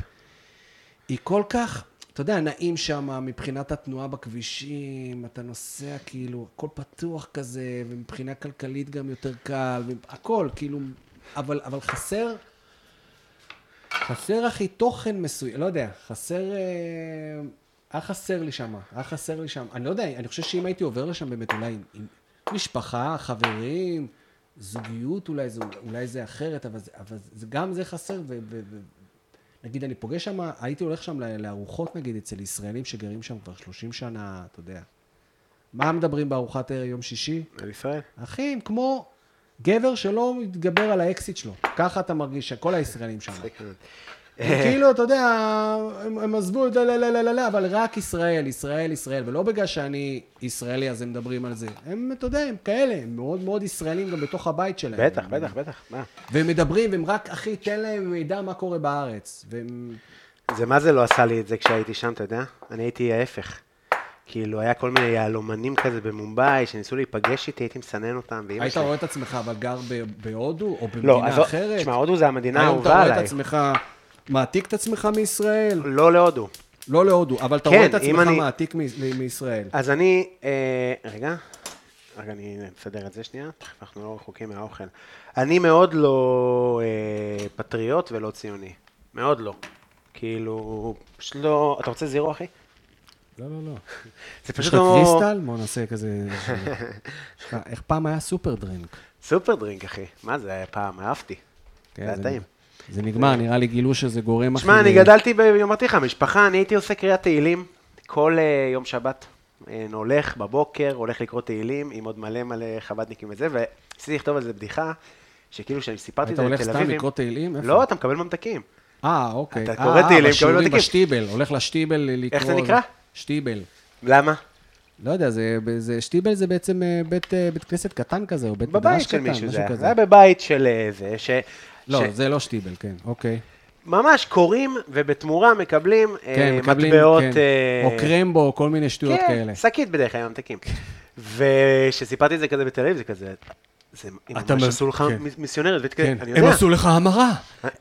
S3: היא כל כך, אתה יודע, נעים שם מבחינת התנועה בכבישים, אתה נוסע כאילו, הכל פתוח כזה, ומבחינה כלכלית גם יותר קל, הכל, כאילו, אבל, אבל חסר, חסר אחי תוכן מסוים, לא יודע, חסר, אה, היה חסר לי שם, היה חסר לי שם, אני לא יודע, אני חושב שאם הייתי עובר לשם באמת אולי עם, עם משפחה, חברים, זוגיות אולי, זה, אולי זה אחרת, אבל, זה, אבל זה, גם זה חסר, ו, ו, ו, נגיד, אני פוגש שם, הייתי הולך שם ל- לארוחות, נגיד, אצל ישראלים שגרים שם כבר 30 שנה, אתה יודע. מה מדברים בארוחת ערב יום שישי?
S2: על ישראל.
S3: אחי, הם כמו גבר שלא מתגבר על האקסיט שלו. ככה אתה מרגיש, שכל הישראלים שם. הם כאילו, אתה יודע, הם, הם עזבו את זה, לא, לא, לא, לא, לא, אבל רק ישראל, ישראל, ישראל, ולא בגלל שאני ישראלי אז הם מדברים על זה. הם, אתה יודע, הם כאלה, הם מאוד מאוד ישראלים גם בתוך הבית שלהם.
S2: בטח,
S3: הם-
S2: בטח, בטח. מה?
S3: והם מדברים, והם רק, אחי, תן להם מידע מה קורה בארץ. והם...
S2: זה מה זה לא עשה לי את זה כשהייתי שם, אתה יודע? אני הייתי ההפך. כאילו, היה כל מיני יהלומנים כזה במומבאי, שניסו להיפגש איתי, הייתי מסנן אותם, ואימא
S3: היית
S2: שלי...
S3: רואה את עצמך אבל גר ב- בהודו או
S2: לא,
S3: במדינה
S2: אז...
S3: אחרת?
S2: תשמע, הודו זה המדינה
S3: היום אתה
S2: האהובה
S3: רואה את
S2: עליי.
S3: עצמך מעתיק את עצמך מישראל?
S2: לא להודו.
S3: לא להודו, אבל אתה
S2: כן,
S3: רואה את
S2: אם
S3: עצמך
S2: אני-
S3: מעתיק מ- מישראל.
S2: אז אני, אה, רגע, רגע, אני אסדר את זה שנייה, תכף אנחנו לא רחוקים מהאוכל. אני מאוד לא אה, פטריוט ולא ציוני. מאוד לא. כאילו, פשוט לא... אתה רוצה זירו, אחי?
S3: לא, לא, לא.
S2: זה
S3: יש
S2: פשוט
S3: לך
S2: לא...
S3: קריסטל? בוא נעשה כזה... יש לך- איך פעם היה סופר דרינק?
S2: סופר דרינק, אחי. מה זה היה פעם? אהבתי.
S3: כן,
S2: זה היה טעים.
S3: זה נגמר, נראה לי גילו שזה גורם אחר.
S2: שמע, אני גדלתי, ב- אמרתי לך, משפחה, אני הייתי עושה קריאת תהילים כל אה, יום שבת. אה, הולך בבוקר, הולך לקרוא תהילים עם עוד מלא מלא חב"דניקים וזה, וניסיתי לכתוב על זה בדיחה, שכאילו כשאני סיפרתי את
S3: היית
S2: זה לתל
S3: הולך
S2: אביבים...
S3: סתם לקרוא תהילים? איפה?
S2: לא, אתה מקבל ממתקים.
S3: אה, אוקיי.
S2: אתה
S3: אה,
S2: קורא
S3: אה,
S2: תהילים,
S3: בשיעורים
S2: מקבל ותיקים.
S3: בשטיבל, הולך לשטיבל לקרוא...
S2: זה נקרא?
S3: שטיבל.
S2: למה?
S3: לא יודע, זה, זה, שטיבל זה בעצם אה, בית, אה, בית כנסת קטן כזה, או בית מדרש
S2: בבית של
S3: קטן,
S2: מישהו זה
S3: משהו
S2: היה. זה
S3: כזה.
S2: היה בבית של אה, זה, ש...
S3: לא,
S2: ש-
S3: זה לא שטיבל, כן, אוקיי.
S2: ממש קוראים ובתמורה מקבלים אה,
S3: כן, מקבלים,
S2: מטבעות...
S3: כן.
S2: אה,
S3: או קרמבו, או כל מיני שטויות
S2: כן,
S3: כאלה.
S2: שקית בדרך כלל, ממתקים. וכשסיפרתי את זה כזה בתל אביב, זה כזה... זה
S3: אתה
S2: ממש
S3: מב-
S2: עשו לך
S3: כן.
S2: מיס- מיסיונרית, והייתי כזה,
S3: כן.
S2: אני יודע, אה,
S3: לך המרה,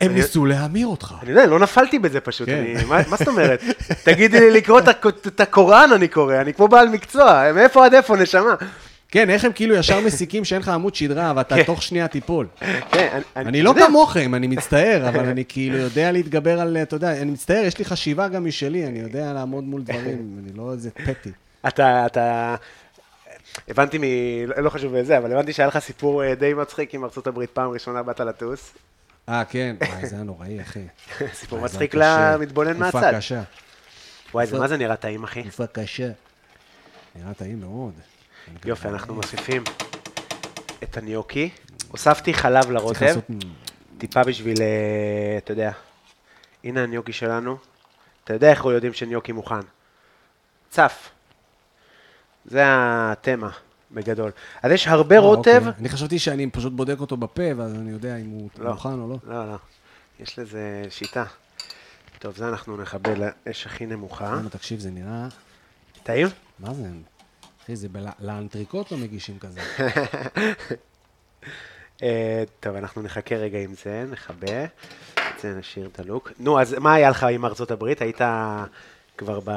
S2: אני-
S3: להמיר אותך.
S2: אני יודע, לא נפלתי בזה פשוט,
S3: כן.
S2: אני- מה מה זאת אומרת? תגידי לי לקרוא את הקו- את הקוראן אני קורא, אני כמו בעל מקצוע, מאיפה עד איפה, נשמה?
S3: כן, איך הם כאילו ישר מסיקים שאין לך עמוד שדרה, ואתה תוך שנייה תיפול.
S2: כן,
S3: אני לא
S2: אתה יודע,
S3: כמוכם, אני מצטער, אבל אני כאילו יודע להתגבר על, אתה יודע, אני מצטער, יש לי חשיבה גם משלי, אני יודע לעמוד מול דברים, אני לא איזה פטי.
S2: אתה, אתה... הבנתי מ... לא- לא חשוב בזה, אבל הבנתי שהיה לך סיפור אה, די מצחיק עם ארצות הברית, פעם ראשונה באת לטוס.
S3: אה, כן, וואי, זה היה נוראי, אחי.
S2: סיפור
S3: וואי, זה
S2: מצחיק
S3: היה קשה.
S2: למתבונן מהצד.
S3: תקופה קשה.
S2: וואי, זה מה זה נראה טעים, אחי?
S4: תקופה קשה.
S3: נראה טעים מאוד.
S2: יופי, אנחנו מוסיפים את הניוקי. הוספתי חלב
S3: צריך
S2: לרוטב,
S3: לעשות...
S2: טיפה בשביל, אה, אתה יודע, הנה הניוקי שלנו. אתה יודע איך אנחנו יודעים שניוקי מוכן. צף. זה התמה, בגדול. אז יש הרבה
S3: אה,
S2: רוטב.
S3: אוקיי. אני חשבתי שאני פשוט בודק אותו בפה, ואז אני יודע אם הוא מוכן או לא.
S2: לא, לא. יש לזה שיטה. טוב, זה אנחנו נכבה לאש הכי נמוכה.
S3: למה, תקשיב, זה נראה...
S2: טעים?
S3: מה זה? אחי, זה בלה- לאנטריקוט לא מגישים כזה.
S2: אה, טוב, אנחנו נחכה רגע עם זה, נכבה. את זה נשאיר דלוק. נו, אז מה היה לך עם ארצות הברית? היית כבר ב...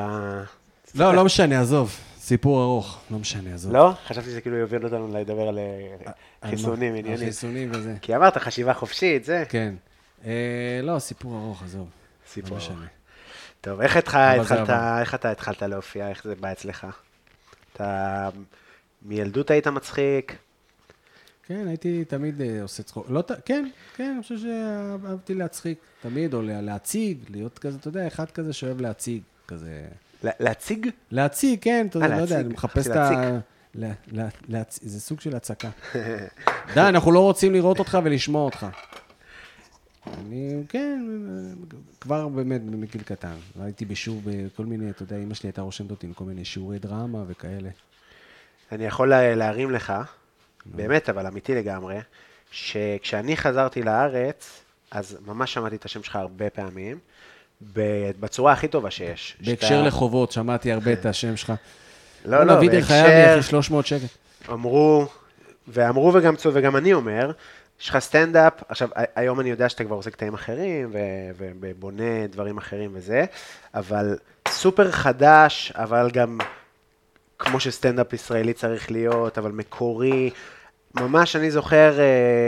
S3: לא, לא משנה, עזוב. סיפור ארוך, לא משנה, עזוב.
S2: לא? חשבתי שזה כאילו יוביל אותנו לדבר על אה,
S3: על מה?
S2: חיסונים,
S3: על
S2: עניינים.
S3: חיסונים וזה,
S2: כי אמרת חשיבה חופשית, זה.
S3: כן. אה, לא, סיפור ארוך, עזוב.
S2: סיפור
S3: לא
S2: ארוך.
S3: משנה.
S2: טוב, איך התח-
S3: אבל זה
S2: התחלת-
S3: עבר.
S2: איך אתה התחלת להופיע? איך זה בא אצלך? אתה מילדות היית מצחיק?
S3: כן, הייתי תמיד אה, עושה צחוק. לא, ת- כן, כן, אני חושב שאהבתי להצחיק תמיד, או לה- להציג, להיות כזה, אתה יודע, אחד כזה שאוהב להציג, כזה...
S2: לה- להציג?
S3: להציג, כן, אתה
S2: אה,
S3: יודע, לא יודע,
S2: להציג.
S3: אני מחפש את
S2: חשבתי
S3: ה... לה- לה- להצ- זה סוג של הצקה. די, אנחנו לא רוצים לראות אותך ולשמוע אותך. אני, כן, כבר באמת מגיל קטן. הייתי בשיעור בכל מיני, אתה יודע, אימא שלי הייתה רושמת אותי לכל מיני שיעורי דרמה וכאלה.
S2: אני יכול לה- להרים לך, באמת, אבל אמיתי לגמרי, שכשאני חזרתי לארץ, אז ממש שמעתי את השם שלך הרבה פעמים, ב- בצורה הכי טובה שיש.
S3: בהקשר
S2: שאתה-
S3: לחובות, שמעתי הרבה את השם שלך.
S2: לא, לא,
S3: בואנה, וידר חייב לי
S2: בהקשר,
S3: אחי 300 שקל.
S2: אמרו, ואמרו וגם, צו- וגם אני אומר, יש לך סטנדאפ, עכשיו, ה- היום אני יודע שאתה כבר עושה קטעים אחרים, ו- ובונה דברים אחרים וזה, אבל סופר חדש, אבל גם כמו שסטנדאפ ישראלי צריך להיות, אבל מקורי. ממש אני זוכר אה,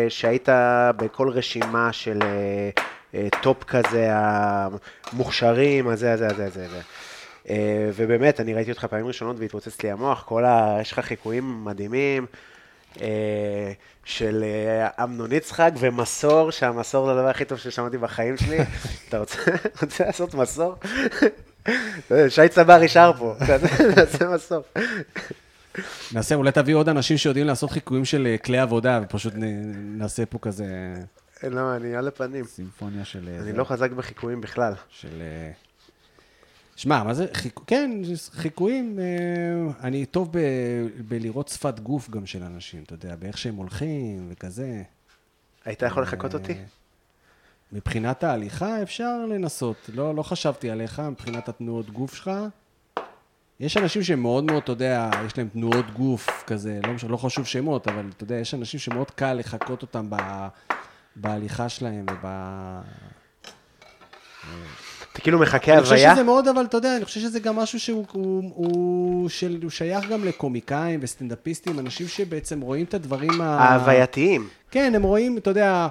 S2: שהיית בכל רשימה של אה, אה, טופ כזה, המוכשרים, הזה, הזה, הזה, הזה. הזה. אה, ובאמת, אני ראיתי אותך פעמים ראשונות והתפוצץ לי המוח, כל ה... יש לך חיקויים מדהימים. אה, של אה, אמנון יצחק ומסור, שהמסור זה הדבר הכי טוב ששמעתי בחיים שלי. אתה רוצה, רוצה לעשות מסור? אה, שי צבר נשאר פה, נעשה מסור.
S3: נעשה, אולי תביא עוד אנשים שיודעים לעשות חיקויים של אה, כלי עבודה, ופשוט נ- נעשה פה כזה אה,
S2: לא, אני על הפנים.
S3: סימפוניה של... אה,
S2: אני
S3: זה.
S2: לא חזק בחיקויים בכלל.
S3: של... אה, שמע, מה זה? חיק... כן, זה חיקויים. אה, אני טוב ב... בלראות שפת גוף גם של אנשים, אתה יודע, באיך שהם הולכים וכזה.
S2: היית יכול לחקות אותי?
S3: אה. מבחינת ההליכה אפשר לנסות. לא, לא חשבתי עליך, מבחינת התנועות גוף שלך. יש אנשים שהם מאוד מאוד, אתה יודע, יש להם תנועות גוף כזה, לא, משנה, לא חשוב שמות, אבל אתה יודע, יש אנשים שמאוד קל לחקות אותם ב, בהליכה שלהם וב...
S2: אתה כאילו מחכה
S3: אני חושב
S2: הוויה?
S3: שזה מאוד, אבל אתה יודע, אני חושב שזה גם משהו שהוא הוא, הוא, של, הוא שייך גם לקומיקאים וסטנדאפיסטים, אנשים שבעצם רואים את הדברים ה...
S2: ההווייתיים.
S3: כן, הם רואים, אתה יודע,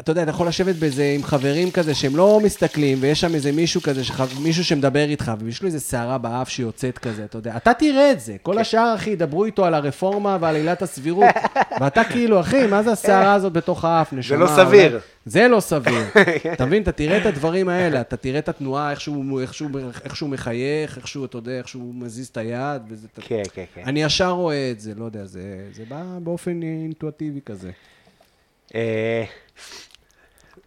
S3: אתה יודע, אתה יכול לשבת באיזה עם חברים כזה שהם לא מסתכלים, ויש שם איזה מישהו כזה, שח... מישהו שמדבר איתך, ויש לו איזה שערה באף שיוצאת כזה, אתה יודע. אתה תראה את זה. כל
S2: כן.
S3: השאר, אחי, ידברו איתו על הרפורמה ועל עילת הסבירות. ואתה כאילו, אחי, מה זה השערה הזאת בתוך האף, נשמה?
S2: לא סביר. כן.
S3: אולי- זה לא סביר. אתה מבין, אתה תראה את הדברים האלה, אתה תראה את התנועה, איך שהוא, איך שהוא, איך שהוא מחייך, איך שהוא, אתה יודע, איך שהוא מזיז את היד, וזה... אתה-
S2: כן, כן, כן.
S3: אני ישר רואה את זה, לא יודע, זה, זה בא באופן אינטואטיבי כזה.
S2: אה,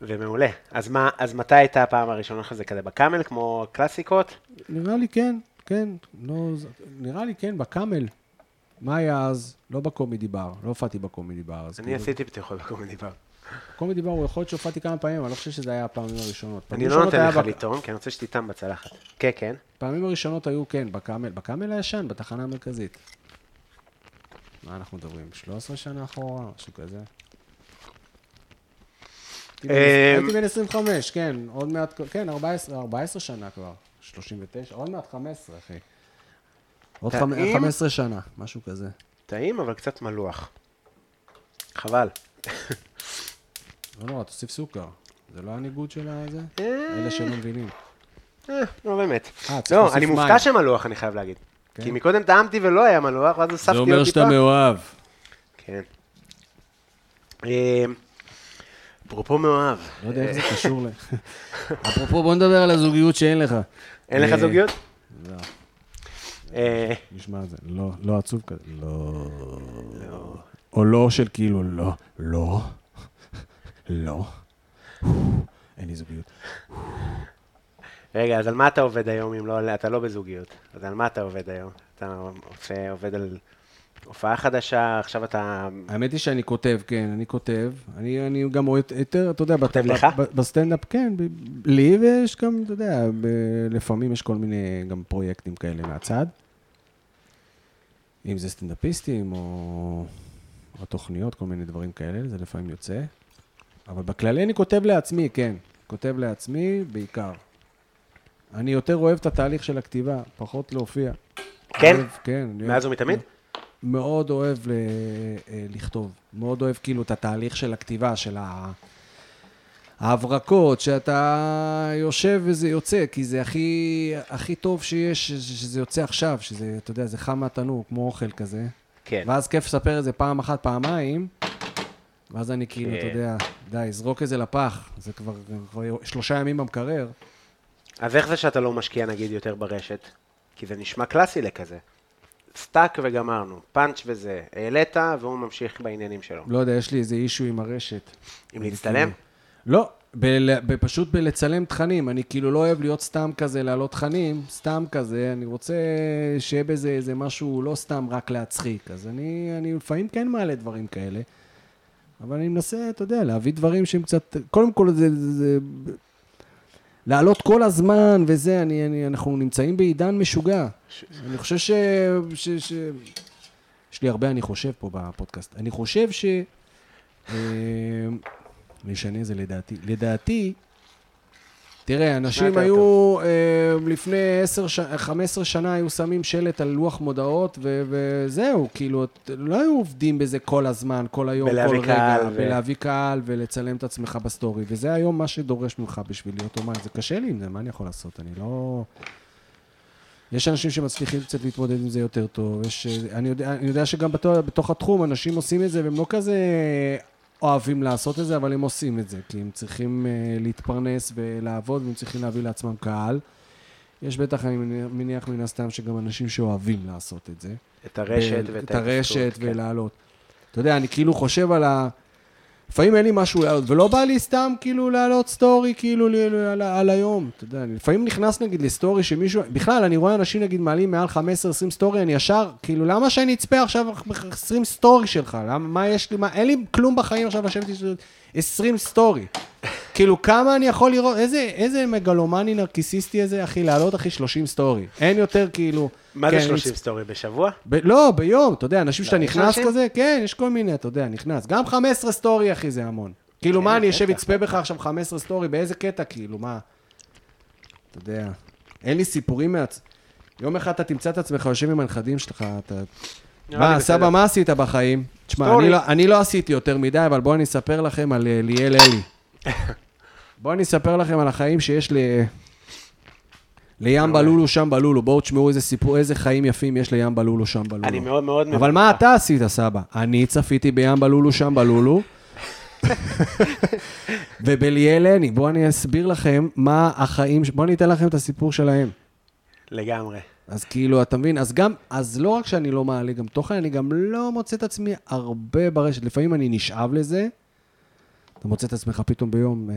S2: ומעולה. אז מה- אז מתי הייתה הפעם הראשונה שלך זה כזה בקאמל, כמו קלאסיקות?
S3: נראה לי כן, כן, לא, ז- נראה לי כן, בקאמל. מה היה אז? לא בקומדי בר, לא הופעתי בקומדי בר. אז
S2: אני
S3: כאילו,
S2: עשיתי פתיחות בקומדי בר.
S3: בקומדי בר הוא יכול להיות שהופעתי כמה פעמים, אבל אני לא חושב שזה היה הפעמים הראשונות.
S2: אני
S3: פעמים
S2: לא
S3: ראשונות
S2: נותן
S3: היה
S2: לך
S3: בק-
S2: לטעום, כי אני רוצה שתטעם בצלחת. כן, כן.
S3: פעמים הראשונות היו, כן, בקאמל, בקאמל הישן, בתחנה המרכזית. מה אנחנו מדברים? 13 שנה אחורה, משהו כזה? הייתי בן-
S2: אמ,
S3: הייתי בן 25, כן, עוד מעט, כן, 14, 14 שנה כבר, 39, עוד מעט 15, אחי. עוד חמ-
S2: טעים.
S3: 15 שנה, משהו כזה.
S2: טעים, אבל קצת מלוח. חבל.
S3: לא נורא, תוסיף סוכר. זה לא הניגוד של הזה? אלה שלא מבינים.
S2: אה, לא באמת.
S3: אה, צריך
S2: לא,
S3: להוסיף
S2: אני
S3: מים.
S2: מופתע שמלוח, אני חייב להגיד.
S3: כן.
S2: כי מקודם טעמתי ולא היה מלוח, ואז הוספתי עוד טיפה.
S3: מאוהב.
S2: כן. אה, אפרופו מאוהב,
S3: לא יודע איך זה קשור ל...
S4: אפרופו, בוא נדבר על הזוגיות שאין לך.
S2: אה. אין לך
S4: אה,
S2: זוגיות?
S3: לא.
S2: אה,
S3: נשמע את זה, לא, לא עצוב כזה, לא. או לא של כאילו, לא, לא, לא. אין לי זוגיות.
S2: רגע, אז על מה אתה עובד היום אם לא, על- אתה לא בזוגיות? אז על מה אתה עובד היום? אתה עושה- עובד על הופעה חדשה, עכשיו אתה...
S3: האמת היא שאני כותב, כן, אני כותב. אני, אני גם רואה יותר, אתה יודע, בת-
S2: כותב
S3: ב-
S2: לך?
S3: ב- בסטנדאפ, כן, ב- לי, ויש גם, אתה יודע, ב, לפעמים יש כל מיני גם פרויקטים כאלה מהצד. אם זה סטנדאפיסטים או, או תוכניות, כל מיני דברים כאלה, זה לפעמים יוצא. אבל בכללי אני כותב לעצמי, כן. כותב לעצמי בעיקר. אני יותר אוהב את התהליך של הכתיבה, פחות להופיע.
S2: כן?
S3: אוהב, כן. אני
S2: מאז
S3: אוהב-
S2: ומתמיד?
S3: מאוד אוהב ל... אה, לכתוב, מאוד אוהב כאילו את התהליך של הכתיבה, של ה... ההברקות, שאתה יושב וזה יוצא, כי זה הכי, הכי טוב שיש, ש- ש- שזה יוצא עכשיו, שזה, אתה יודע, זה חם מהתנור, כמו אוכל כזה.
S2: כן.
S3: ואז כיף לספר את זה פעם אחת, פעמיים, ואז אני כאילו, אתה
S2: כן.
S3: יודע, די, זרוק את זה לפח, זה כבר, כבר שלושה ימים במקרר.
S2: אז איך זה שאתה לא משקיע נגיד יותר ברשת? כי זה נשמע קלאסי לכזה. סטאק וגמרנו, פאנץ' וזה, העלית והוא ממשיך בעניינים שלו.
S3: לא יודע, יש לי איזה אישו עם הרשת.
S2: אם להצטלם?
S3: לא, בל, ב, פשוט בלצלם תכנים. אני כאילו לא אוהב להיות סתם כזה, להעלות תכנים, סתם כזה. אני רוצה שיהיה בזה איזה משהו לא סתם רק להצחיק. אז אני, אני לפעמים כן מעלה דברים כאלה, אבל אני מנסה, אתה יודע, להביא דברים שהם קצת... קודם כל, זה... זה, זה לעלות כל הזמן וזה, אני, אני, אנחנו נמצאים בעידן משוגע. אני חושב ש, ש, ש... יש לי הרבה אני חושב פה בפודקאסט. אני חושב ש... אה, נשנה את זה לדעתי. לדעתי, תראה, אנשים
S2: יותר
S3: היו, אה, לפני 10 ש- 15 שנה היו שמים שלט על לוח מודעות, ו- וזהו, כאילו, את- לא היו עובדים בזה כל הזמן, כל היום, כל
S2: בלהביא
S3: רגע,
S2: קהל ו-
S3: בלהביא קהל ולצלם את עצמך בסטורי, וזה היום מה שדורש ממך בשביל להיות אומן. זה קשה לי עם זה, מה אני יכול לעשות? אני לא... יש אנשים שמצליחים קצת להתמודד עם זה יותר טוב. יש, אה, אני, יודע, אני יודע שגם בתוך, בתוך התחום אנשים עושים את זה, והם לא כזה אוהבים לעשות את זה, אבל הם עושים את זה, כי הם צריכים אה, להתפרנס ולעבוד, והם צריכים להביא לעצמם קהל. יש בטח, אני מניח- מניח מן הסתם, שגם אנשים שאוהבים לעשות את זה.
S2: את הרשת
S3: ב-
S2: ואת
S3: את הרשת
S2: ההתעסקות, כן.
S3: ולעלות. אתה יודע, אני כאילו חושב על ה... לפעמים אין לי משהו לעלות, ולא בא לי סתם כאילו להעלות סטורי כאילו ל- ל- על, ה- על היום, אתה יודע, אני לפעמים נכנס נגיד לסטורי שמישהו, בכלל, אני רואה אנשים נגיד מעלים מעל 15-20 סטורי, אני ישר, כאילו, למה שאני אצפה עכשיו 20 סטורי שלך? למה, מה יש לי, מה, אין לי כלום בחיים עכשיו לשבת איתי 20 סטורי. כאילו, כמה אני יכול לראות, איזה, איזה מגלומני נרקיסיסטי הזה, אחי, להעלות אחי 30 סטורי. אין יותר כאילו...
S2: מה
S3: כן,
S2: זה
S3: אני
S2: 30 סטורי בשבוע?
S3: ב- לא, ביום, אתה יודע, אנשים שאתה
S2: יש
S3: נכנס
S2: אנשים?
S3: כזה, כן, יש כל מיני, אתה יודע, נכנס. גם 15 סטורי, אחי, זה המון.
S2: כן,
S3: כאילו, מה, אני אשב ואצפה בך עכשיו 15 סטורי, באיזה קטע, כאילו, מה? אתה יודע, אין לי סיפורים מעצ... יום אחד אתה תמצא את עצמך יושב עם הנכדים שלך, אתה...
S2: נראה לי
S3: מה,
S2: בסדר.
S3: סבא, מה עשית בחיים? תשמע,
S2: סטורי.
S3: אני לא, אני לא עשיתי יותר מדי, אבל בואו אני אספר לכם על אה, ליאל אלי. בואו אני אספר לכם על החיים שיש ל... לים בלולו, שם בלולו. בואו תשמעו איזה סיפור, איזה חיים יפים יש לים בלולו, שם בלולו.
S2: אני מאוד מאוד אה, מבין
S3: אבל מה אתה עשית, סבא? אני צפיתי בים בלולו, שם בלולו. ובליאל הני, בואו אני אסביר לכם מה החיים, בואו אני אתן לכם את הסיפור שלהם.
S2: לגמרי.
S3: אז כאילו, אתה מבין? אז גם, אז לא רק שאני לא מעלה גם תוכן, אני גם לא מוצא את עצמי הרבה ברשת. לפעמים אני נשאב לזה, אתה מוצא את עצמך פתאום ביום, אה,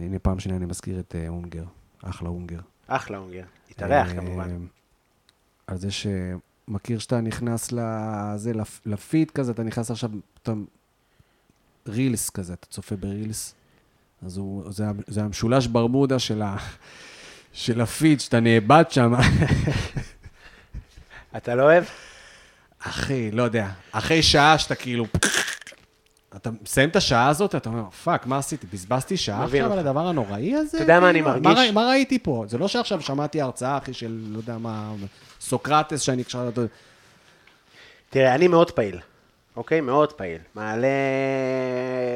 S3: הנה פעם שנייה אני מזכיר את אה, אונגר, אחלה אונגר.
S2: אחלה אונגר.
S3: אה,
S2: התארח כמובן.
S5: על זה שמכיר שאתה נכנס לזה, לפ- לפיד כזה, אתה נכנס עכשיו, אתה רילס כזה, אתה צופה ברילס. אז הוא, זה, ה- זה המשולש ברמודה של, ה, של הפיד, שאתה נאבד שם.
S2: אתה לא אוהב?
S5: אחי, לא יודע, אחרי שעה שאתה כאילו... אתה מסיים את השעה הזאת, אתה אומר, פאק, מה עשיתי? בזבזתי שעה
S2: מבין
S5: עכשיו על
S2: אותך.
S5: הדבר הנוראי הזה?
S2: אתה יודע מה אני
S5: כאילו,
S2: מרגיש?
S5: ראי- מה ראיתי פה? זה לא שעכשיו שמעתי הרצאה, אחי, של, לא יודע מה, סוקרטס, שאני עכשיו...
S2: תראה, אני מאוד פעיל, אוקיי? מאוד פעיל. מעלה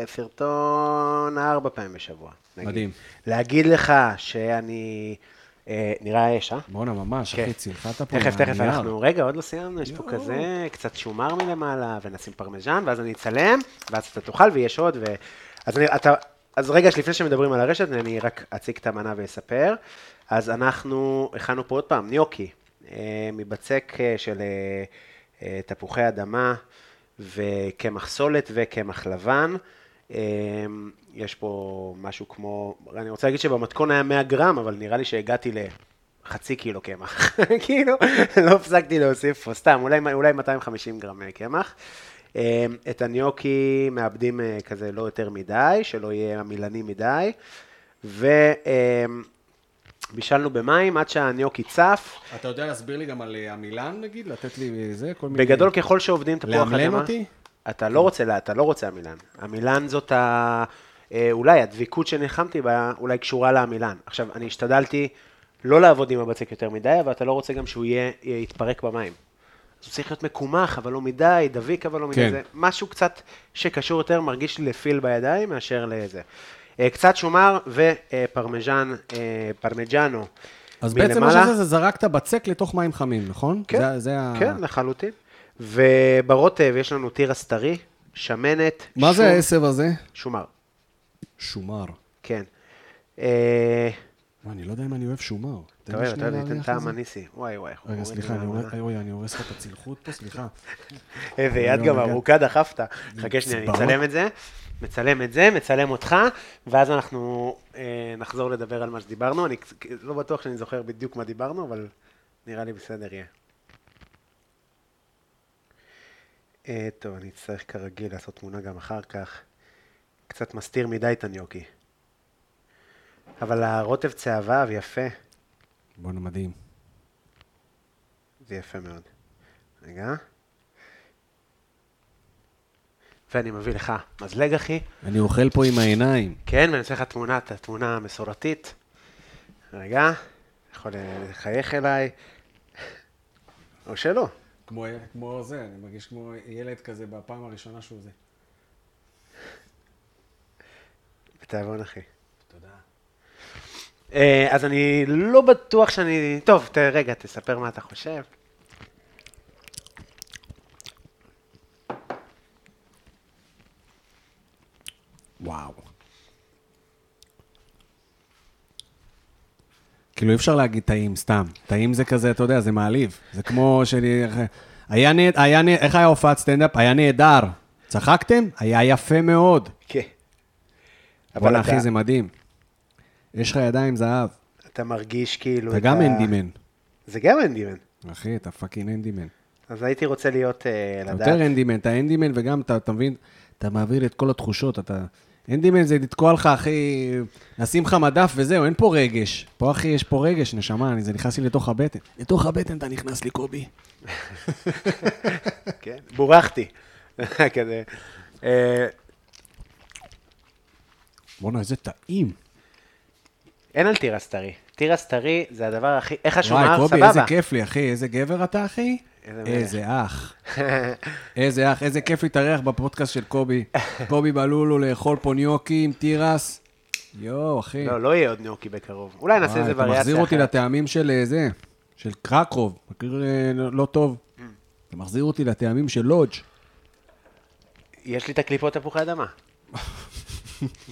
S2: סרטון ארבע פעמים בשבוע. נגיד.
S5: מדהים.
S2: להגיד לך שאני... אה, נראה אש, אה?
S5: בואנה, ממש,
S2: כן.
S5: אחי, צלחת פה.
S2: תכף, תכף,
S5: מהנייר.
S2: אנחנו... רגע, עוד לא סיימנו, יש פה כזה, קצת שומר מלמעלה, ונשים פרמיז'ן, ואז אני אצלם, ואז אתה תאכל ויש עוד, ו... אז, אני, אתה, אז רגע, לפני שמדברים על הרשת, אני רק אציג את המנה ואספר. אז אנחנו הכנו פה עוד פעם ניוקי, אה, מבצק אה, של אה, אה, תפוחי אדמה, וקמח סולת וקמח לבן. אה, יש פה משהו כמו, אני רוצה להגיד שבמתכון היה 100 גרם, אבל נראה לי שהגעתי ל... חצי קילו קמח, כאילו, לא הפסקתי להוסיף פה, סתם, אולי, אולי 250 גרם אה, קמח. אה, את הניוקי מאבדים אה, כזה לא יותר מדי, שלא יהיה עמילני מדי, ובישלנו במים עד שהניוקי צף.
S5: אתה יודע להסביר לי גם על אה, המילן, נגיד? לתת לי אה, זה, כל מיני...
S2: בגדול, כן. ככל שעובדים תפוח אדמה...
S5: לאמלן אותי?
S2: אתה
S3: כן.
S2: לא רוצה, לא, אתה לא רוצה עמילן. עמילן זאת ה... אה, אולי הדביקות שנלחמתי בה, אולי קשורה לעמילן. עכשיו, אני השתדלתי לא לעבוד עם הבצק יותר מדי, אבל אתה לא רוצה גם שהוא יהיה, אה, יתפרק במים. אז הוא צריך להיות מקומח, אבל לא מדי, דביק, אבל לא מדי.
S3: כן.
S2: זה משהו קצת שקשור יותר, מרגיש לי לפיל בידיים מאשר לזה. אה, קצת שומר אה, ופרמיז'ן, פרמיג'אנו.
S3: אז בעצם מה שזה, זה זרקת בצק לתוך מים חמים, נכון?
S2: כן,
S3: זה, זה ה...
S2: כן, לחלוטין. וברוטב יש לנו תירס טרי, שמנת,
S5: מה זה
S2: שום-
S5: העשב הזה?
S2: שומר.
S5: שומר.
S2: כן. אה,
S5: וואי, אני לא יודע אם אני אוהב שומר. תן
S2: אתה
S5: לי
S2: אוהב,
S5: שנייה
S2: אתה אוהב, ניתן
S5: להריח את
S2: טעם
S5: זה.
S2: אניסי. וואי וואי. איך הוא
S5: רגע,
S2: מוריד
S5: סליחה,
S2: לי
S5: אני הורס-
S2: מהמנה.
S5: אוי, אני הורס לך את הצלחות פה, סליחה.
S2: איזה יד
S5: אני
S2: גם
S5: הורג.
S2: ארוכה דחפת. חכה שנייה, אני
S5: צבעות.
S2: אצלם את זה, מצלם את זה, מצלם אותך, ואז אנחנו אה, נחזור לדבר על מה שדיברנו. אני קצ- לא בטוח שאני זוכר בדיוק מה דיברנו, אבל נראה לי בסדר יהיה. אה, טוב, אני אצטרך כרגיל לעשות תמונה גם אחר כך. קצת מסתיר מדי את הניוקי. אבל הרוטב צהבה ויפה.
S5: בואנה, מדהים.
S2: זה יפה מאוד. רגע. ואני מביא לך מזלג, אחי.
S5: אני אוכל פה עם העיניים.
S2: כן, ואני אעשה לך תמונה, את התמונה המסורתית. רגע, יכול לחייך אליי. או שלא.
S5: כמו, כמו זה, אני מרגיש כמו ילד כזה בפעם הראשונה שהוא זה.
S2: בתיאבון, אחי. תודה. אז אני לא בטוח שאני... טוב, ת- רגע, תספר מה אתה חושב.
S5: וואו.
S3: כאילו, אי אפשר להגיד טעים סתם. טעים זה כזה, אתה יודע, זה מעליב. זה כמו שאני... היה נהד... היה נהד... איך היה הופעת סטנדאפ? היה נהדר. צחקתם? היה יפה מאוד.
S2: כן. אבל
S3: בואנה,
S2: אתה,
S3: אחי, זה מדהים. יש לך ידיים זהב.
S2: אתה מרגיש כאילו...
S3: אתה
S2: את
S3: גם
S2: ה-
S3: אנדימן.
S2: זה גם אנדימן.
S3: אחי, אתה פאקינג אנדימן.
S2: אז הייתי רוצה להיות... אה,
S3: אתה
S2: לדעת.
S3: יותר אנדימן, אתה אנדימן וגם, אתה, אתה מבין, אתה מעביר את כל התחושות, אתה... אנדימן זה לתקוע לך, אחי, נשים לך מדף וזהו, אין פה רגש. פה, אחי, יש פה רגש, נשמה, אני, זה נכנס לי לתוך הבטן. לתוך הבטן אתה נכנס לי, קובי.
S2: כן, בורחתי. כזה. אה,
S3: בואנה, איזה טעים.
S2: אין על תירס טרי. תירס טרי זה הדבר הכי... איך
S3: וואי,
S2: השומר?
S3: קובי, איזה
S2: סבבה.
S3: כיף לי, אחי, איזה גבר אתה, אחי?
S2: איזה מלך.
S3: איזה אח. איזה אח, איזה כיף להתארח בפודקאסט של קובי. קובי בלולו לאכול פה ניוקי עם תירס. יואו, אחי.
S2: לא, לא יהיה עוד ניוקי בקרוב. אולי נעשה
S3: וואי,
S2: איזה
S3: אתה מחזיר
S2: וריאציה
S3: אותי
S2: אחרת.
S3: לטעמים של אה, זה, של קרקוב, מכיר אה, לא לא טוב.
S2: Mm.
S3: אתה מחזיר אותי לטעמים של לודג'.
S2: יש לי את הקליפות תפוחי אדמה.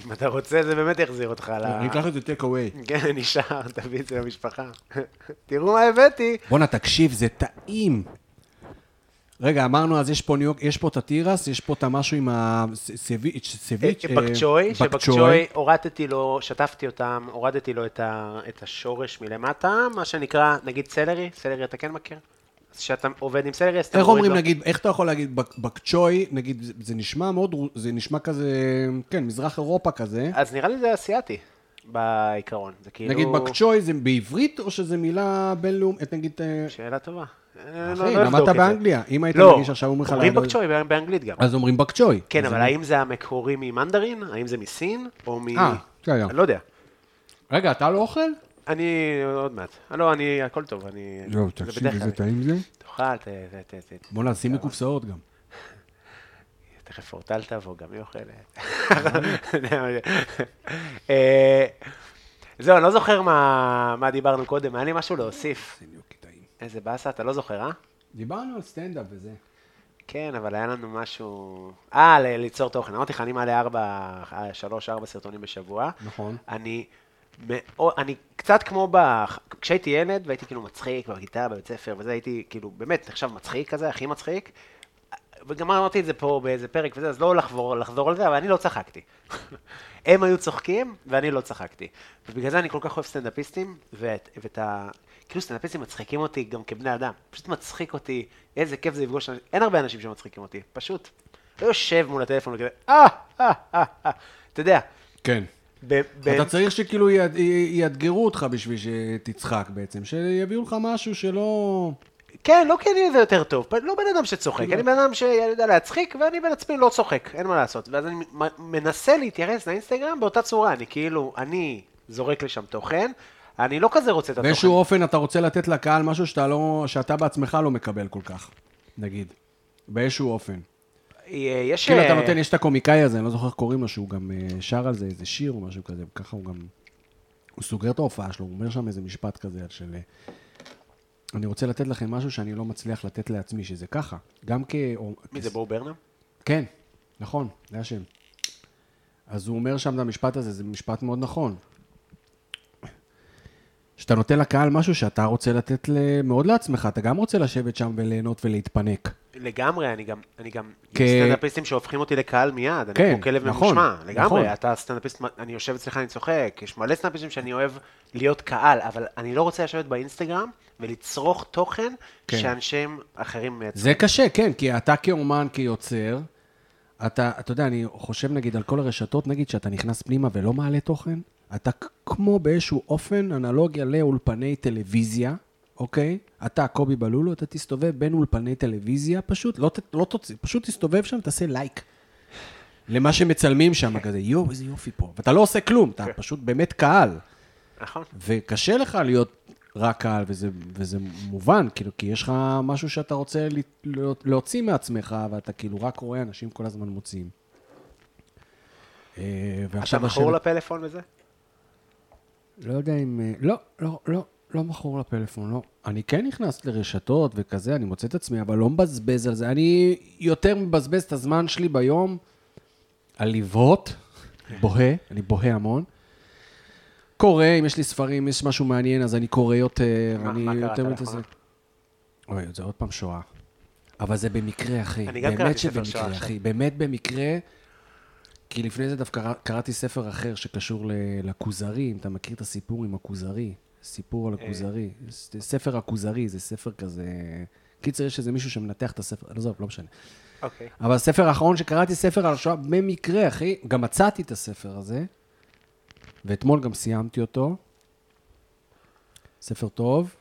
S2: אם אתה רוצה, זה באמת יחזיר אותך ל...
S3: אני אקח את זה טק אווי.
S2: כן, נשאר, תביא את זה למשפחה. תראו מה הבאתי.
S3: בואנה, תקשיב, זה טעים. רגע, אמרנו, אז יש פה ניו יורק, יש פה את התירס, יש פה את המשהו עם הסביץ', סביץ', אה,
S2: בקצ'וי,
S3: בק
S2: שבקצ'וי הורדתי לו, שטפתי אותם, הורדתי לו את ה- את השורש מלמטה, מה שנקרא, נגיד סלרי, סלרי אתה כן מכיר? אז כשאתה עובד עם סלרי, אז אתה
S3: איך
S2: מוריד
S3: אומרים,
S2: לו-
S3: נגיד, איך אתה יכול להגיד בק- בקצ'וי, נגיד, זה- זה נשמע מאוד, רו- זה נשמע כזה, כן, מזרח אירופה כזה.
S2: אז נראה לי זה אסיאתי, בעיקרון. זה כאילו...
S3: נגיד בקצ'וי זה בעברית, או שזה מילה בינלאומית, נגיד, אה,
S2: שאלה טובה. אה, לא-
S3: אחי,
S2: לא אבדוק
S3: למדת
S2: את זה.
S3: באנגליה, אם היית
S2: לא,
S3: מרגיש עכשיו אומרים לך...
S2: אומרים
S3: לעלות-
S2: בקצ'וי בא- באנגלית גם.
S3: אז אומרים בקצ'וי.
S2: כן,
S3: אז
S2: אבל
S3: אני-
S2: האם זה המקורי ממנדרין? האם זה מסין? או מ...
S3: אה, בסדר.
S2: אני לא יודע.
S3: רגע, אתה לא אוכל?
S2: אני עוד מעט. לא, אני, הכל טוב, אני...
S3: לא,
S2: זה
S3: תקשיב,
S2: בדרך
S3: איזה
S2: כלל.
S3: טעים זה.
S2: תאכל, ת- ת- ת- ת-
S3: בוא'נה, שים לי קופסאות גם.
S2: תכף אורטל תבוא, גם היא אוכלת. אה, זהו, אני לא זוכר מה מה דיברנו קודם, היה לי משהו להוסיף. איזה באסה, אתה לא זוכר, אה?
S3: דיברנו על סטנדאפ וזה.
S2: כן, אבל היה לנו משהו... אה, ל- ליצור תוכן. אמרתי לך, אני מעלה ארבע, אה, שלוש, ארבע סרטונים בשבוע.
S3: נכון.
S2: אני, מאוד, אני קצת כמו ב... כשהייתי ילד והייתי כאילו מצחיק בכיתה, בבית ספר וזה, הייתי כאילו באמת נחשב מצחיק כזה, הכי מצחיק. וגם אמרתי את זה פה באיזה פרק וזה, אז לא לחבור, לחזור על זה, אבל אני לא צחקתי. הם היו צוחקים, ואני לא צחקתי. ובגלל זה אני כל כך אוהב סטנדאפיסטים, ואת, ואת ה... כאילו סטנדאפיסטים מצחיקים אותי גם כבני אדם. פשוט מצחיק אותי, איזה כיף זה לפגוש אנשים. אין הרבה אנשים שמצחיקים אותי, פשוט. לא יושב מול הטלפון וכזה, אה, אה, אה, אה. אתה יודע,
S3: כן.
S2: ב- ב-
S3: אתה צריך שכאילו יד- י- יאתגרו אותך בשביל שתצחק בעצם, שיביאו לך משהו שלא...
S2: כן, לא כי אני איזה יותר טוב, פ- לא בן אדם שצוחק, אני בן אדם שיודע להצחיק, ואני בן עצמי לא צוחק, אין מה לעשות. ואז אני מ- מנסה להתייחס לאינסטגרם באותה צורה, אני כאילו, אני זורק לשם תוכן, אני לא כזה רוצה את התוכן.
S3: באיזשהו אופן אתה רוצה לתת לקהל משהו שאתה לא... שאתה בעצמך לא מקבל כל כך, נגיד. באיזשהו אופן.
S2: אה, יש...
S3: כאילו אתה
S2: אה,
S3: נותן, יש את הקומיקאי הזה, אני לא זוכר איך קוראים לו, שהוא גם אה, שר על זה איזה שיר או משהו כזה, וככה הוא גם... הוא סוגר את ההופעה שלו, הוא אומר שם איזה משפט כזה של... אה, אני רוצה לתת לכם משהו שאני לא מצליח לתת לעצמי, שזה ככה. גם כ... או-
S2: מי זה, בואו ברנם?
S3: כן, נכון, זה השם. אז הוא אומר שם את המשפט הזה, זה משפט מאוד נכון. שאתה נותן לקהל משהו שאתה רוצה לתת ל- מאוד לעצמך, אתה גם רוצה לשבת שם וליהנות ולהתפנק.
S2: לגמרי, אני גם, אני גם,
S3: כ-
S2: יש סטנדאפיסטים שהופכים אותי לקהל מיד, אני
S3: כן,
S2: כמו כלב
S3: נכון,
S2: ממושמע,
S3: נכון.
S2: לגמרי, אתה סטנדאפיסט, אני יושב אצלך, אני צוחק, יש מלא סטנדאפיסטים שאני אוהב להיות קהל, אבל אני לא רוצה לשבת באינסטגרם ולצרוך תוכן
S3: כן.
S2: שאנשים אחרים מייצרים.
S3: זה קשה, כן, כי אתה כאומן, כיוצר, אתה, אתה יודע, אני חושב נגיד על כל הרשתות, נגיד שאתה נכנס פנימה ולא מעלה תוכן, אתה כ- כמו באיזשהו אופן אנלוגיה לאולפני טלוויזיה, אוקיי? אתה, קובי בלולו, אתה תסתובב בין אולפני טלוויזיה, פשוט, לא, ת- לא תוציא, פשוט תסתובב שם, תעשה לייק. למה שמצלמים שם, כזה, יואו, איזה יופי פה. ואתה לא עושה כלום, אתה פשוט באמת קהל.
S2: נכון.
S3: וקשה לך להיות רק קהל, וזה, וזה מובן, כאילו, כי יש לך משהו שאתה רוצה לה- להוציא מעצמך, ואתה כאילו רק רואה אנשים כל הזמן מוציאים. אה,
S2: אתה
S3: ועכשיו
S2: מכור לפלאפון וזה?
S3: לא יודע אם... אה, לא, לא, לא, לא מכור לפלאפון, לא. אני כן נכנס לרשתות וכזה, אני מוצא את עצמי, אבל לא מבזבז על זה. אני יותר מבזבז את הזמן שלי ביום על לבהות, בוהה, אני בוהה המון. קורא, אם יש לי ספרים, יש משהו מעניין, אז אני קורא יותר,
S2: מה-
S3: אני
S2: מה קראת
S3: יותר
S2: לאחרונה?
S3: אוי, זה עוד פעם שואה. אבל זה במקרה, אחי.
S2: אני גם קראתי
S3: באמת
S2: ספר
S3: שבמקרה,
S2: שואה
S3: אחי. באמת במקרה, כי לפני זה דווקא קרא- קראתי ספר אחר שקשור ל- לכוזרי, אם אתה מכיר את הסיפור עם הכוזרי, סיפור
S2: אה.
S3: על הכוזרי. ס- ספר הכוזרי, זה ספר כזה... קיצר, יש איזה מישהו שמנתח את הספר, לא, עזוב, לא משנה.
S2: אוקיי.
S3: אבל הספר האחרון שקראתי, ספר על השואה, במקרה, אחי, גם מצאתי את הספר הזה, ואתמול גם סיימתי אותו. ספר טוב.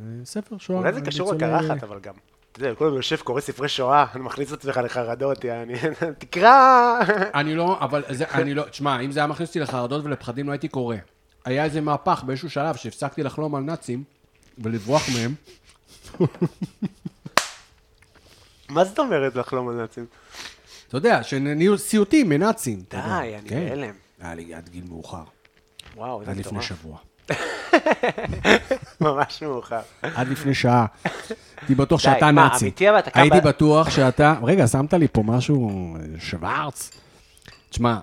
S3: אה, ספר שואה.
S2: אולי זה קשור
S3: ניצולי-
S2: לקרחת, אבל גם. אתה יודע, כל הזמן יושב, קורא ספרי שואה, אני מכניס את עצמך לחרדות, יעני, תקרא!
S3: אני לא, אבל זה, אני לא, תשמע, אם זה היה מכניס אותי לחרדות ולפחדים, לא הייתי קורא. היה איזה מהפך באיזשהו שלב שהפסקתי לחלום על נאצים ולברוח מהם.
S2: מה זאת אומרת לחלום על נאצים?
S3: אתה יודע, שנהיו סיוטים מנאצים. אתה יודע.
S2: די, אני
S3: כן.
S2: בהלם.
S3: היה לי עד גיל מאוחר,
S2: וואו, איזה
S3: עד לפני
S2: מטורף.
S3: שבוע.
S2: ממש מאוחר.
S3: עד לפני שעה. הייתי בטוח
S2: די,
S3: שאתה
S2: מה,
S3: נאצי.
S2: אמיתי, אבל אתה קם
S3: הייתי
S2: ב-
S3: בטוח שאתה... רגע, שמת לי פה משהו, אה, שוורץ? תשמע,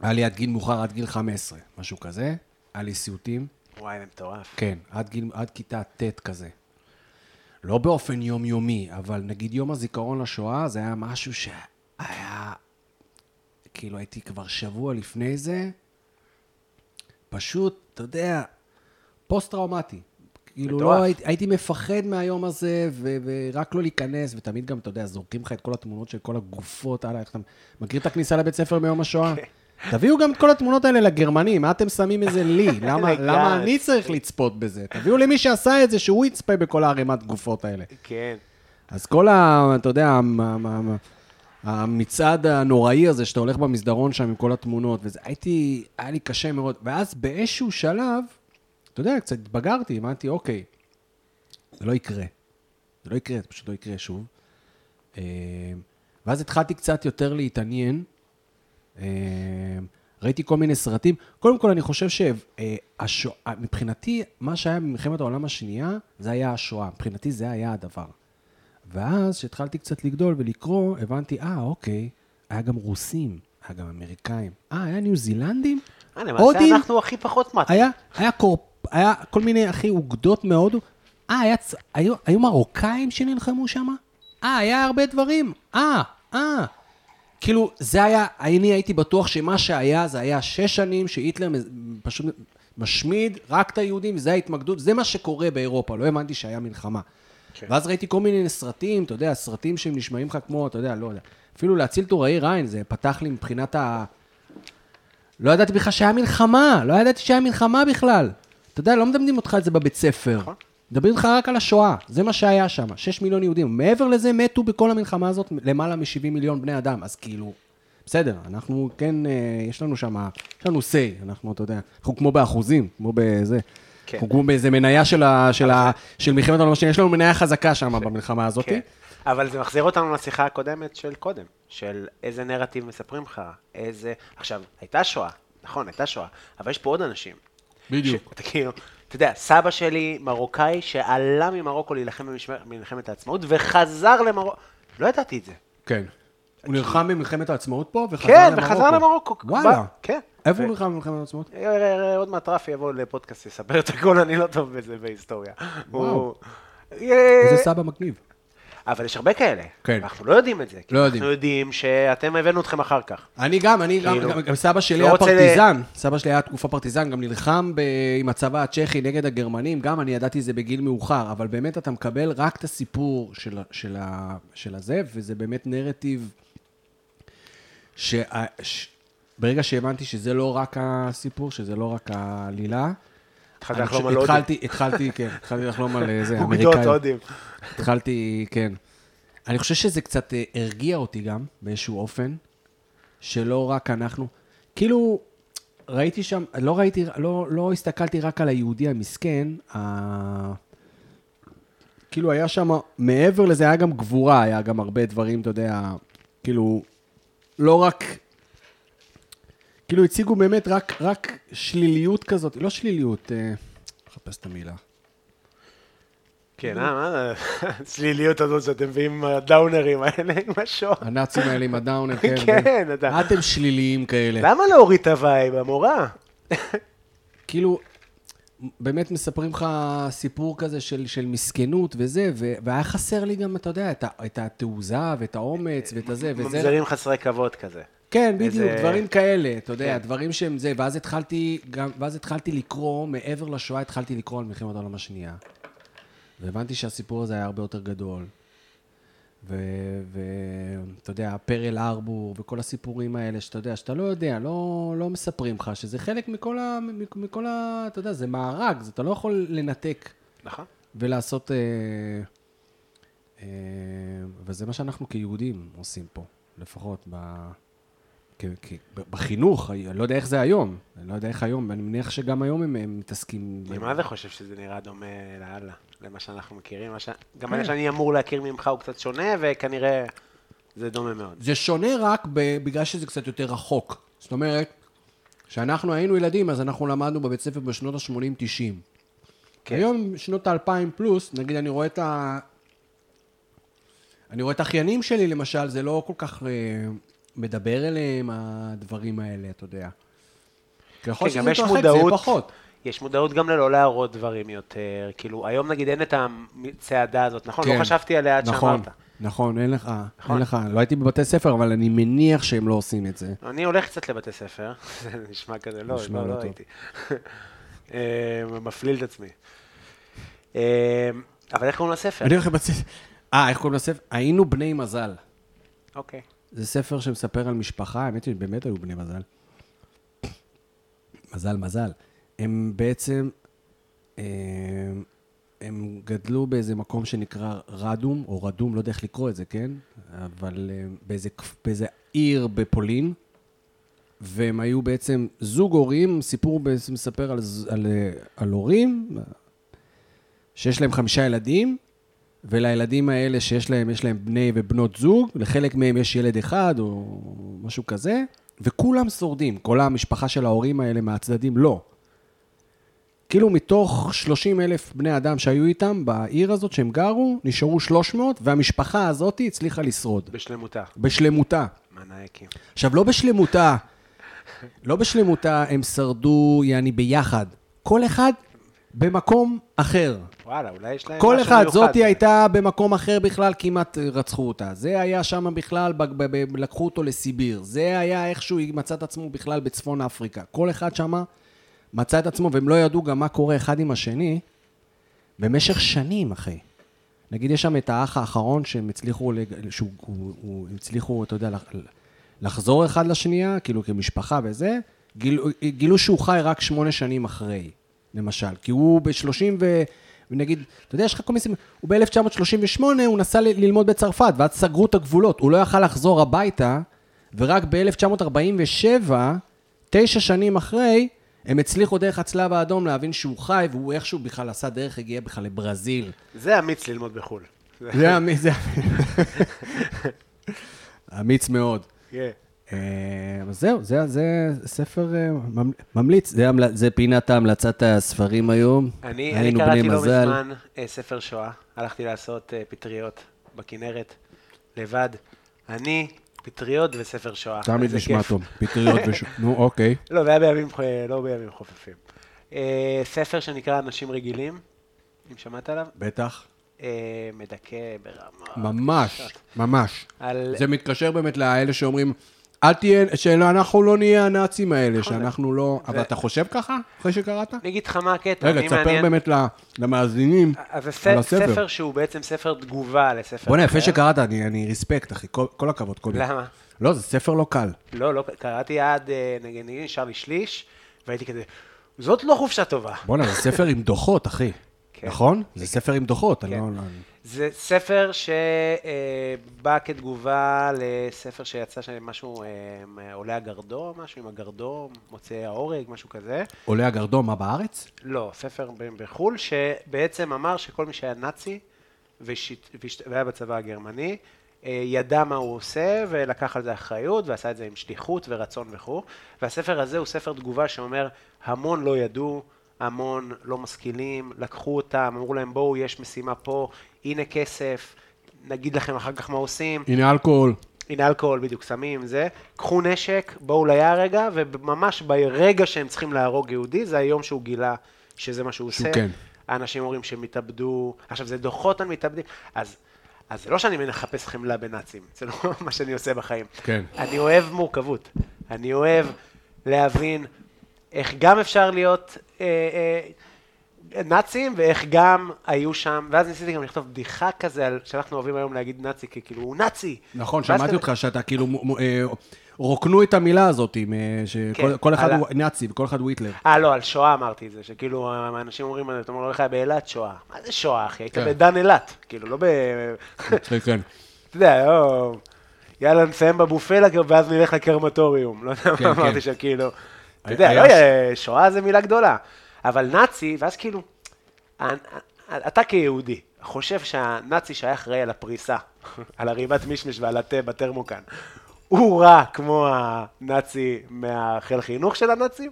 S3: היה לי עד גיל מאוחר, עד גיל 15, משהו כזה. היה לי סיוטים.
S2: וואי, זה מטורף.
S3: כן, עד, גיל, עד כיתה ט' כזה. לא באופן יומיומי, אבל נגיד יום הזיכרון לשואה, זה היה משהו שהיה, כאילו הייתי כבר שבוע לפני זה, פשוט, אתה יודע, פוסט-טראומטי. כאילו,
S2: מטורף.
S3: לא, הייתי, הייתי מפחד מהיום הזה, ו- ורק לא להיכנס, ותמיד גם, אתה יודע, זורקים לך את כל התמונות של כל הגופות, הלאה, איך אתה... מכיר את הכניסה לבית ספר מיום השואה?
S2: כן.
S3: תביאו גם את כל התמונות האלה לגרמנים, מה אתם שמים את זה
S2: Oh
S3: לי? למה,
S2: לגמרי.
S3: למה אני צריך לצפות בזה? תביאו למי שעשה את זה, שהוא יצפה בכל הערימת גופות האלה.
S2: כן.
S3: אז כל ה... אתה יודע, המ- המ- המ- המצעד הנוראי הזה, שאתה הולך במסדרון שם עם כל התמונות, וזה, הייתי, היה לי קשה מאוד. ואז באיזשהו שלב, אתה יודע, קצת התבגרתי, אמרתי, אוקיי, זה לא יקרה. זה לא יקרה, זה פשוט לא יקרה שוב. אה, ואז התחלתי קצת יותר להתעניין. אה, ראיתי כל מיני סרטים. קודם כל, אני חושב שהשואה, מבחינתי, מה שהיה במלחמת העולם השנייה, זה היה השואה. מבחינתי זה היה הדבר. ואז, כשהתחלתי קצת לגדול ולקרוא, הבנתי, אה, אוקיי, היה גם רוסים, היה גם אמריקאים. אה, היה ניו זילנדים?
S2: אה, למעשה אנחנו הכי פחות מטים.
S3: היה, היה, קורפ, היה כל מיני, אחי, אוגדות מהודו. אה, היה, צ- היו, היו מרוקאים שנלחמו שם? אה, היה הרבה דברים. אה, אה. כאילו, זה היה, אני הייתי בטוח שמה שהיה, זה היה שש שנים שהיטלר מז- פשוט משמיד רק את היהודים, זה ההתמקדות, זה מה שקורה באירופה, לא האמנתי שהיה מלחמה. כן. ואז ראיתי כל מיני סרטים, אתה יודע, סרטים שהם נשמעים לך כמו, אתה יודע, לא יודע. אפילו להציל טוראי ריין, זה פתח לי מבחינת ה... לא ידעתי בכלל שהיה מלחמה, לא ידעתי שהיה מלחמה בכלל. אתה יודע, לא מדמדים אותך את זה בבית ספר.
S2: נכון.
S3: מדברים לך רק על השואה, זה מה שהיה שם, 6 מיליון יהודים. מעבר לזה מתו בכל המלחמה הזאת למעלה מ-70 מיליון בני אדם, אז כאילו, בסדר, אנחנו כן, אה, יש לנו שם, יש לנו say, אנחנו, אתה יודע, אנחנו כמו באחוזים, כמו בזה.
S2: כן. אוקיי.
S3: אנחנו כמו באיזה מניה של, ה, של, ה, של מלחמת העולם השנייה, יש לנו מניה חזקה שם במלחמה הזאת.
S2: כן. אבל זה מחזיר אותנו לשיחה הקודמת של קודם, של איזה נרטיב מספרים לך, איזה... עכשיו, הייתה שואה, נכון, הייתה שואה, אבל יש פה עוד אנשים.
S3: בדיוק.
S2: אתה כאילו, אתה יודע, סבא שלי מרוקאי שעלה ממרוקו להילחם במשמר- במלחמת העצמאות וחזר למרוקו, לא ידעתי את זה.
S3: כן. הוא נלחם במלחמת העצמאות פה, וחזר
S2: כן,
S3: למרוקו.
S2: וחזר למרוקו.
S3: וואלה.
S2: בא- כן.
S3: איפה הוא נלחם במלחמת העצמאות?
S2: אה, אה, אה, עוד מעט רפי יבוא לפודקאסט, יספר את הכל, אני לא טוב בזה בהיסטוריה. הוא- אה,
S3: איזה סבא מגניב.
S2: אבל יש הרבה כאלה.
S3: כן.
S2: אנחנו לא יודעים את זה. כי
S3: לא יודעים.
S2: אנחנו יודעים שאתם הבאנו אתכם אחר כך.
S3: אני גם, אני גם,
S2: כאילו,
S3: גם- גם סבא שלי
S2: לא
S3: היה
S2: רוצה ל-
S3: פרטיזן, סבא שלי היה תקופה פרטיזן, גם נלחם ב... עם הצבא הצ'כי נגד הגרמנים, גם אני ידעתי זה בגיל מאוחר, אבל באמת אתה מקבל רק את הסיפור של, ה- של, ה- של הזה, וזה באמת נרטיב שה- ש... ברגע שהבנתי שזה לא רק הסיפור, שזה לא רק העלילה,
S2: התחלת
S3: אני
S2: לחלום
S3: חושב-
S2: על הודים.
S3: התחלתי, התחלתי, כן, התחלתי לחלום על אה, זה,
S2: אוגדות
S3: אמריקאי.
S2: הודים.
S3: התחלתי, כן. אני חושב שזה קצת אה, הרגיע אותי גם, באיזשהו אופן, שלא רק אנחנו. כאילו, ראיתי שם, לא ראיתי, לא, לא הסתכלתי רק על היהודי המסכן, ה... כאילו היה שם, מעבר לזה היה גם גבורה, היה גם הרבה דברים, אתה יודע, כאילו, לא רק... כאילו הציגו באמת רק, רק שליליות כזאת, לא שליליות, אה, חפש את המילה.
S2: כן, אה, מה? הצליליות הזאת שאתם מביאים עם הדאונרים האלה, עם השור.
S3: הנאצים האלה עם הדאונר, כן.
S2: כן, אתה-
S3: מה אתם שליליים כאלה?
S2: למה להוריד את הווייב, המורה?
S3: כאילו, באמת מספרים לך סיפור כזה של, של מסכנות וזה, ו- והיה חסר לי גם, אתה יודע, את, ה- את התעוזה ואת האומץ ואת הזה, וזה...
S2: אה, ממזרים חסרי כבוד כזה.
S3: כן, בדיוק,
S2: איזה-
S3: איזה... דברים כאלה, אתה יודע, דברים שהם זה, ואז התחלתי, גם, ואז התחלתי לקרוא, מעבר לשואה התחלתי לקרוא על מלחמת העולם השנייה. והבנתי שהסיפור הזה היה הרבה יותר גדול. ואתה יודע, פרל ארבור וכל הסיפורים האלה, שאתה יודע, שאתה לא יודע, לא, לא מספרים לך, שזה חלק מכל ה... מ- מכל ה... אתה יודע, זה מארג, זה, אתה לא יכול לנתק
S2: נכון.
S3: ולעשות... אה, אה, וזה מה שאנחנו כיהודים עושים פה, לפחות ב... כ- כ- ב- בחינוך, אני לא יודע איך זה היום, אני לא יודע איך היום, אני מניח שגם היום הם, הם מתעסקים...
S2: אני מה זה חושב שזה נראה דומה לאללה, למה שאנחנו מכירים? מה ש- גם מה שאני אמור להכיר ממך הוא קצת שונה, וכנראה זה דומה מאוד.
S3: זה שונה רק ב- בגלל שזה קצת יותר רחוק. זאת אומרת, כשאנחנו היינו ילדים, אז אנחנו למדנו בבית ספר בשנות ה-80-90.
S2: כן.
S3: כן. היום, שנות ה-2000 פלוס, נגיד אני רואה את ה... אני רואה את האחיינים שלי, למשל, זה לא כל כך אה, מדבר אליהם הדברים האלה, אתה יודע. ככל
S2: כן, גם
S3: שזה
S2: יש
S3: נכון מתרחק, זה יהיה
S2: כן, מודעות-
S3: פחות.
S2: יש מודעות גם ללא להראות דברים יותר. כאילו, היום נגיד אין את הצעדה הזאת, נכון? לא
S3: כן.
S2: חשבתי עליה עד
S3: נכון,
S2: שאמרת.
S3: נכון, אין לך,
S2: נכון.
S3: אין לך, לא הייתי בבתי ספר, אבל אני מניח שהם לא עושים את זה.
S2: אני הולך קצת לבתי ספר, זה נשמע כזה, לא,
S3: נשמע
S2: לא,
S3: לא
S2: לא
S3: טוב.
S2: הייתי. אה, מפליל את עצמי. אה, אבל איך קוראים לספר?
S3: אני הולך לבתי... אה, איך קוראים לספר? היינו בני מזל.
S2: אוקיי.
S3: זה ספר שמספר על משפחה, האמת היא, באמת היו בני מזל. מזל, מזל. הם בעצם, הם, הם גדלו באיזה מקום שנקרא רדום, או רדום, לא יודע איך לקרוא את זה, כן? אבל הם, באיזה, כפ- באיזה עיר בפולין, והם היו בעצם זוג הורים, סיפור בעצם מספר על, ז- על, אה, על הורים, שיש להם חמישה ילדים, ולילדים האלה שיש להם, יש להם בני ובנות זוג, לחלק מהם יש ילד אחד או משהו כזה, וכולם שורדים, כל המשפחה של ההורים האלה מהצדדים לא. כאילו מתוך 30 אלף בני אדם שהיו איתם בעיר הזאת שהם גרו, נשארו 300, והמשפחה הזאת הצליחה לשרוד,
S2: בשלמותה.
S3: בשלמותה.
S2: מנאייקים.
S3: עכשיו, לא בשלמותה, לא בשלמותה הם שרדו, יעני, ביחד. כל אחד במקום אחר.
S2: וואלה, אולי יש להם משהו
S3: כל
S2: מיוחד.
S3: אחד, זאתי הייתה במקום אחר בכלל, כמעט אה, רצחו אותה. זה היה שם בכלל, ב- ב- ב- לקחו אותו לסיביר. זה היה איכשהו, היא מצאה את עצמו בכלל בצפון אפריקה. כל אחד שם מצא את עצמו, והם לא ידעו גם מה קורה אחד עם השני במשך שנים, אחי. נגיד, יש שם את האח האחרון שהם הצליחו, לג- שהוא, הוא, הוא, הם הצליחו, אתה יודע, לח- לחזור אחד לשנייה, כאילו כמשפחה וזה, גילו, גילו שהוא חי רק שמונה שנים אחרי, למשל. כי הוא ב-30 ו... ונגיד, אתה יודע, יש לך כל מיני סימנים, הוא ב-1938, הוא נסע ל- ללמוד בצרפת, ואז סגרו את הגבולות, הוא לא יכל לחזור הביתה, ורק ב-1947, תשע שנים אחרי, הם הצליחו דרך הצלב האדום להבין שהוא חי, והוא איכשהו בכלל עשה דרך, הגיע בכלל לברזיל.
S2: זה אמיץ ללמוד בחו"ל. זה-
S3: זה אמיץ, זה אמיץ מאוד.
S2: כן.
S3: אה, אז זהו, זה, זה ספר אה, ממ- ממליץ.
S5: זה, המל... זה פינת המלצת הספרים היום.
S2: אני אני
S5: היינו בני
S2: קראתי לא
S5: מזל.
S2: מזמן אה, ספר שואה, הלכתי לעשות אה, פטריות בכנרת, לבד. אני, פטריות וספר שואה.
S3: תמיד
S2: איזה
S3: נשמע
S2: כיף.
S3: טוב, פטריות וש... נו, אוקיי.
S2: לא, זה היה בימים, ח- לא בימים חופפים. אה, ספר שנקרא אנשים רגילים, אם שמעת עליו,
S3: בטח.
S2: אה, מדכא ברמה.
S3: ממש, ממש.
S2: על...
S3: זה מתקשר באמת לאלה שאומרים, אל תהיה, שאנחנו לא נהיה הנאצים האלה, שאנחנו לא... אבל אתה חושב ככה, אחרי שקראת?
S2: נכון. אני אגיד לך מה הקטע,
S3: רגע,
S2: אני
S3: תספר
S2: מעניין.
S3: באמת ל- למאזינים
S2: אז זה ס-
S3: על
S2: ספר
S3: הספר.
S2: שהוא בעצם ספר תגובה לספר.
S3: בוא'נה, יפה
S2: אחר.
S3: שקראת, אני אני רספקט, אחי, כל- כל הכבוד, קובי.
S2: למה?
S3: לא, זה ספר לא קל.
S2: לא, לא, קראתי עד, אה, נגיד, נגיד, נשאר לי שליש, והייתי כזה, זאת לא חופשה טובה.
S3: בוא'נה, זה ספר עם דוחות, אחי.
S2: כן.
S3: נכון? זה ספר עם דוחות, אני
S2: כן.
S3: לא... לא-
S2: זה ספר שבא כתגובה לספר שיצא שם משהו, אה, עולה הגרדום, משהו עם הגרדום, מוצאי ההורג, משהו כזה.
S3: עולה הגרדום, מה בארץ?
S2: לא, ספר ב- בחו"ל, שבעצם אמר שכל מי שהיה נאצי ושיט, ושיט, והיה בצבא הגרמני, אה, ידע מה הוא עושה ולקח על זה אחריות ועשה את זה עם שליחות ורצון וכו'. והספר הזה הוא ספר תגובה שאומר, המון לא ידעו, המון לא משכילים, לקחו אותם, אמרו להם בואו, יש משימה פה, הנה כסף, נגיד לכם אחר כך מה עושים.
S3: הנה אלכוהול.
S2: הנה אלכוהול, בדיוק, סמים, זה. קחו נשק, בואו ליער רגע, וממש ברגע שהם צריכים להרוג יהודי, זה היום שהוא גילה שזה מה שהוא
S3: שהוא
S2: עושה.
S3: כן.
S2: האנשים אומרים שהם התאבדו, עכשיו זה דוחות על מתאבדים, אז, אז זה לא שאני מחפש חמלה בנאצים, זה לא מה שאני עושה בחיים.
S3: כן.
S2: אני אוהב מורכבות, אני אוהב להבין איך גם אפשר להיות אה, אה, נאצים ואיך גם היו שם, ואז ניסיתי גם לכתוב בדיחה כזה על שאנחנו אוהבים היום להגיד נאצי, כי כאילו הוא נאצי.
S3: נכון,
S2: ואז
S3: שמעתי
S2: כזה-
S3: אותך שאתה כאילו, מ- מ- אה, רוקנו את המילה הזאת, עם, אה,
S2: כן,
S3: שכל כל אחד
S2: עלה.
S3: הוא נאצי וכל אחד הוא היטלר.
S2: אה, לא, על שואה אמרתי את זה, שכאילו, האנשים אומרים, אתה אומר, לך באילת שואה. מה זה שואה, אחי? היית
S3: כן.
S2: בדן אילת, כאילו, לא ב...
S3: כן, כן.
S2: אתה יודע, לא... יאללה, נסיים בבופה לק- ואז נלך לקרמטוריום. לא יודע
S3: כן,
S2: מה
S3: כן.
S2: אמרתי שם, כאילו... אתה
S3: היה-
S2: יודע, לא
S3: היה
S2: יהיה, שואה זה מילה גדולה. אבל נאצי, ואז כאילו, אה, אה, אתה כיהודי, חושב שהנאצי שהיה אחראי על הפריסה, על הריבת מישמיש ועל התה בטרמוקן, הוא רע כמו הנאצי מהחיל חינוך של הנאצים?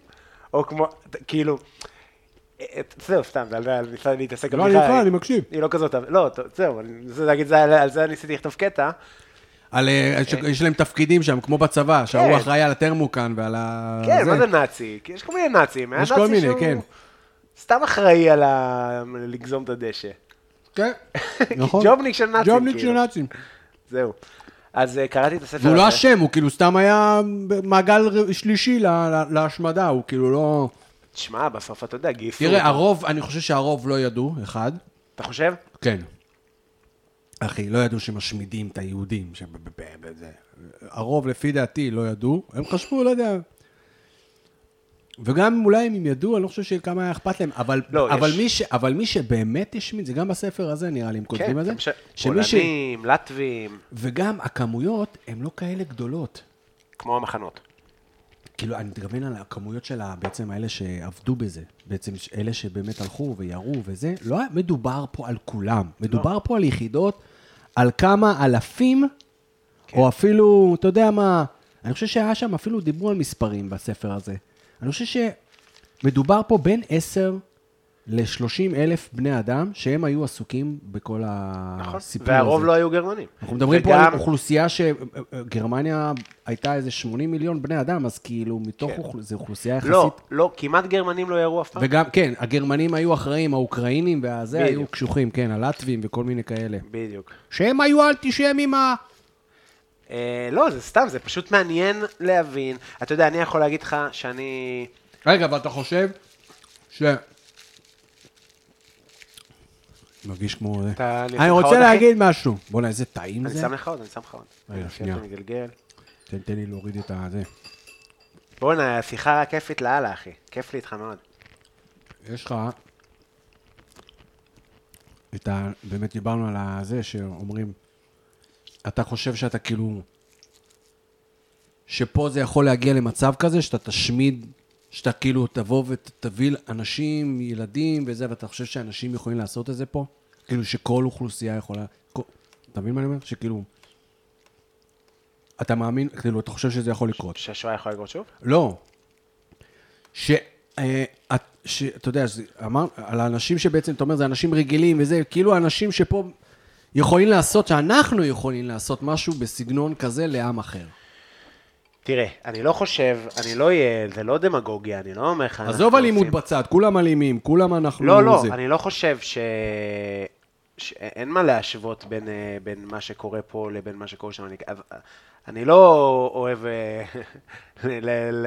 S2: או כמו, כאילו, את- זהו, סתם, זה על זה, אני ניסה להתעסק
S3: לא, אני
S2: בבדיחה,
S3: איתך,
S2: היא-
S3: אני מקשיב.
S2: היא לא כזאת, אבל- לא, טוב, זהו, אני מנסה להגיד, זה על על זה ניסיתי לכתוב קטע.
S3: על, אה, ש-
S2: כן.
S3: יש להם תפקידים שם, כמו בצבא, שההוא אחראי על הטרמוקן ועל ה...
S2: כן, מה זה כן, נאצי? כי יש כל מיני נאצים. היה
S3: יש כל
S2: נאצי
S3: מיני,
S2: שהוא-
S3: כן.
S2: סתם אחראי על ה... לגזום את הדשא.
S3: כן, נכון.
S2: ג'ובניק של נאצים,
S3: ג'ובניק של
S2: כאילו.
S3: נאצים.
S2: זהו. אז אה, קראתי את הספר
S3: והוא לא
S2: הזה.
S3: אשם, הוא כאילו סתם היה מעגל ר- שלישי לה- לה- להשמדה, הוא כאילו לא...
S2: תשמע, בסוף אתה יודע, גייסו.
S3: תראה,
S2: אותו.
S3: הרוב, אני חושב שהרוב לא ידעו, אחד.
S2: אתה חושב?
S3: כן. אחי, לא ידעו שמשמידים את היהודים. שב- ב- ב- ב- זה. הרוב, לפי דעתי, לא ידעו. הם חשבו, לא יודע. וגם אולי אם הם ידעו, אני לא חושב שכמה היה אכפת להם. אבל,
S2: לא,
S3: אבל,
S2: יש.
S3: מי, ש, אבל מי שבאמת השמיד, זה גם בספר הזה, נראה לי, הם כותבים
S2: כן,
S3: על זה.
S2: אתה חושב-
S3: שמי ש...
S2: פולנים, לטבים,
S3: וגם הכמויות הן לא כאלה גדולות.
S2: כמו המחנות.
S3: אה, כאילו, אני מתכוון על הכמויות של ה- בעצם האלה שעבדו בזה. בעצם ש- אלה שבאמת הלכו וירו וזה. לא היה- מדובר פה על כולם.
S2: לא.
S3: מדובר פה על יחידות, על כמה אלפים,
S2: כן.
S3: או אפילו, אתה יודע מה, אני חושב שהיה שם, אפילו דיברו על מספרים בספר הזה. אני חושב שמדובר פה בין 10 ל-30 אלף בני אדם, שהם היו עסוקים בכל
S2: נכון.
S3: הסיפור הזה.
S2: והרוב לא היו גרמנים.
S3: אנחנו מדברים פה
S2: וגם-
S3: על אוכלוסייה שגרמניה הייתה איזה 80 מיליון בני אדם, אז כאילו, מתוך
S2: כן.
S3: אוכל- זו אוכלוסייה יחסית...
S2: לא, לא, כמעט גרמנים לא ירו אף פעם.
S3: וגם, כן, הגרמנים היו אחראים, האוקראינים והזה היו
S2: בדיוק.
S3: קשוחים, כן, הלטבים וכל מיני כאלה.
S2: בדיוק.
S3: שהם היו האנטישמים ה...
S2: אה, לא, זה סתם, זה פשוט מעניין להבין. אתה יודע, אני יכול להגיד לך שאני...
S3: רגע, אבל אתה חושב ש... מרגיש כמו... זה.
S2: אתה- אני
S3: אני
S2: אעשה לך עוד,
S3: רוצה
S2: אחי?
S3: להגיד משהו. בוא'נה, איזה טעים
S2: אני
S3: זה.
S2: שם לך עוד, אני שם לך עוד.
S3: רגע,
S2: רגע,
S3: שנייה.
S2: שנייה. מגלגל.
S3: תן תן לי להוריד את הזה.
S2: בואנה, השיחה כיפית לאללה, אחי. כיף לי איתך מאוד.
S3: יש לך... את ה... באמת דיברנו על הזה שאומרים, אתה חושב שאתה כאילו... שפה זה יכול להגיע למצב כזה שאתה תשמיד, שאתה כאילו תבוא ותביא אנשים, ילדים וזה, ואתה חושב שאנשים יכולים לעשות את זה פה? כאילו שכל אוכלוסייה יכולה... כל... אתה מבין מה אני אומר? שכאילו... אתה מאמין, כאילו, אתה חושב שזה יכול לקרות.
S2: שהשואה יכולה לקרות שוב?
S3: לא. ש... אה, את- ש- אתה יודע, זה- אמר, על האנשים שבעצם, אתה אומר, זה אנשים רגילים וזה, כאילו אנשים שפה יכולים לעשות, שאנחנו יכולים לעשות משהו בסגנון כזה לעם אחר.
S2: תראה, אני לא חושב, אני לא אהיה, זה לא דמגוגיה, אני לא אומר לך...
S3: עזוב
S2: אנחנו
S3: אלימות
S2: עושים-
S3: בצד, כולם אלימים, כולם אנחנו...
S2: לא, לא,
S3: זה.
S2: אני לא חושב ש... שאין מה להשוות בין, אה, בין מה שקורה פה לבין מה שקורה שם. אני, אז- אני לא אוהב... אה, ל, ל, ל,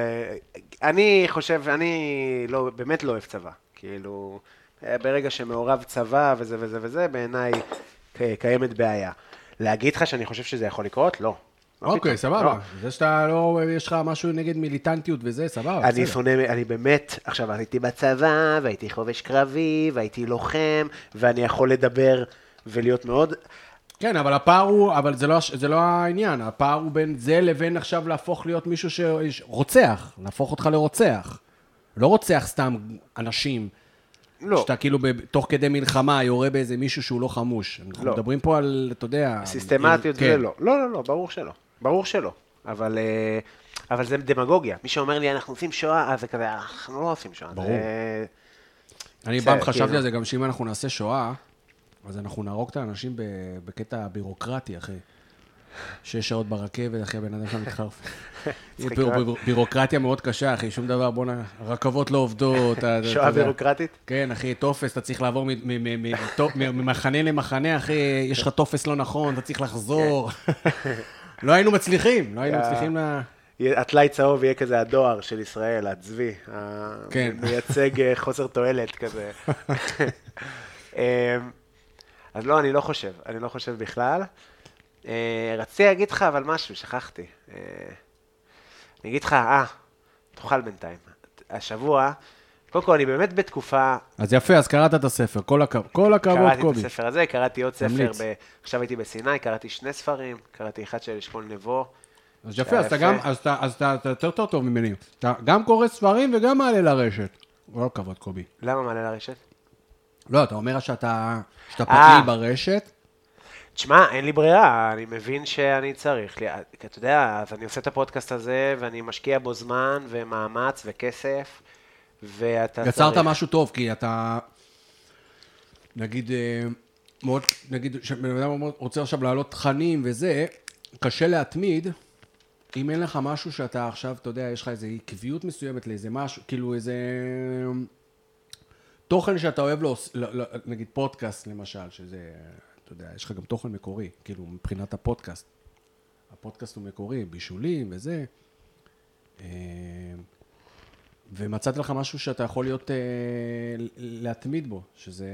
S2: אני חושב, אני לא, באמת לא אוהב צבא. כאילו, אה, ברגע שמעורב צבא וזה וזה וזה, בעיניי ק- קיימת בעיה. להגיד לך שאני חושב שזה יכול לקרות? לא. לא פתאום.
S3: אוקיי,
S2: לא.
S3: סבבה. זה שאתה לא, יש לך משהו נגד מיליטנטיות וזה, סבבה.
S2: אני
S3: אה, בסדר.
S2: שונא, אני באמת, עכשיו הייתי בצבא, והייתי חובש קרבי, והייתי לוחם, ואני יכול לדבר ולהיות מאוד...
S3: כן, אבל הפער הוא, אבל זה לא, הש- זה לא העניין, הפער הוא בין זה לבין עכשיו להפוך להיות מישהו שרוצח, להפוך אותך לרוצח. לא רוצח סתם אנשים,
S2: לא,
S3: שאתה כאילו ב- תוך כדי מלחמה יורה באיזה מישהו שהוא לא חמוש. אנחנו
S2: לא.
S3: מדברים פה על, אתה יודע...
S2: סיסטמטיות
S3: כן.
S2: זה לא. לא, לא, לא, ברור שלא. ברור שלא. אבל... אה, אבל זה דמגוגיה. מי שאומר לי, אנחנו עושים שואה, אז זה כזה, אנחנו לא עושים שואה.
S3: ברור.
S2: זה-
S3: אני
S2: בסדר,
S3: פעם חשבתי
S2: כאילו.
S3: על זה גם שאם אנחנו נעשה שואה, אז אנחנו נהרוג את האנשים ב- בקטע בירוקרטי, אחי. שש שעות ברכבת, אחי, הבן אדם שם מתחרף. זה
S2: מצחיק,
S3: ביר-
S2: אה?
S3: ביר- בירוקרטיה מאוד קשה, אחי, שום דבר, בואנה, הרכבות לא עובדות. אתה- אתה
S2: שואה
S3: יודע.
S2: בירוקרטית?
S3: כן, אחי, טופס, אתה צריך לעבור מ- מ- מ- מ- טו- מ- ממחנה למחנה, אחי, יש לך טופס לא נכון, אתה צריך לחזור.
S2: כן.
S3: לא היינו מצליחים, לא היינו
S2: אה.
S3: מצליחים ל...
S2: יהיה- הטלאי צהוב יהיה כזה הדואר של ישראל, הצבי.
S3: כן.
S2: מייצג אה, חוסר תועלת כזה. אמ, אז לא, אני לא חושב, אני לא חושב בכלל. אה, רציתי להגיד לך אבל משהו, שכחתי. אה, אני אגיד לך, אה, תאכל בינתיים. השבוע, קודם כל, אני באמת בתקופה
S3: אז יפה, אז קראת את הספר, כל הכב- כל הכבוד,
S2: קראתי את
S3: קובי.
S2: הספר הזה, קראתי עוד ספר,
S3: תמליץ.
S2: ב... עכשיו הייתי בסיני, קראתי שני ספרים, קראתי אחד של אשכול נבו.
S3: אז יפה, אז אתה
S2: יפה.
S3: גם, אז אתה- אז אתה אתה יותר טוב ממני. אתה גם קורא ספרים וגם מעלה לרשת. כל הכבוד, קובי.
S2: למה מעלה לרשת?
S3: לא, אתה אומר שאתה שאתה
S2: אה.
S3: פעיל ברשת,
S2: תשמע, אין לי ברירה, אני מבין שאני צריך, לי- אתה יודע, אז אני עושה את הפודקאסט הזה, ואני משקיע בו זמן, ומאמץ, וכסף, ואתה צריך...
S3: יצרת משהו טוב, כי אתה, נגיד, אה, מאוד, נגיד, כשבן אדם אומר, רוצה עכשיו להעלות תכנים וזה, קשה להתמיד, אם אין לך משהו שאתה עכשיו, אתה יודע, יש לך איזו עקביות מסוימת לאיזה משהו, כאילו איזה תוכן שאתה אוהב לעוס- ל- ל- נגיד פודקאסט למשל, שזה, אתה יודע, יש לך גם תוכן מקורי, כאילו, מבחינת הפודקאסט. הפודקאסט הוא מקורי, בישולים וזה. אה, ומצאת לך משהו שאתה יכול להיות, אה, להתמיד בו, שזה,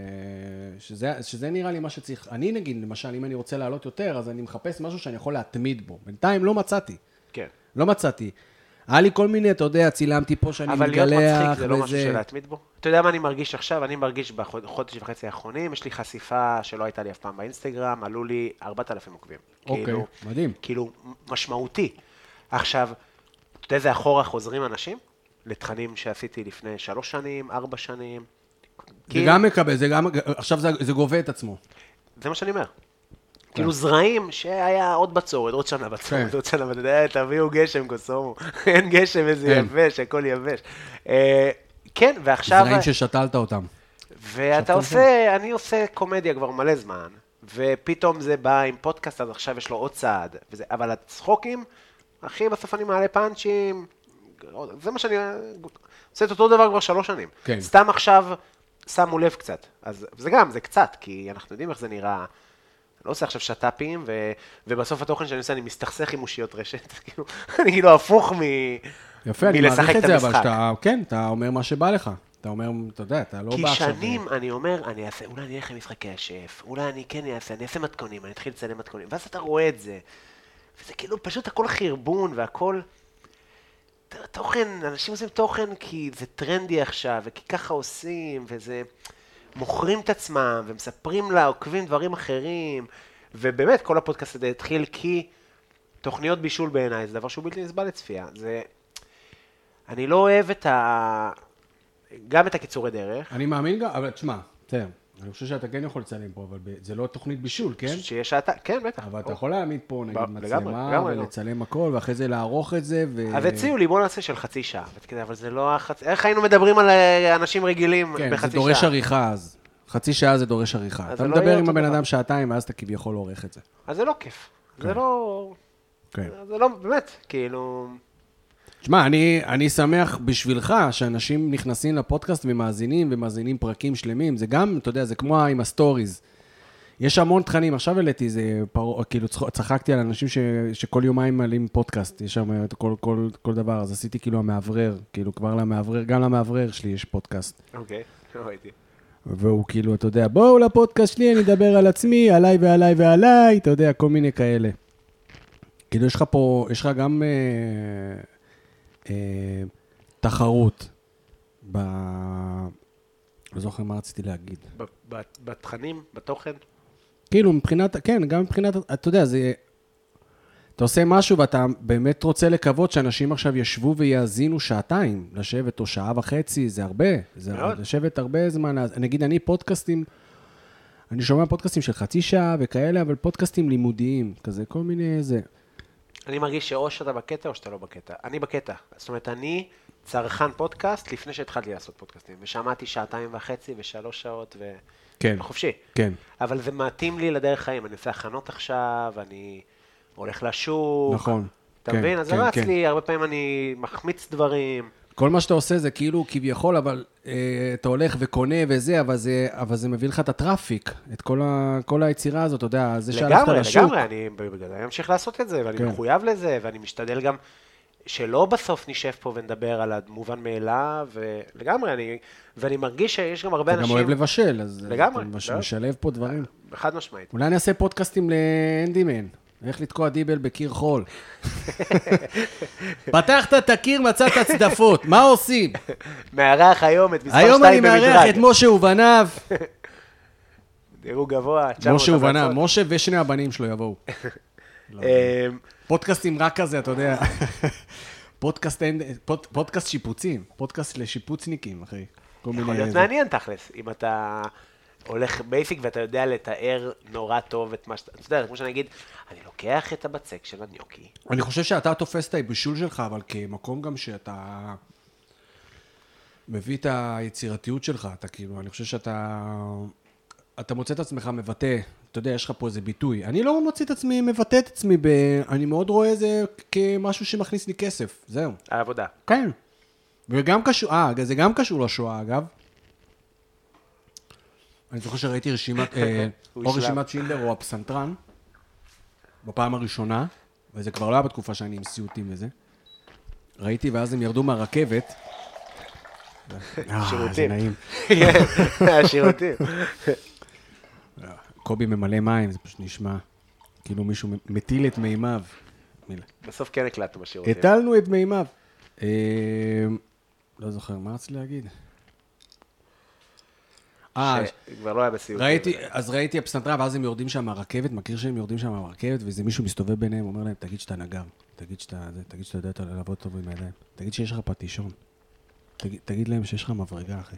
S3: שזה, שזה נראה לי מה שצריך. אני נגיד, למשל, אם אני רוצה לעלות יותר, אז אני מחפש משהו שאני יכול להתמיד בו. בינתיים לא מצאתי.
S2: כן.
S3: לא מצאתי. היה לי כל מיני, אתה יודע, צילמתי פה שאני
S2: אבל להיות מצחיק
S3: מגלח
S2: זה לא משהו של להתמיד בו. אתה יודע מה אני מרגיש עכשיו? אני מרגיש בחודש וחצי האחרונים, יש לי חשיפה שלא הייתה לי אף פעם באינסטגרם, עלו לי 4,000 עוקבים.
S3: אוקיי,
S2: כאילו-
S3: מדהים.
S2: כאילו, משמעותי. עכשיו, אתה יודע איזה אחורה חוזרים אנשים? לתכנים שעשיתי לפני שלוש שנים, ארבע שנים.
S3: זה
S2: כאילו-
S3: גם מקבל, זה גם, עכשיו זה, זה גובה את עצמו.
S2: זה מה שאני אומר. כאילו זרעים שהיה עוד בצורת, עוד שנה בצורת,
S3: כן.
S2: עוד שנה בצורת, אה, תביאו גשם, קוסומו. אין גשם, איזה
S3: אין.
S2: יבש, הכל יבש. אה, כן, ועכשיו...
S3: זרעים ששתלת אותם.
S2: ואתה עושה, אני עושה קומדיה כבר מלא זמן, ופתאום זה בא עם פודקאסט, אז עכשיו יש לו עוד צעד. וזה, אבל הצחוקים, אחי, בסוף אני מעלה פאנצ'ים, זה מה שאני... עושה את אותו דבר כבר שלוש שנים.
S3: כן.
S2: סתם עכשיו שמו לב קצת. אז זה גם, זה קצת, כי אנחנו יודעים איך זה נראה. אני לא עושה עכשיו שת"פים, ו... ובסוף התוכן שאני עושה, אני מסתכסך עם אושיות רשת. כאילו, אני כאילו הפוך מ...
S3: יפה, אני
S2: מלשחק
S3: מעריך את זה, אבל
S2: המשחק.
S3: שאתה, כן, אתה אומר מה שבא לך. אתה אומר, אתה יודע, אתה לא
S2: כי
S3: בא עכשיו...
S2: שנים אני אומר, אני אעשה, אולי אני אלך למשחקי השף, אולי אני כן אעשה, אני אעשה מתכונים, אני אתחיל לצלם מתכונים, ואז אתה רואה את זה. וזה כאילו פשוט הכל חרבון והכל... ת- תוכן, אנשים עושים תוכן כי זה טרנדי עכשיו, וכי ככה עושים, וזה... מוכרים את עצמם, ומספרים לעוקבים דברים אחרים, ובאמת, כל הפודקאסט הזה התחיל כי תוכניות בישול בעיניי זה דבר שהוא בלתי נסבל לצפייה. זה... אני לא אוהב את ה... גם את הקיצורי דרך,
S3: אני מאמין גם, אבל תשמע, תראה, אני חושב שאתה כן יכול לצלם פה, אבל ב- זה לא תוכנית בישול, כן?
S2: פשוט שיהיה שעתיים, כן, בטח.
S3: אבל אתה
S2: ברור.
S3: יכול להעמיד פה, נגיד,
S2: לגמרי,
S3: מצלמה,
S2: לגמרי, לא.
S3: ולצלם הכל, ואחרי זה לערוך את זה, ו...
S2: אז הציעו לי, בוא נעשה של חצי שעה. ואתה כזה, אבל זה לא החצי... איך היינו מדברים על אה, אנשים רגילים בחצי שעה?
S3: כן, זה דורש עריכה אז. חצי שעה זה דורש עריכה. אתה
S2: זה לא יהיה
S3: מדבר עם
S2: אותו
S3: הבן
S2: דבר.
S3: אדם שעתיים, ואז אתה כביכול עורך את זה.
S2: אז זה לא כיף. זה לא...
S3: כן.
S2: זה לא, באמת, כאילו...
S3: תשמע, אני, אני שמח בשבילך שאנשים נכנסים לפודקאסט ומאזינים, ומאזינים פרקים שלמים. זה גם, אתה יודע, זה כמו עם הסטוריז. יש המון תכנים, עכשיו העליתי איזה פר... כאילו צח- צחקתי על אנשים ש... שכל יומיים מעלים פודקאסט, יש שם את כל, כל, כל דבר, אז עשיתי כאילו המאוורר, כאילו כבר למאוורר, גם למאוורר שלי יש פודקאסט.
S2: אוקיי, לא ראיתי.
S3: והוא כאילו, אתה יודע, בואו לפודקאסט שלי, אני אדבר על עצמי, עליי ועליי ועליי, אתה יודע, כל מיני כאלה. כאילו, יש לך פה, יש לך גם אה, אה, תחרות ב... לא זוכר מה רציתי להגיד.
S2: ב- ב- בתכנים, בתוכן.
S3: כאילו, מבחינת, כן, גם מבחינת, אתה יודע, זה... אתה עושה משהו ואתה באמת רוצה לקוות שאנשים עכשיו ישבו ויאזינו שעתיים, לשבת או שעה וחצי, זה הרבה. זה
S2: מאוד.
S3: לשבת הרבה זמן, אז נגיד אני פודקאסטים, אני שומע פודקאסטים של חצי שעה וכאלה, אבל פודקאסטים לימודיים, כזה כל מיני זה.
S2: אני מרגיש שאו שאתה בקטע או שאתה לא בקטע. אני בקטע. זאת אומרת, אני צרכן פודקאסט לפני שהתחלתי לעשות פודקאסטים. ושמעתי שעתיים וחצי ושלוש שעות, ו...
S3: כן.
S2: חופשי.
S3: כן.
S2: אבל זה מתאים לי לדרך חיים, אני עושה הכנות עכשיו, אני הולך לשוק.
S3: נכון.
S2: אתה
S3: כן,
S2: מבין? אז זה
S3: כן,
S2: רץ
S3: כן.
S2: לי, הרבה פעמים אני מחמיץ דברים.
S3: כל מה שאתה עושה זה כאילו כביכול, אבל אה, אתה הולך וקונה וזה, אבל זה, אבל זה מביא לך את הטראפיק, את כל, ה, כל היצירה הזאת, אתה יודע, זה שהלכת
S2: לגמרי,
S3: לשוק.
S2: לגמרי, אני בגלל זה אני אמשיך לעשות את זה, ואני
S3: כן.
S2: מחויב לזה, ואני משתדל גם שלא בסוף נשב פה ונדבר על המובן מאליו, ולגמרי, אני, ואני מרגיש שיש גם הרבה
S3: אתה גם
S2: אנשים,
S3: אוהב לבשל, אז
S2: לגמרי,
S3: אתה מש-
S2: לא?
S3: משלב פה דברים.
S2: חד משמעית.
S3: אולי נעשה פודקאסטים לאנדימן, איך לתקוע דיבל בקיר חול. פתחת את הקיר, מצאת צדפות, מה עושים?
S2: מארח היום את מספר
S3: היום אני
S2: שתיים
S3: מארח את
S2: במדרג.
S3: משה ובניו.
S2: דירוג גבוה, 900
S3: משה ובניו,
S2: המלצות.
S3: משה ושני הבנים שלו יבואו.
S2: אמ,
S3: פודקאסטים רק כזה, אתה יודע. פודקאסט, אין- פוד- פודקאסט שיפוצים, פודקאסט לשיפוצניקים, אחי. כל מיני...
S2: יכול להיות
S3: זה.
S2: מעניין תכלס, אם אתה הולך בייסיק ואתה יודע לתאר נורא טוב את מה שאתה, אתה יודע, כמו שאני אגיד, אני לוקח את הבצק של הניוקי,
S3: אני חושב שאתה תופס את הבישול שלך, אבל כמקום גם שאתה מביא את היצירתיות שלך, אתה כאילו, אני חושב שאתה... אתה מוצא את עצמך מבטא, אתה יודע, יש לך פה איזה ביטוי. אני לא מוצא את עצמי, מבטא את עצמי ב... אני מאוד רואה את זה כמשהו שמכניס לי כסף, זהו.
S2: העבודה.
S3: כן. וגם קשור, אה, זה גם קשור לשואה, אגב. אני זוכר שראיתי רשימת, אה,
S2: הוא
S3: או
S2: ישלם.
S3: רשימת שינדר או הפסנתרן, בפעם הראשונה, וזה כבר לא היה בתקופה שאני עם סיוטים וזה. ראיתי, ואז הם ירדו מהרכבת. אה, זה
S2: שירותים.
S3: נעים.
S2: השירותים.
S3: קובי ממלא מים, זה פשוט נשמע כאילו מישהו מטיל את מימיו. מילה.
S2: בסוף כן הקלטנו בשירותים.
S3: הטלנו את מימיו. אה, לא זוכר, מה רציתי להגיד? אה,
S2: כבר לא היה בסיוטים.
S3: ראיתי, אז ראיתי הפסנתרה, ואז הם יורדים שם מהרכבת, מכיר שהם יורדים שם מהרכבת, ואיזה מישהו מסתובב ביניהם, אומר להם, תגיד שאתה נגר, תגיד שאתה, זה, תגיד שאתה יודע אתה לעבוד טוב עם הידיים, תגיד שיש לך פטישון, תגיד, תגיד להם שיש לך מברגה, אחי.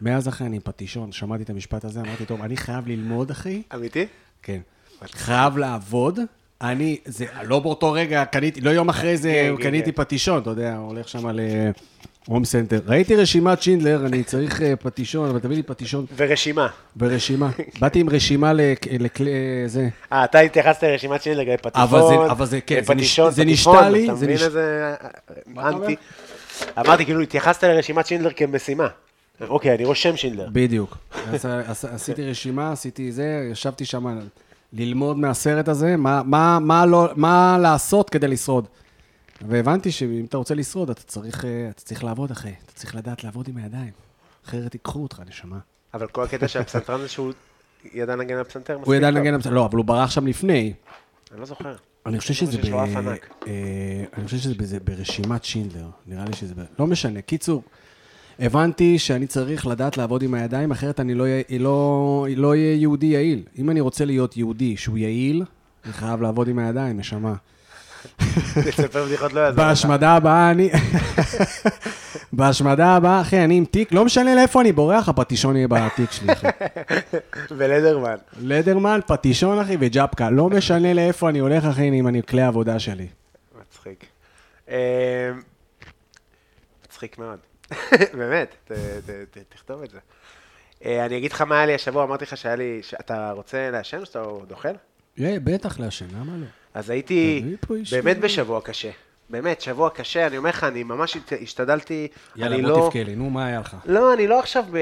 S3: מאז אחי אני עם פטישון, שמעתי את המשפט הזה, אמרתי, טוב, אני חייב ללמוד, אחי,
S2: אמיתי?
S3: כן, חייב לעבוד. אני, זה לא באותו רגע, קניתי, לא יום אחרי זה
S2: כן, כן,
S3: קניתי
S2: כן.
S3: פטישון, אתה יודע, הולך שם להום סנטר. ראיתי רשימת שינדלר, אני צריך אה, פטישון, אבל תביא לי פטישון.
S2: ורשימה.
S3: ברשימה. באתי עם רשימה לק- לכלי... זה.
S2: אה, אתה התייחסת לרשימת שלי לגבי
S3: אבל זה-
S2: פטיפון,
S3: אבל זה- כן, זה
S2: לפטישון,
S3: נש- זה
S2: פטיפון,
S3: נשתה לי,
S2: אתה
S3: זה
S2: מבין
S3: נש-
S2: איזה אה, אנטי? אמרתי, כאילו, התייחסת לרשימת שינדלר כמשימה. אוקיי, אני רושם שינדלר.
S3: בדיוק. אז עש- עשיתי רשימה, עשיתי זה, ישבתי שם ללמוד מהסרט הזה, מה- מה- מה לא- מה לעשות כדי לשרוד. והבנתי שאם אתה רוצה לשרוד, אתה צריך, אה, אתה צריך לעבוד אחרי, אתה צריך לדעת לעבוד עם הידיים. אחרת ייקחו אותך, נשמה.
S2: אבל כל הקטע של הפסנתרן זה שהוא ידע לנגן על הפסנתר מספיק
S3: הוא ידע
S2: טוב.
S3: לנגן... על- לא, אבל הוא ברח שם לפני.
S2: אני לא זוכר.
S3: אני חושב שזה ב...
S2: שיש לו אף ענק.
S3: אה, אני חושב שזה בזה- ברשימת שינדלר, נראה לי שזה... ב... לא משנה. קיצור, הבנתי שאני צריך לדעת לעבוד עם הידיים, אחרת אני לא אהיה לא, לא אהיה יהודי יעיל. אם אני רוצה להיות יהודי שהוא יעיל, אני חייב לעבוד עם הידיים, נשמה.
S2: לספר בדיחות לא יעזור. לך.
S3: בהשמדה הבאה אני... בהשמדה הבאה, אחי, אני עם תיק, לא משנה לאיפה אני בורח, הפטישון יהיה בתיק שלי, אחי.
S2: ולדרמן.
S3: לדרמן, פטישון, אחי, וג'פקה. לא משנה לאיפה אני הולך, אחי, אם אני עם כלי העבודה שלי.
S2: מצחיק. אה, מצחיק מאוד. באמת, ת- ת- ת- תכתוב את זה. אה, אני אגיד לך מה היה לי השבוע, אמרתי לך שהיה לי... אתה רוצה לעשן או שאתה דוחל?
S3: אה, בטח לעשן, למה לא?
S2: אז הייתי
S3: תביא פה איש
S2: באמת
S3: טוב.
S2: בשבוע קשה. באמת, שבוע קשה, אני אומר לך, אני ממש הת- השתדלתי, אני
S3: יאללה,
S2: לא-
S3: בוא תבכה לי, נו, מה היה לך?
S2: לא, אני לא עכשיו ב...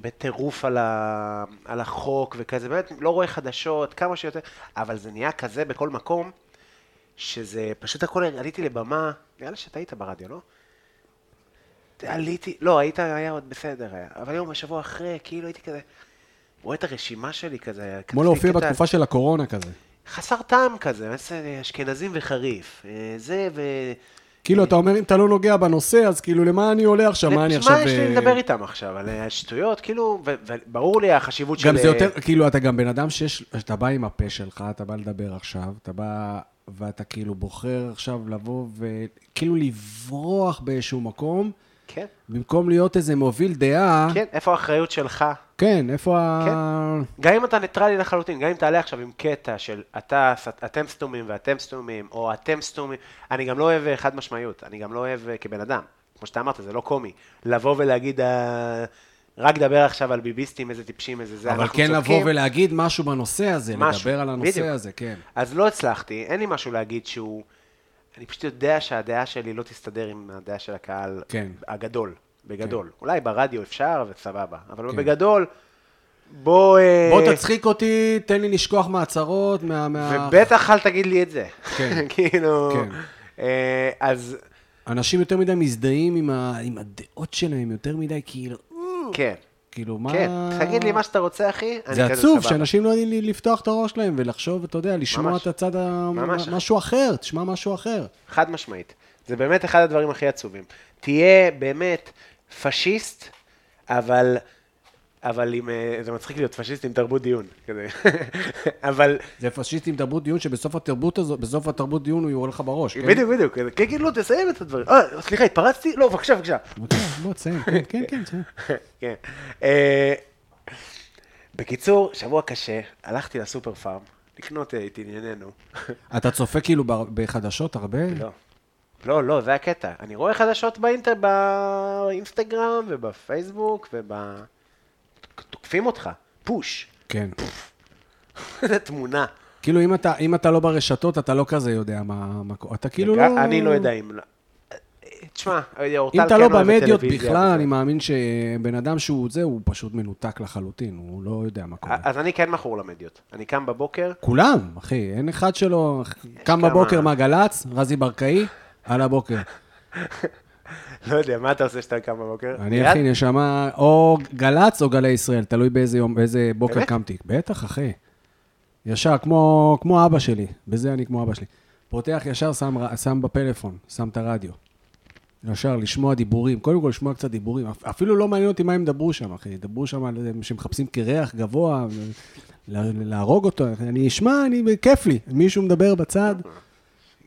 S2: בטירוף על, ה... על החוק וכזה, באמת לא רואה חדשות, כמה שיותר, אבל זה נהיה כזה בכל מקום, שזה פשוט הכל, עליתי לבמה, נראה לי שאתה היית ברדיו, לא? עליתי, לא, היית, היה עוד בסדר, היה. אבל יום בשבוע אחרי, כאילו הייתי כזה, רואה את הרשימה שלי כזה.
S3: כמו
S2: כתבתי
S3: להופיע
S2: קטע-
S3: בתקופה של הקורונה כזה.
S2: חסר טעם כזה, איזה אשכנזים וחריף, אה, זה ו...
S3: כאילו, אתה אומר, אם אתה לא נוגע בנושא, אז כאילו, למה אני עולה עכשיו? מה אני עכשיו...
S2: מה יש לי
S3: אה,
S2: לדבר איתם עכשיו, על אה, שטויות, כאילו, ו- וברור לי החשיבות של...
S3: גם זה
S2: אה,
S3: יותר, כאילו, אתה גם בן אדם שיש, אתה בא עם הפה שלך, אתה בא לדבר עכשיו, אתה בא, ואתה כאילו בוחר עכשיו לבוא וכאילו לברוח באיזשהו מקום,
S2: כן,
S3: במקום להיות איזה מוביל דעה,
S2: כן, איפה האחריות שלך?
S3: כן, איפה ה...
S2: גם אם אתה ניטרלי לחלוטין, גם אם תעלה עכשיו עם קטע של אתה, אתם סתומים ואתם סתומים, או אתם סתומים, אני גם לא אוהב אה, חד משמעיות, אני גם לא אוהב אה, כבן אדם, כמו שאתה אמרת, זה לא קומי. לבוא ולהגיד, אה, רק דבר עכשיו על ביביסטים, איזה טיפשים, איזה זה,
S3: אבל
S2: אנחנו
S3: כן לבוא
S2: צודקים.
S3: ולהגיד משהו בנושא הזה,
S2: משהו,
S3: לדבר על הנושא
S2: בדיוק.
S3: הזה, כן.
S2: אז לא הצלחתי, אין לי משהו להגיד שהוא... אני פשוט יודע שהדעה שלי לא תסתדר עם הדעה של הקהל
S3: כן.
S2: הגדול, בגדול. אולי ברדיו אפשר וסבבה, אבל
S3: כן.
S2: בגדול, בוא... אה,
S3: בוא תצחיק אותי, תן לי לשכוח מהצהרות, מה... מה-
S2: ובטח אל תגיד לי את זה.
S3: כן.
S2: כאילו...
S3: כן.
S2: אה, אז
S3: אנשים יותר מדי מזדהים עם, ה... עם הדעות שלהם, יותר מדי כאילו,
S2: כן,
S3: כאילו מה...
S2: כן, תגיד לי מה שאתה רוצה, אחי, אני
S3: זה
S2: כזה
S3: עצוב
S2: סבבה.
S3: שאנשים לא יודעים לי- לפתוח את הראש שלהם ולחשוב, אתה יודע, לשמוע
S2: ממש.
S3: את הצד ה...
S2: ממש.
S3: משהו אחר, תשמע משהו אחר.
S2: חד משמעית. זה באמת אחד הדברים הכי עצובים. תהיה באמת פשיסט, אבל... אבל עם... אה, זה מצחיק להיות פשיסט עם תרבות דיון. כזה. אבל...
S3: זה פשיסט עם תרבות דיון, שבסוף התרבות הזו, בסוף התרבות דיון הוא יורה לך בראש. כן?
S2: בדיוק, בדיוק. כזה, כן, כן, לא, תסיים את הדברים. אה, סליחה, התפרצתי? לא, בבקשה, בבקשה.
S3: אוקיי, בוא, תסיים, כן, כן, כן, תסיים.
S2: כן. אה, בקיצור, שבוע קשה, הלכתי לסופר פארם, לקנות אה, את ענייננו.
S3: אתה צופה כאילו ב- בחדשות הרבה?
S2: לא. לא, לא, זה הקטע. אני רואה חדשות באינטר... באינסטגרם ובפייסבוק וב... תוקפים אותך, פוש.
S3: כן.
S2: איזה תמונה.
S3: כאילו, אם אתה, אם אתה לא ברשתות, אתה לא כזה יודע מה... מה... קורה. אתה כאילו
S2: וגם-
S3: לא...
S2: אני לא יודע אם... תשמע, אורטל
S3: אם
S2: כן
S3: אתה לא
S2: אוהב את
S3: במדיות
S2: הטלוויזיה
S3: בכלל,
S2: וזה.
S3: אני מאמין שבן אדם שהוא זה, הוא פשוט מנותק לחלוטין, הוא לא יודע מה קורה.
S2: אז אני כן מכור למדיות. אני קם בבוקר,
S3: כולם, אחי, אין אחד שלא... קם
S2: כמה-
S3: בבוקר מה גל"צ, רזי ברקאי, על הבוקר.
S2: לא יודע, מה אתה עושה כשאתה קם בבוקר?
S3: אני,
S2: נראה-
S3: אחי, נשמה, או גל"צ או גלי ישראל, תלוי באיזה יום, באיזה בוקר
S2: באמת?
S3: קמתי. בטח, אחי. ישר, כמו, כמו אבא שלי, בזה אני כמו אבא שלי. פותח ישר, שם, ר- שם בפלאפון, שם את הרדיו. ישר, לשמוע דיבורים, קודם כל לשמוע קצת דיבורים. אפ- אפילו לא מעניין אותי מה הם דברו שם, אחי. דברו שם על זה שמחפשים קרח גבוה, ו- לה- להרוג אותו. אני אשמע, אני, כיף לי. מישהו מדבר בצד,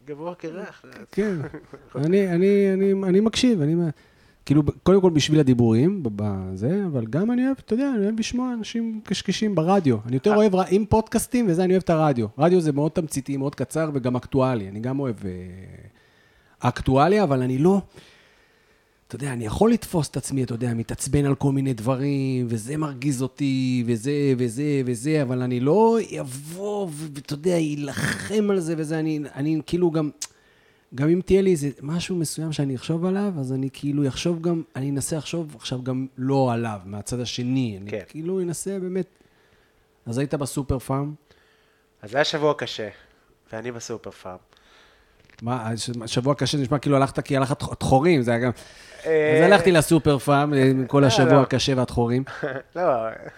S2: גבוה קרח.
S3: כן, אני, אני, אני, אני מקשיב, אני... כאילו, קודם כל בשביל הדיבורים, בזה, אבל גם אני אוהב, אתה יודע, אני אוהב לשמוע אנשים קשקשים ברדיו. אני יותר אוהב, ר- עם פודקאסטים וזה, אני אוהב את הרדיו. רדיו זה מאוד תמציתי, מאוד קצר וגם אקטואלי. אני גם אוהב אה, אקטואליה, אבל אני לא... אתה יודע, אני יכול לתפוס את עצמי, אתה יודע, מתעצבן על כל מיני דברים, וזה מרגיז אותי, וזה וזה וזה, אבל אני לא אבוא, ו- ואתה יודע, אילחם על זה וזה, אני, אני כאילו גם... גם אם תהיה לי איזה משהו מסוים שאני אחשוב עליו, אז אני כאילו אחשוב גם, אני אנסה לחשוב עכשיו גם לא עליו, מהצד השני. אני
S2: כן.
S3: כאילו אנסה באמת... אז היית בסופר פארם?
S2: אז זה היה שבוע קשה, ואני בסופר פארם.
S3: מה, הש- שבוע קשה נשמע כאילו הלכת כי הלכת חורים, זה היה גם...
S2: אה,
S3: אז הלכתי לסופר פארם, אה, עם כל השבוע
S2: לא.
S3: הקשה והטחורים.
S2: לא,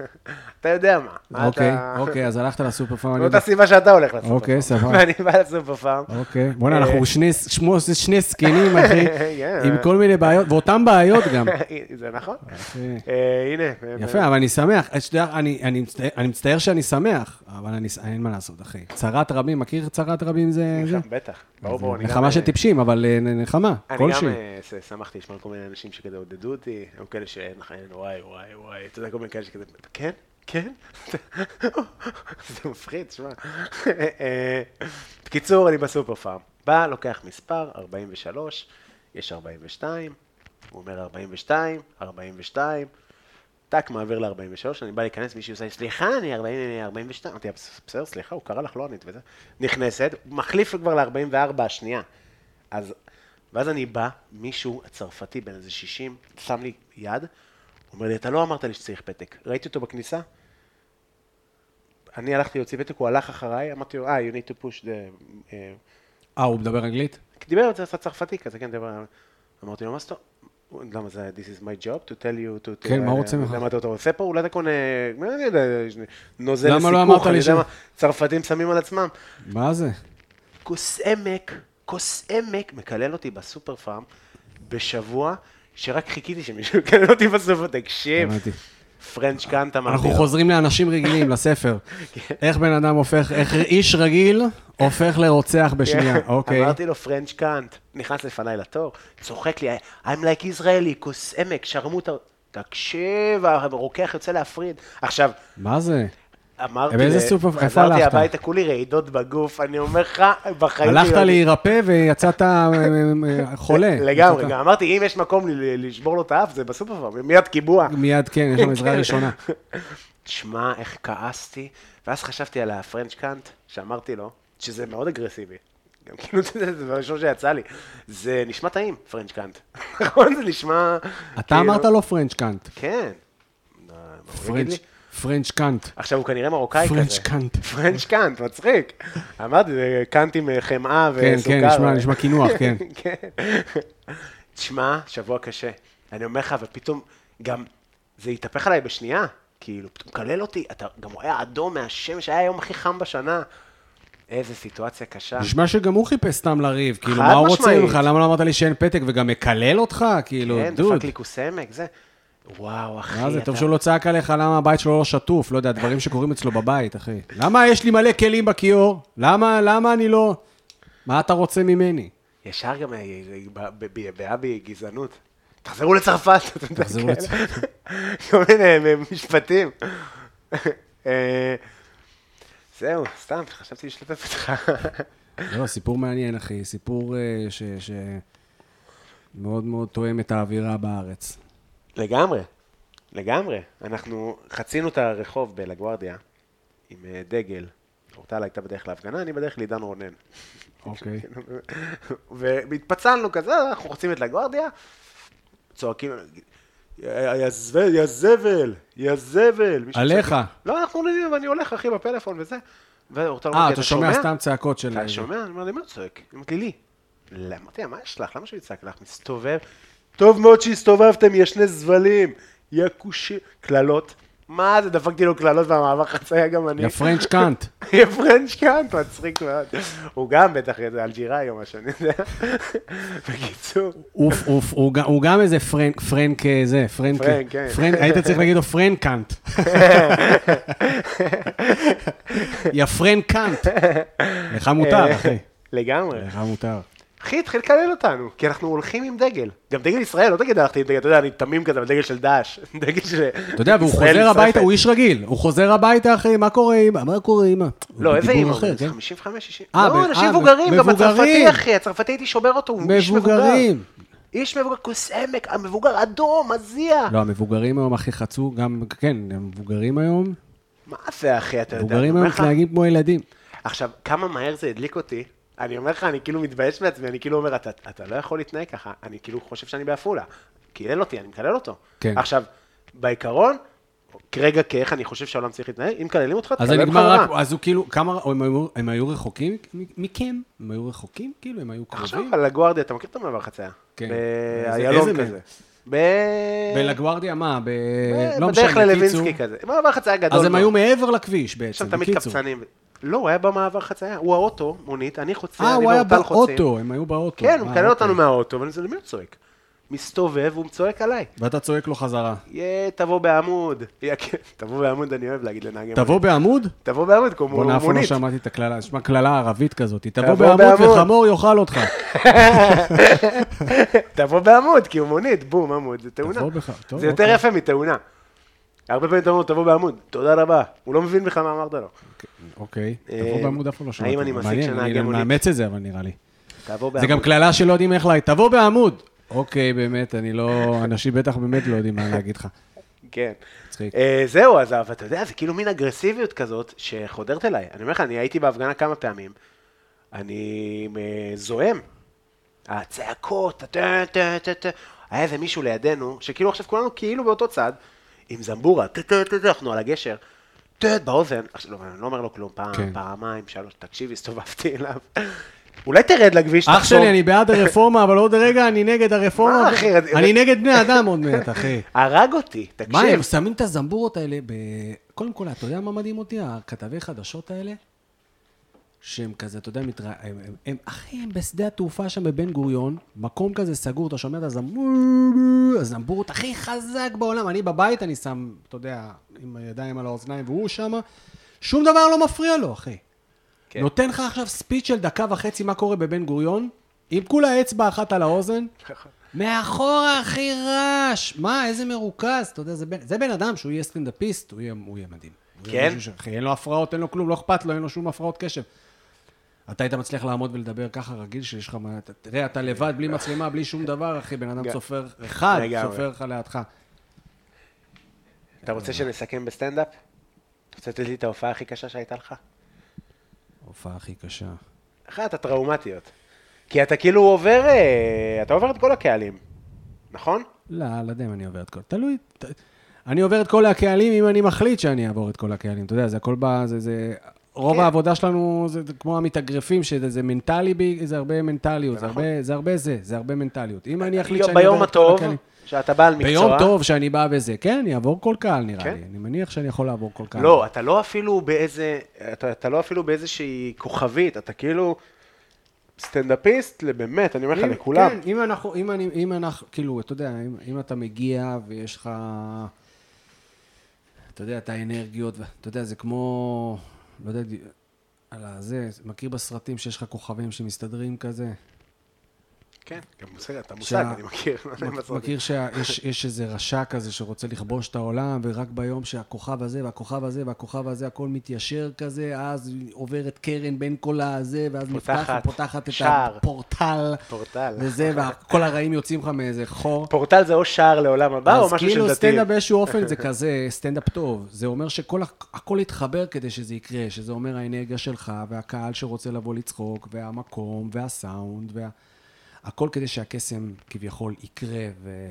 S2: אתה יודע מה. מה
S3: אוקיי,
S2: אתה- לא
S3: אוקיי, אז הלכת לסופר פארם. אני
S2: זאת
S3: יודע-
S2: הסיבה שאתה הולך לסופר פארם.
S3: אוקיי, סבבה.
S2: ואני בא לסופר פארם.
S3: אוקיי. בוא'נה,
S2: אה,
S3: אנחנו שני- שמו- שני זקנים, אחי,
S2: כן.
S3: עם כל מיני בעיות, ואותן בעיות גם.
S2: זה נכון?
S3: אוקיי. יפה.
S2: אה, הנה.
S3: יפה, אבל אני שמח. אה, שתדע, אני- אני מצטער- אני מצטער שאני שמח, אבל אני ס- אין מה לעשות, אחי. צרת רבים, מכיר צרת רבים זה... זה?
S2: נלחם, בטח. ברור, ברור. אני גם-
S3: נחמה של טיפשים, אבל אה, נ- נחמה,
S2: אני
S3: כלשהי.
S2: גם אה, ש- שמחתי לשמוע כל מיני אנשים שכזה עודדו אותי, היו כאלה שאין לך, אין, וואי, וואי, וואי, אתה יודע, כל מיני כאלה שכזה, כן, כן, זה מפחיד, שמע. אה, בקיצור, אני בסופר פארם. בא, לוקח מספר, 43, יש 42, הוא אומר 42, 42, טאק, מעביר ל-43, אני בא להיכנס, מישהי עושה לי, סליחה, אני 40, אני 42. אמרתי, "בס- בסדר, סליחה, הוא קרא לך, לא ענית וזה. נכנסת, מחליף כבר ל-44 השנייה. אז, ואז אני בא, מישהו צרפתי, בן איזה 60, שם לי יד, אומר לי, אתה לא אמרת לי שצריך פתק. ראיתי אותו בכניסה, אני הלכתי להוציא פתק, הוא הלך אחריי, אמרתי לו, אה, you need to push the... אה,
S3: אה, הוא מדבר אנגלית?
S2: דיבר על זה, עשה צרפתי כזה, כן, דיבר... אמרתי לו, מה זאת אומרת? למה זה, this is my job, to tell you, to...
S3: כן, מה הוא רוצה
S2: אני
S3: ממך?
S2: יודע מה אתה עושה פה? אולי אתה קונה... מה אני לא יודע, נוזל
S3: למה לא
S2: לסיכוך,
S3: אמרת
S2: אני
S3: לי
S2: יודע
S3: ש-
S2: מה, צרפתים שמים על עצמם.
S3: מה זה?
S2: כוס עמק, כוס עמק, מקלל אותי בסופר פארם בשבוע, שרק חיכיתי שמישהו יקלל אותי בסופר, תקשיב.
S3: הבנתי.
S2: פרנץ' קאנט אמרתי.
S3: אנחנו
S2: לו.
S3: חוזרים לאנשים רגילים, לספר.
S2: כן.
S3: איך בן אדם הופך, איך איש רגיל הופך לרוצח בשנייה. אוקיי.
S2: כן, אמרתי לו פרנץ' קאנט, נכנס לפניי לתור, צוחק לי, I'm like Israeli, כוס עמק, שרמוטה. תקשיב, הרוקח יוצא להפריד. עכשיו,
S3: מה זה?
S2: אמרתי,
S3: באיזה
S2: ל-
S3: סופר- איפה
S2: חזרתי
S3: הלכת?
S2: הביתה כולי רעידות בגוף, אני אומר לך, בחיים... לא
S3: הלכת
S2: יודע-
S3: להירפא ויצאת אה, אה, אה, חולה.
S2: לגמרי,
S3: יצאת-
S2: גם אמרתי, אם יש מקום ל- ל- לשבור לו את האף, זה בסופר פארם, מיד קיבוע.
S3: מיד כן, יש לנו עזרה ראשונה.
S2: תשמע, איך כעסתי, ואז חשבתי על הפרנץ' קאנט, שאמרתי לו, שזה מאוד אגרסיבי. גם כאילו, אתה יודע, זה הדבר הראשון שיצא לי. זה נשמע טעים, פרנץ' קאנט. נכון? זה נשמע...
S3: אתה
S2: כאילו-
S3: אמרת לו פרנץ' קאנט.
S2: כן. אה, הוא יגיד לי-
S3: פרנץ', פרנץ' קאנט.
S2: עכשיו, הוא כנראה מרוקאי כזה.
S3: פרנץ' קאנט.
S2: פרנץ' קאנט, מצחיק. אמרתי, זה קאנט עם אה, חמאה
S3: כן,
S2: וסוכר.
S3: כן, נשמע- נשמע קינוח, כן.
S2: כן. תשמע, שבוע קשה. אני אומר לך, ופתאום, גם זה התהפך עליי בשנייה. כאילו, פתאום מקלל אותי, אתה גם רואה אדום מהשמש, היה היום הכי חם בשנה. איזה סיטואציה קשה.
S3: נשמע שגם הוא חיפש סתם לריב, כאילו,
S2: חד
S3: מה הוא רוצה
S2: משמעית.
S3: ממך? למה לא אמרת לי שאין פתק וגם מקלל אותך? כאילו,
S2: כן,
S3: דוד.
S2: דפק לי כוס עמק, זה. וואו, אחי.
S3: מה זה, טוב
S2: אתה-
S3: שהוא לא צעק עליך למה הבית שלו לא שטוף, לא יודע, דברים שקורים אצלו בבית, אחי. למה יש לי מלא כלים בכיור? למה, למה אני לא... מה אתה רוצה ממני?
S2: ישר גם אה, ב- ב- ב- בעיה בי גזענות. תחזרו לצרפת, אתה יודע,
S3: תחזרו
S2: כאלה.
S3: לצרפת.
S2: כל מיני אה, משפטים. אה, זהו, סתם, חשבתי לשתף אותך.
S3: לא, סיפור מעניין, אחי. סיפור אה, ש... ש... מאוד מאוד תואם את האווירה בארץ.
S2: לגמרי, לגמרי. אנחנו חצינו את הרחוב בלגוארדיה עם אה, דגל. אורטל הייתה בדרך להפגנה, אני בדרך לעידן רונן.
S3: אוקיי.
S2: והתפצלנו כזה, אנחנו חוצים את לגוארדיה, צועקים, יא יא זבל, יא זבל, יא זבל. מישהו
S3: עליך.
S2: צועק, לא, אנחנו נראים, ואני הולך, אחי, בפלאפון וזה. ואורטל
S3: אה,
S2: אומרת לי,
S3: אתה שומע סתם צעקות של...
S2: אתה שומע? "כן, אני אומר לי, מה את צועק? היא אומרת לי, לי. "לא", אמרתי לה, מה יש לך? למה שהוא יצעק לך? מסתובב. טוב מאוד שהסתובבתם, יא שני זבלים. יא כושי... קללות. מה זה, דפקתי לו קללות והמעבר חצייה גם אני.
S3: יא פרנץ' קאנט.
S2: יא פרנץ' קאנט, מצחיק מאוד. הוא גם בטח איזה אלג'יראי או משהו, אני יודע. בקיצור,
S3: אוף, אוף, הוא גם- הוא גם איזה פרנק, פרנק אה, זה, פרנק,
S2: פרנק, כן.
S3: פרנק, היית צריך להגיד לו פרנק קאנט. יא פרנק קאנט. לך
S2: אה.
S3: מותר, אחי. אה.
S2: לגמרי.
S3: לך מותר.
S2: אחי, התחיל לקלל אותנו, כי אנחנו הולכים עם דגל. גם דגל ישראל, לא דגל הלכתי עם דגל, אתה יודע, אני תמים כזה, אבל דגל של דאעש. דגל של...
S3: אתה יודע, והוא
S2: ישראל
S3: חוזר
S2: נשרפת.
S3: הביתה, הוא איש רגיל. הוא חוזר הביתה, אחי, מה קורה אימא? מה קורה אימא?
S2: לא, איזה אימא?
S3: אחר, כן?
S2: 55, 60.
S3: אה, ב-
S2: לא, אנשים
S3: אה,
S2: מבוגרים, גם
S3: מבוגרים.
S2: הצרפתי, אחי, הצרפתי הייתי שובר אותו, הוא איש מבוגר.
S3: כן. מבוגרים.
S2: איש מבוגר, כוס עמק, המבוגר אדום, מזיע.
S3: לא, המבוגרים היום הכי חצו, גם, כן, המבוגרים היום,
S2: מה זה, אחי, אתה יודע, אני
S3: מבוגרים
S2: אומר
S3: היום
S2: לך,
S3: מתנהגים כמו ילדים.
S2: עכשיו, כמה מהר זה הדליק אותי, אני אומר לך, אני כאילו מתבייש בעצמי, אני כאילו אומר, "אתה- אתה לא יכול להתנהג ככה, אני כאילו חושב שאני בעפולה. קילל אותי, אני מקלל אותו.
S3: כן.
S2: עכשיו, בעיקרון, כרגע כאיך אני חושב שהעולם צריך להתנהג, אם מקללים אותך, לא
S3: אז
S2: תקלל
S3: זה
S2: אותך
S3: נגמר רק,
S2: ברמה.
S3: אז הוא כאילו, כמה, הם היו- הם היו רחוקים מ- מכם? הם היו רחוקים? כאילו, הם היו
S2: עכשיו
S3: קרובים?
S2: על הגוארדיה, אתה מכיר את המעבר חצייה?
S3: כן. איזה
S2: באיילון
S3: מהם?
S2: כזה. ב...
S3: בלגוארדיה, מה? ב...
S2: ב-
S3: לא
S2: בדרך
S3: משנה,
S2: ללווינסקי
S3: קיצור.
S2: כזה. מעבר חצייה גדול.
S3: אז הם
S2: מאוד.
S3: היו מעבר לכביש בעצם,
S2: יש שם תמיד
S3: בקיצור.
S2: קבצנים. לא, הוא היה במעבר חצייה, הוא האוטו, מונית, אני חוצה,
S3: אה,
S2: אני
S3: הוא היה
S2: ואורטל חוצים.
S3: באוטו, הם היו באוטו.
S2: כן, הוא
S3: אה,
S2: מקלל
S3: אוקיי.
S2: אותנו מהאוטו, ואני אומר, למי הוא צועק? מסתובב, והוא צועק עליי.
S3: ואתה צועק לו חזרה.
S2: יא, תבוא בעמוד. יא, כן, תבוא בעמוד, אני אוהב להגיד לנהגי מונית.
S3: תבוא בעמוד?
S2: תבוא בעמוד, כמו
S3: בוא'נה, אף פעם לא
S2: מונית.
S3: שמעתי את הקללה, נשמע קללה ערבית כזאת. תבוא
S2: תבוא
S3: בעמוד
S2: בעמוד.
S3: וחמור יאכל אותך.
S2: תבוא בעמוד, כי הוא מונית, בום, עמוד, זה תאונה.
S3: תבוא בך, טוב,
S2: זה יותר
S3: אוקיי.
S2: יפה מתאונה. הרבה פעמים אתה אומר, תבוא בעמוד, תודה רבה. הוא לא מבין בכלל מה אמרת לו.
S3: אוקיי,
S2: אה,
S3: תבוא בעמוד אף פעם לא שמעתי.
S2: האם אני מסיק
S3: מעניין,
S2: שנהגי
S3: אני
S2: מונית?
S3: מאמץ את זה, אבל נראה לי.
S2: תבוא
S3: זה
S2: בעמוד.
S3: גם קללה שלא יודעים איך לה... תבוא בעמוד! אוקיי, באמת, אני לא... אנשים בטח באמת לא יודעים מה להגיד לך.
S2: כן.
S3: מצחיק.
S2: אה, זהו, אז אבל אתה יודע, זה כאילו מין אגרסיביות כזאת שחודרת אליי. אני אומר לך, אני הייתי בהפגנה כמה פעמים, אני אה, זועם. הצעקות, טה, טה, טה, טה. היה איזה מישהו לידינו, שכאילו עכשיו כולנו כאילו באותו צד, עם זמבורה, טה, טה, טה, טה, אנחנו על הגשר. טה, באוזן, עכשיו לא, אני לא אומר לו כלום, פעם,
S3: כן.
S2: פעמיים, שלוש, תקשיב, הסתובבתי אליו. אולי תרד לכביש,
S3: אח שלי, אני בעד הרפורמה, אבל עוד רגע אני נגד הרפורמה.
S2: מה, אחי?
S3: אני נגד בני אדם עוד מעט, אחי.
S2: הרג אותי, תקשיב.
S3: מה, הם שמים את הזמבורות האלה ב... קודם כל, אתה יודע מה מדהים אותי? הכתבי חדשות האלה, שהם כזה, אתה יודע, מתרא... הם, הם, הם, אחי, הם בשדה התעופה שם בבן גוריון, מקום כזה סגור, אתה שומע את הזמבור- הזמבורות הכי חזק בעולם. אני בבית, אני שם, אתה יודע, עם הידיים על האוזניים, והוא שמה, שום דבר לא מפריע לו, אחי.
S2: כן.
S3: כן. נותן לך עכשיו ספיץ של דקה וחצי מה קורה בבן גוריון, עם כולה אצבע אחת על האוזן, מאחורה הכי רעש, מה, איזה מרוכז, אתה יודע, זה בן, זה בן אדם שהוא יהיה סטנדאפיסט, הוא יהיה, הוא יהיה מדהים. הוא יהיה
S2: כן?
S3: מישהו ש- אחי, אין לו הפרעות, אין לו כלום, לא אכפת לו, אין לו שום הפרעות קשב. אתה היית מצליח לעמוד ולדבר ככה רגיל שיש לך מה... אתה- תראה, אתה לבד, בלי מצלמה, בלי שום דבר, אחי, בן אדם
S2: גם-
S3: צופר אחד,
S2: לגמרי.
S3: צופר לך לידך.
S2: אתה רוצה שנסכם בסטנדאפ? רוצה לתת לי את ההופעה הכי קשה שהייתה לך?
S3: הופעה הכי קשה.
S2: אחת הטראומטיות. כי אתה כאילו עובר, אה, אתה עובר את כל הקהלים, נכון?
S3: לא, לא יודע אם אני עובר את כל... תלוי. ת... אני עובר את כל הקהלים אם אני מחליט שאני אעבור את כל הקהלים. אתה יודע, זה הכל ב... זה... זה... רוב
S2: כן.
S3: העבודה שלנו זה כמו המתאגרפים, שזה זה מנטלי, בי- זה הרבה מנטליות, זה
S2: נכון.
S3: הרבה זה, הרבה זה, זה הרבה מנטליות. אם אני אחליט
S2: יום-
S3: שאני
S2: כאילו ביום
S3: עובר את כל
S2: הטוב,
S3: הקהלים...
S2: שאתה בעל מקצוע.
S3: ביום טוב שאני בא וזה, כן, אני אעבור כל קהל נראה
S2: כן.
S3: לי. אני מניח שאני יכול לעבור כל קהל.
S2: לא, אתה לא אפילו באיזה, אתה, אתה לא אפילו באיזושהי כוכבית, אתה כאילו סטנדאפיסט, באמת, אני אומר לך,
S3: אם-
S2: לכולם.
S3: כן, אם אנחנו, אם אני, אם אנחנו, כאילו, אתה יודע, אם, אם אתה מגיע ויש לך, אתה יודע, את האנרגיות, אתה יודע, זה כמו, לא יודע, על הזה, מכיר בסרטים שיש לך כוכבים שמסתדרים כזה?
S2: כן, גם מושג, אתה מושג,
S3: שה-
S2: אני מכיר. לא יודע אם
S3: מכ-
S2: עצרתי.
S3: מכיר שיש איזה רשע כזה שרוצה לכבוש את העולם, ורק ביום שהכוכב הזה והכוכב הזה והכוכב הזה, הכל מתיישר כזה, אז עוברת קרן בין כל הזה, ואז נפתח
S2: פותחת,
S3: ופותחת את
S2: שער.
S3: הפורטל,
S2: פורטל.
S3: וזה, וכל הרעים יוצאים לך מאיזה חור.
S2: פורטל זה או שער לעולם הבא, או
S3: אז
S2: משהו
S3: כאילו
S2: של דתי.
S3: סטנדאפ באיזשהו אופן זה כזה סטנדאפ טוב. זה אומר שכל ה- הכל התחבר כדי שזה יקרה, שזה אומר האנרגיה שלך, והקהל שרוצה לבוא לצחוק, והמקום, והסאונד, וה... הכל כדי שהקסם כביכול יקרה ו...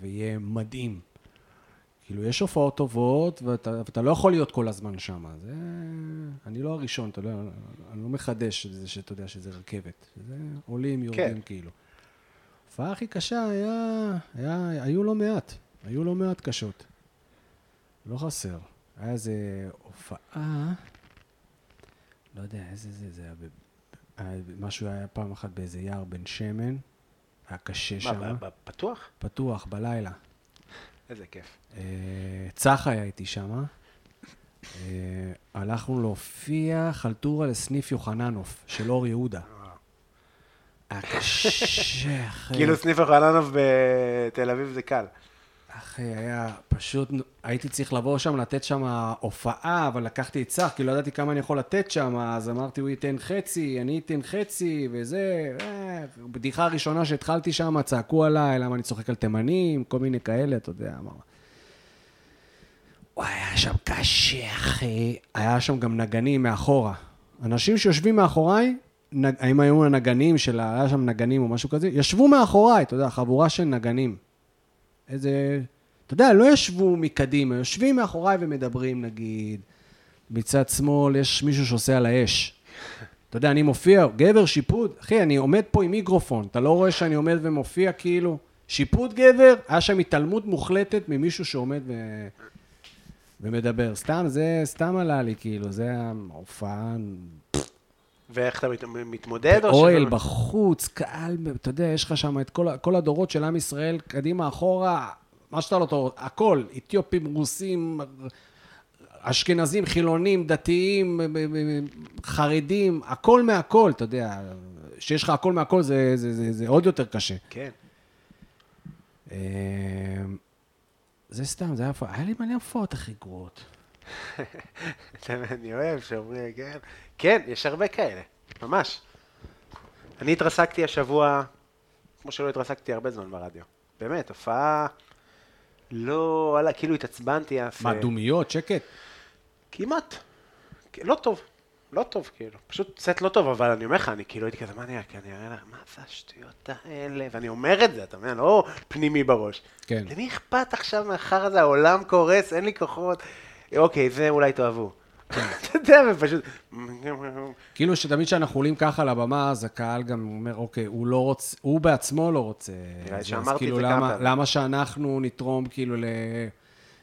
S3: ויהיה מדהים. כאילו, יש הופעות טובות, ואתה, ואתה לא יכול להיות כל הזמן שם. זה... אני לא הראשון, אתה יודע, אני לא מחדש את זה שאתה יודע שזה רכבת. זה עולים, יורדים,
S2: כן.
S3: כן. כאילו. ההופעה הכי קשה היה, היה, היו לא מעט, היו לא מעט קשות. לא חסר. היה איזה הופעה, לא יודע איזה זה, זה היה, ב, היה משהו היה פעם אחת באיזה יער בן שמן, היה קשה
S2: מה,
S3: שם,
S2: ב- ב- פתוח?
S3: פתוח בלילה.
S2: איזה כיף.
S3: אה, צח היה איתי שם. הלכנו להופיע חלטורה לסניף יוחננוף של אור יהודה. היה קשה, אחי.
S2: כאילו סניף יוחננוב בתל אביב זה קל.
S3: אחי, היה פשוט, הייתי צריך לבוא שם, לתת שם הופעה, אבל לקחתי את צח, כי לא ידעתי כמה אני יכול לתת שם, אז אמרתי, הוא ייתן חצי, אני אתן חצי, וזה... אה, בדיחה הראשונה שהתחלתי שם, צעקו עליי, למה אני צוחק על תימנים, כל מיני כאלה, אתה יודע, אמר. וואי, היה שם קשה, אחי. היה שם גם נגנים מאחורה. אנשים שיושבים מאחוריי, נג... האם היו הנגנים של ה... היה שם נגנים או משהו כזה, ישבו מאחוריי, אתה יודע, חבורה של נגנים. איזה... אתה יודע, לא ישבו מקדימה, יושבים מאחוריי ומדברים, נגיד. מצד שמאל יש מישהו שעושה על האש. אתה יודע, אני מופיע, גבר, שיפוד. אחי, אני עומד פה עם מיקרופון, אתה לא רואה שאני עומד ומופיע כאילו... שיפוד גבר, היה שם התעלמות מוחלטת ממישהו שעומד ו... ומדבר. סתם, זה סתם עלה לי, כאילו, זה ההופעה...
S2: ואיך אתה מת- מתמודד? או
S3: אוהל
S2: שזה-
S3: בחוץ, קהל, אתה יודע, יש לך שם את כל, ה- כל הדורות של עם ישראל, קדימה, אחורה, מה שאתה לא תורד, הכל, אתיופים, רוסים, אשכנזים, חילונים, דתיים, חרדים, הכל מהכל, אתה יודע, שיש לך הכל מהכל זה, זה, זה, זה עוד יותר קשה.
S2: כן.
S3: אה, זה סתם, זה היה, הופעה. היה לי מלא הופעות הכי גרועות.
S2: אני אוהב שאומרים, כן. כן, יש הרבה כאלה, ממש. אני התרסקתי השבוע, כמו שלא התרסקתי הרבה זמן ברדיו. באמת, הופעה... לא, וואלה, כאילו התעצבנתי אף...
S3: מה,
S2: אה,
S3: דומיות, שקט?
S2: כמעט. כן, לא טוב. לא טוב, כאילו. פשוט סט לא טוב, אבל אני אומר לך, אני כאילו הייתי כזה, מה נראה? כי אני אראה לך, מה זה השטויות האלה? ואני אומר את זה, אתה מבין? לא פנימי בראש.
S3: כן.
S2: למי אכפת עכשיו מהחרא הזה? העולם קורס, אין לי כוחות. אוקיי, זה אולי תאהבו.
S3: כן.
S2: אתה יודע, ופשוט...
S3: כאילו שתמיד כשאנחנו עולים ככה לבמה, אז הקהל גם אומר, אוקיי, הוא לא רוצה, הוא בעצמו לא רוצה.
S2: נראה לי
S3: אז
S2: שאמרתי את
S3: כאילו
S2: זה
S3: למה-
S2: כמה פעמים.
S3: למה שאנחנו נתרום כאילו ל...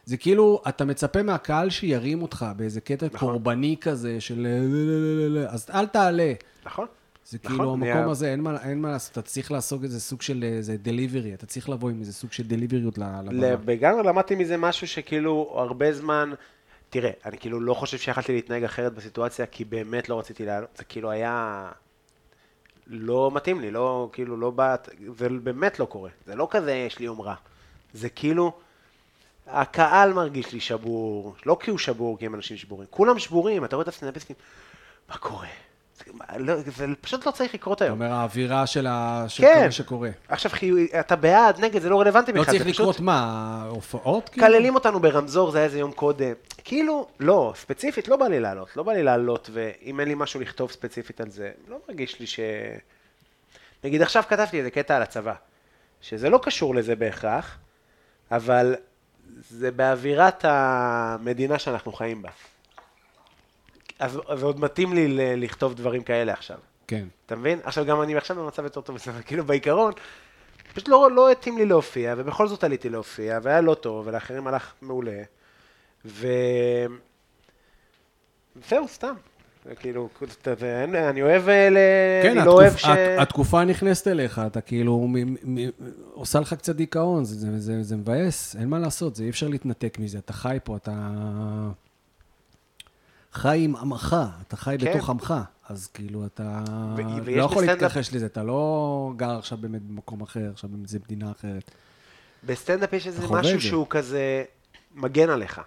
S3: זה כאילו, אתה מצפה מהקהל שירים אותך באיזה קטע
S2: נכון.
S3: קורבני כזה של... "אה, לא, לא, לא, לא, לא", אז אל תעלה.
S2: נכון?
S3: זה
S2: נכון,
S3: כאילו, המקום
S2: נהיה-
S3: הזה, אין מה- אין מה לעשות, אתה צריך לעשות איזה סוג של איזה דליברי, אתה צריך לבוא עם איזה סוג של דליבריות ל- לבמה.
S2: לגמרי למדתי מזה משהו שכאילו הרבה זמן, תראה, אני כאילו לא חושב שיכלתי להתנהג אחרת בסיטואציה, כי באמת לא רציתי לעלות, זה כאילו היה לא מתאים לי, לא, כאילו לא בא, זה באמת לא קורה, זה לא כזה יש לי יומרה, זה כאילו, הקהל מרגיש לי שבור, לא כי הוא שבור, כי הם אנשים שבורים, כולם שבורים, אתה רואה את הסטנדאפיסטים, מה קורה? זה, מה, לא, זה פשוט לא צריך לקרות
S3: אתה
S2: היום.
S3: אומר, האווירה של ה- של
S2: כן.
S3: כל מה שקורה.
S2: עכשיו, חיו- אתה בעד, נגד, זה לא רלוונטי
S3: לא
S2: בכלל.
S3: צריך
S2: זה פשוט-
S3: לקרות מה, הופעות? כאילו?
S2: מקללים אותנו ברמזור, זה היה איזה יום קודם. כאילו, לא, ספציפית לא בא לי לעלות, לא בא לי לעלות, ואם אין לי משהו לכתוב ספציפית על זה, לא מרגיש לי ש... נגיד עכשיו כתבתי איזה קטע על הצבא, שזה לא קשור לזה בהכרח, אבל זה באווירת המדינה שאנחנו חיים בה. אז, אז עוד מתאים לי ל- לכתוב דברים כאלה עכשיו.
S3: כן.
S2: אתה מבין? עכשיו גם אני עכשיו במצב יותר טוב, אבל כאילו בעיקרון, פשוט לא, לא התאים לי להופיע, ובכל זאת עליתי להופיע, והיה לא טוב, ולאחרים הלך מעולה, ו... זהו, סתם. זה כאילו, אתה- זה- אין- אני אוהב, אה, ל...
S3: כן,
S2: אני
S3: התקופ...
S2: לא אוהב ש...
S3: הת- התקופה נכנסת אליך, אתה כאילו, מ... מ... עושה לך קצת דיכאון, זה, זה, זה, זה מבאס, אין מה לעשות, זה אי אפשר להתנתק מזה, אתה חי פה, אתה... חי עם עמך, אתה חי
S2: כן.
S3: בתוך עמך, אז כאילו אתה
S2: ו- ויש
S3: לא יכול
S2: בסטנדאפ-
S3: להתכחש לזה, אתה לא גר עכשיו באמת במקום אחר, עכשיו באיזה מדינה אחרת.
S2: בסטנדאפ יש איזה
S3: אתה חווה את
S2: משהו
S3: זה.
S2: שהוא כזה מגן עליך,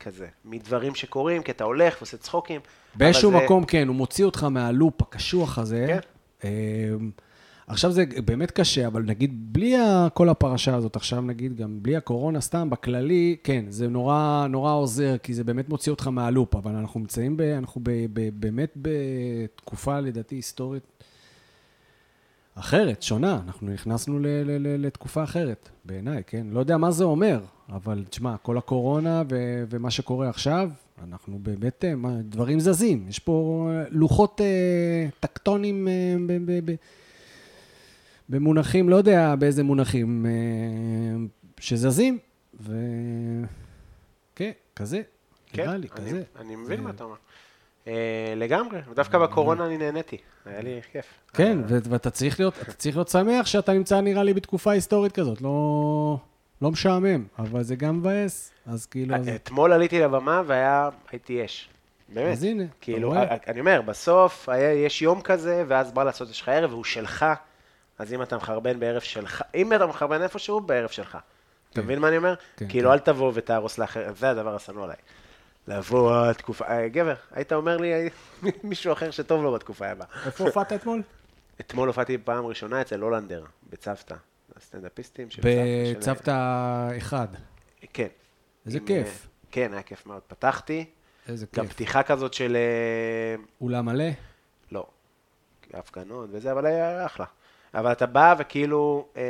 S2: כזה, מדברים שקורים, כי אתה הולך ועושה צחוקים. אבל
S3: באיזשהו
S2: זה-
S3: מקום, כן, הוא מוציא אותך מהלופ הקשוח הזה. כן. עכשיו זה באמת קשה, אבל נגיד בלי ה- כל הפרשה הזאת, עכשיו נגיד גם בלי הקורונה, סתם בכללי, כן, זה נורא, נורא עוזר, כי זה באמת מוציא אותך מהלופ, אבל אנחנו נמצאים, ב, אנחנו ב, ב, באמת בתקופה, לדעתי, היסטורית אחרת, שונה. אנחנו נכנסנו ל, ל, ל, לתקופה אחרת, בעיניי, כן? לא יודע מה זה אומר, אבל תשמע, כל הקורונה ו, ומה שקורה עכשיו, אנחנו באמת, אה, מה, דברים זזים. יש פה אה, לוחות אה, טקטונים אה, ב, ב, ב, במונחים, לא יודע באיזה מונחים, אה, שזזים, וכן, כזה,
S2: כן,
S3: נראה לי,
S2: אני-
S3: כזה.
S2: אני מבין
S3: זה- אה.
S2: מה אתה אומר. אה, לגמרי, ודווקא בקורונה אני נהניתי, היה לי כיף.
S3: כן,
S2: אה,
S3: ו- ואתה צריך להיות, אתה צריך להיות שמח שאתה נמצא, נראה לי, בתקופה היסטורית כזאת. לא, לא משעמם, אבל זה גם מבאס, אז כאילו...
S2: אה,
S3: אז-
S2: אתמול עליתי לבמה והיה, הייתי אש. באמת.
S3: אז הנה, אתה
S2: כאילו,
S3: רואה?
S2: אני אומר, בסוף היה, יש יום כזה, ואז בא לעשות, יש לך ערב, והוא שלך, אז אם אתה מחרבן בערב שלך, אם אתה מחרבן איפשהו, בערב שלך. אתה מבין מה אני אומר?
S3: כן,
S2: כאילו,
S3: כן.
S2: אל תבוא ותהרוס לאחר, זה הדבר השנוא עליי. לבוא התקופה, אה, גבר, היית אומר לי אה, מישהו אחר שטוב לו בתקופה הבאה.
S6: איפה הופעת אתמול?
S2: אתמול הופעתי פעם ראשונה אצל הולנדר, בצוותא, הסטנדאפיסטים של צוותא. של-
S3: בצוותא אחד.
S2: כן.
S3: איזה
S2: עם,
S3: כיף.
S2: אה, כן, היה כיף מאוד. פתחתי,
S3: איזה
S2: גם
S3: כיף.
S2: פתיחה כזאת של... אה,
S3: אולם מלא?
S2: לא, הפגנות וזה, אבל היה אחלה. אבל אתה בא וכאילו, אה,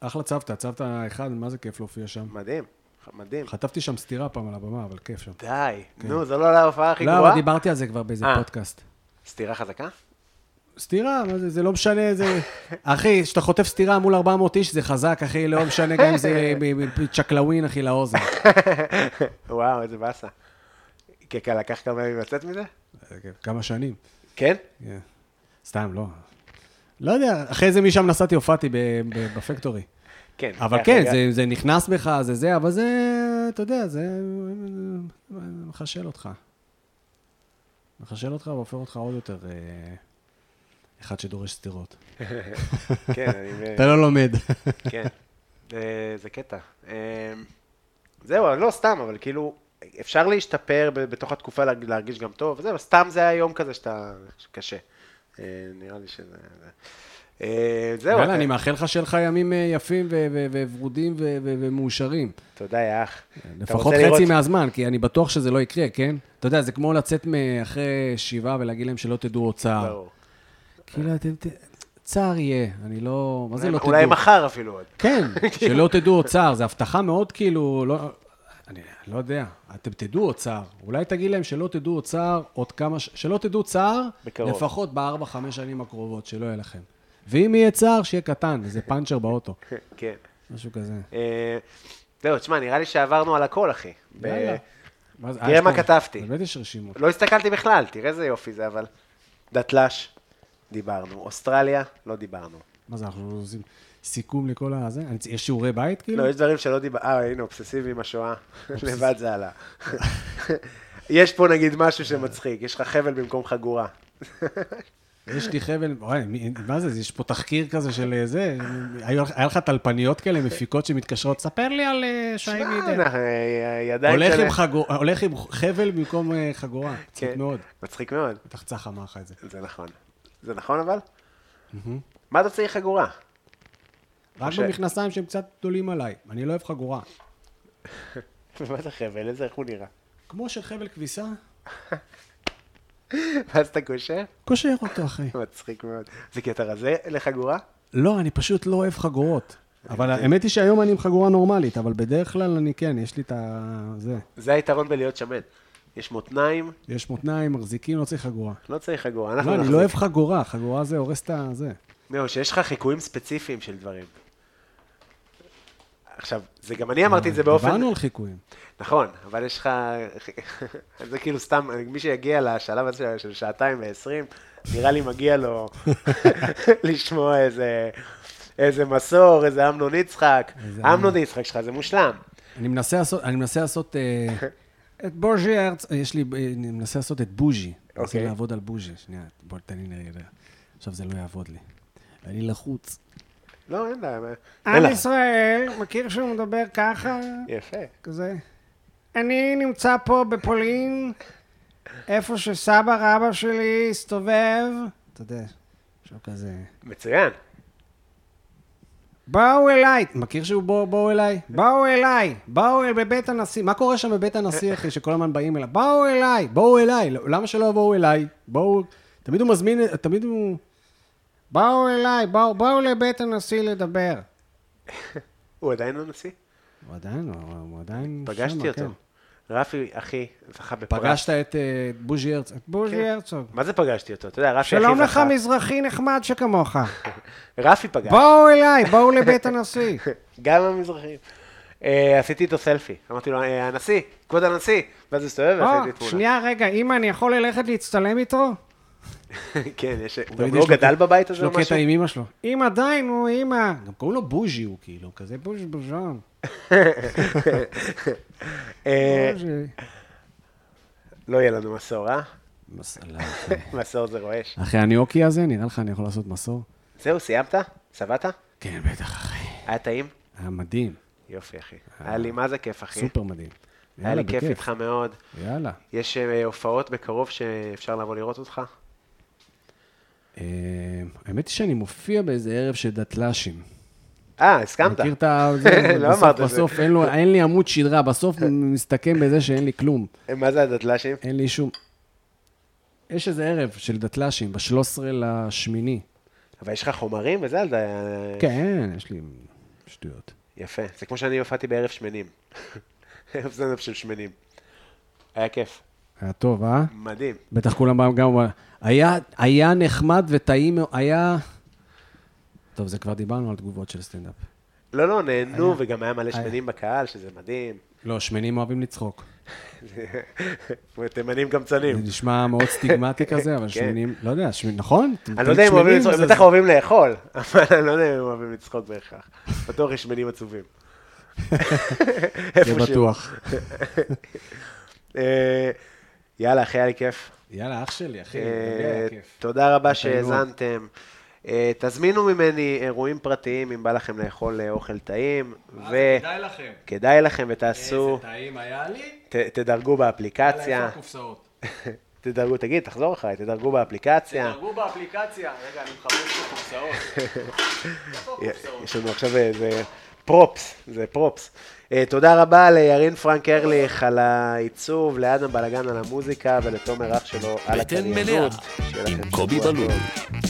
S3: אחלה צוותא, צוותא אחד, מה זה כיף להופיע שם.
S2: מדהים, מדהים.
S3: חטפתי שם סטירה פעם על הבמה, אבל כיף שם.
S2: די, נו, זו לא ההופעה הכי
S3: כן. לא, אבל
S2: גרועה?
S3: דיברתי על זה כבר באיזה
S2: אה.
S3: פודקאסט.
S2: סטירה חזקה?
S3: סטירה, מה זה, זה לא משנה, זה... אחי, כשאתה חוטף סטירה מול 400 איש, זה חזק, אחי, לא משנה גם אם זה צ'קלאווין, אחי, לאוזן.
S2: וואו, איזה באסה. קקה לקח כמה ימים לצאת מזה?
S3: כמה שנים.
S2: כן?
S3: כן. סתם, לא. לא יודע, אחרי זה משם נסעתי, הופעתי ב- ב- בפקטורי.
S2: כן.
S3: אבל
S2: ככה
S3: כן,
S2: הגע-
S3: זה, זה נכנס בך, זה זה, אבל זה, אתה יודע, זה זה מחשל אותך. מחשל אותך והופך אותך עוד יותר אה, אחד שדורש סתירות.
S2: כן, אני... מבין.
S3: אתה לא לומד.
S2: כן, זה- זה קטע. אה, זהו, לא סתם, אבל כאילו, אפשר להשתפר ב- בתוך התקופה, לה- להרגיש גם טוב, וזה, אבל סתם זה היה יום כזה שאתה... קשה. אה, נראה לי שזה... זה. אה, זהו,
S3: יאללה,
S2: אתה-
S3: אני מאחל לך שיהיה לך ימים אה, יפים ו- ו- ו- ורודים ו- ו- ומאושרים.
S2: תודה, יא אח. אתה
S3: לפחות
S2: רוצה
S3: חצי
S2: לראות-
S3: מהזמן, כי אני בטוח שזה לא יקרה, כן? אתה יודע, זה כמו לצאת מאחרי שבעה ולהגיד להם שלא תדעו עוד צער.
S2: ברור.
S3: כאילו, אתם... ת- צער יהיה, אני לא... מה זה לא תדעו?
S2: אולי מחר כאילו. אפילו עוד.
S3: כן, שלא תדעו עוד צער, זו הבטחה מאוד כאילו... לא- אני לא יודע, אתם תדעו עוד צער. אולי תגיד להם שלא תדעו עוד צער עוד כמה... ש- שלא תדעו צער,
S2: בקרוב.
S3: לפחות בארבע, חמש שנים הקרובות, שלא יהיה לכם. ואם יהיה צער, שיהיה קטן, איזה פאנצ'ר באוטו,
S2: כן.
S3: משהו כזה.
S2: אה, זהו, תשמע, נראה לי שעברנו על הכל, אחי. ב-
S3: יאללה. מה זה-
S2: תראה
S3: אה, יש
S2: מה
S3: פה-
S2: כתבתי.
S3: באמת יש רשימות.
S2: לא הסתכלתי בכלל, תראה איזה יופי זה, אבל... דתל"ש, דיברנו. אוסטרליה, לא דיברנו.
S3: מה זה, אנחנו עושים סיכום לכל הזה? אני צ- יש שיעורי בית כאילו?
S2: לא, יש דברים שלא דיבר... אה, הנה, אובססיבי עם השואה. לבד זה עלה. יש פה נגיד משהו שמצחיק, יש לך חבל במקום חגורה.
S3: יש לי חבל, וואי, מי- מה זה, יש פה תחקיר כזה של אה, זה, היו לך- היה לך טלפניות כאלה מפיקות שמתקשרות, ספר לי על אה, שי מידר.
S2: אנחנו, אה, ידיים
S3: הולך
S2: של-
S3: עם חגור- הולך עם חבל במקום אה, חגורה, מצחיק
S2: כן,
S3: מאוד.
S2: מצחיק מאוד,
S3: בטח צח אמר לך את זה.
S2: זה נכון. זה נכון אבל? מה אתה צריך חגורה?
S3: רק
S2: משה.
S3: במכנסיים שהם קצת גדולים עליי, אני לא אוהב חגורה.
S2: מה זה חבל? איזה, איך הוא נראה?
S3: כמו של חבל כביסה,
S2: ואז אתה קושר?
S3: קושר אותו אחי.
S2: מצחיק מאוד. זה כי אתה רזה לחגורה?
S3: לא, אני פשוט לא אוהב חגורות. אבל האמת היא שהיום אני עם חגורה נורמלית, אבל בדרך כלל אני כן, יש לי את ה... זה.
S2: זה היתרון בלהיות שמן. יש מותניים,
S3: יש מותניים, מחזיקים, לא צריך חגורה.
S2: לא צריך חגורה. אנחנו
S3: לא, אני
S2: נחזיק.
S3: לא אוהב חגורה, חגורה זה הורס את ה... זה.
S2: זהו, לא, שיש לך חיקויים ספציפיים של דברים. עכשיו, זה גם אני אמרתי את זה באופן...
S3: אה, דיברנו על חיקויים.
S2: נכון, אבל יש לך... זה כאילו סתם, מי שיגיע לשלב הזה של שעתיים ועשרים, נראה לי מגיע לו לשמוע איזה... איזה מסור, איזה אמנון יצחק. אמנון יצחק שלך זה מושלם.
S3: אני מנסה לעשות, אני מנסה לעשות אה, את בוז'י הרצ... יש לי, אה, אני מנסה לעשות את בוז'י. אני מנסה
S2: אוקיי.
S3: לעבוד על בוז'י. שנייה, בוא תן לי נראה. עכשיו זה לא יעבוד לי. אני לחוץ.
S2: לא, אין לה, אין
S7: עם
S3: אה,
S2: לה.
S7: ישראל, מכיר שהוא מדבר ככה,
S2: יפה.
S7: כזה? אני נמצא פה בפולין, איפה שסבא רבא שלי הסתובב.
S3: אתה יודע, עכשיו כזה...
S2: מצוין.
S7: בואו אליי,
S3: מכיר שהוא בוא, בואו אליי?
S7: בואו אליי.
S3: באו אל בבית הנשיא, מה קורה שם בבית הנשיא, אחי, שכל הזמן באים אליו? באו אליי, בואו אליי, לא- למה שלא יבואו אליי? בואו, תמיד הוא מזמין, תמיד הוא...
S7: בואו אליי, בואו, בואו לבית הנשיא לדבר.
S2: הוא עדיין לא נשיא?
S3: הוא עדיין, הוא הוא עדיין...
S2: פגשתי
S3: שמה,
S2: אותו.
S3: כן.
S2: רפי, אחי, זכה בפרס.
S3: פגשת את אה, בוז'י הרצוג.
S7: בוז'י הרצוג.
S2: מה זה פגשתי אותו? אתה יודע, רפי כן. אחי
S7: שלום לך,
S2: זכה.
S7: מזרחי נחמד שכמוך.
S2: רפי פגש.
S7: בואו אליי, בואו לבית הנשיא.
S2: גם המזרחים. אה, עשיתי איתו סלפי. אמרתי לו, "אה, הנשיא, כבוד הנשיא. ואז הוא הסתובב
S3: אה,
S2: ועשיתי
S7: או,
S2: תמונה.
S7: שנייה, רגע, אמא, אני יכול ללכת להצטלם איתו?
S2: כן, יש... הוא
S3: תמיד
S2: גם לא
S3: יש לו-
S2: גדל בבית
S3: יש
S2: הזה או
S3: לו קטע
S2: משהו?
S3: עם אמא שלו.
S7: אמא, די, נו, אמא.
S3: גם קוראים לו בוז'י, הוא כאילו כזה בוז' בוז'ון.
S2: אה,
S7: בוז'י.
S2: לא יהיה לנו מסור, אה?
S3: מסלה.
S2: מסור זה רועש.
S3: אחי, כן. הניוקי הזה, נראה לך אני יכול לעשות מסור?
S2: זהו, סיימת? שבעת?
S3: כן, בטח, אחי.
S2: היה טעים?
S3: היה מדהים,
S2: יופי, אחי. היה לי מה זה כיף, אחי.
S3: סופר מדהים.
S2: כן. היה
S3: יאללה,
S2: לי כיף
S3: בכיף.
S2: איתך מאוד.
S3: יאללה.
S2: יש אה, הופעות בקרוב שאפשר לבוא לראות אותך?
S3: אה, האמת היא שאני מופיע באיזה ערב של דתל"שים.
S2: אה, הסכמת.
S3: מכיר את ה... זה-
S2: לא
S3: בסוף-
S2: אמרת את זה. אה.
S3: בסוף אין לו- אין לי עמוד שדרה, בסוף מסתכם בזה שאין לי כלום.
S2: מה זה הדתל"שים?
S3: אין לי שום... יש איזה ערב של דתל"שים, ב-13 לשמיני.
S2: אבל יש לך חומרים וזה, אז... אה,
S3: כן, יש לי שטויות.
S2: יפה. זה כמו שאני הופעתי בערב שמנים. ערב סטנדאפ של שמנים. היה כיף.
S3: היה טוב, אה?
S2: מדהים.
S3: בטח כולם באו גם... היה, היה נחמד וטעים, מאוד, היה... טוב, זה כבר דיברנו על תגובות של סטנדאפ.
S2: לא, לא, נהנו, וגם היה מלא שמנים בקהל, שזה מדהים.
S3: לא, שמנים אוהבים לצחוק.
S2: תימנים קמצנים.
S3: זה נשמע מאוד סטיגמטי כזה, אבל שמנים... לא יודע, שמנים, נכון?
S2: כן. אני לא יודע אם אוהבים
S3: שמנים
S2: לצחוק,
S3: זה-
S2: הם בטח אוהבים לאכול, אבל אני לא יודע אם הם אוהבים לצחוק בהכרח. בטוח יש שמנים עצובים.
S3: זה
S2: איפשהו.
S3: בטוח.
S2: אה, יאללה, אחי, היה לי כיף.
S3: יאללה, אח שלי, אחי,
S2: אה,
S3: באמת כן, היה כיף.
S2: תודה רבה
S3: תתעיינו.
S2: שהאזנתם. אה, תזמינו ממני אירועים פרטיים אם בא לכם לאכול אה, אוכל טעים. ו-
S3: אה, כדאי לכם.
S2: כדאי לכם ותעשו,
S3: איזה טעים היה לי.
S2: ת- תדרגו
S3: יאללה,
S2: באפליקציה,
S3: איפה הקופסאות?
S2: תדרגו, תגיד, תחזור אחריי, תדרגו באפליקציה.
S3: תדרגו באפליקציה. רגע, אני מחפש פה קופסאות.
S2: יש לנו עכשיו איזה פרופס, זה פרופס. אה, תודה רבה לירין פרנק ארליך על העיצוב, לאדם בלאגן על המוזיקה ולתומר אח שלו על
S1: בטן מלאה
S2: הקריינות.
S1: עם קובי בלולו.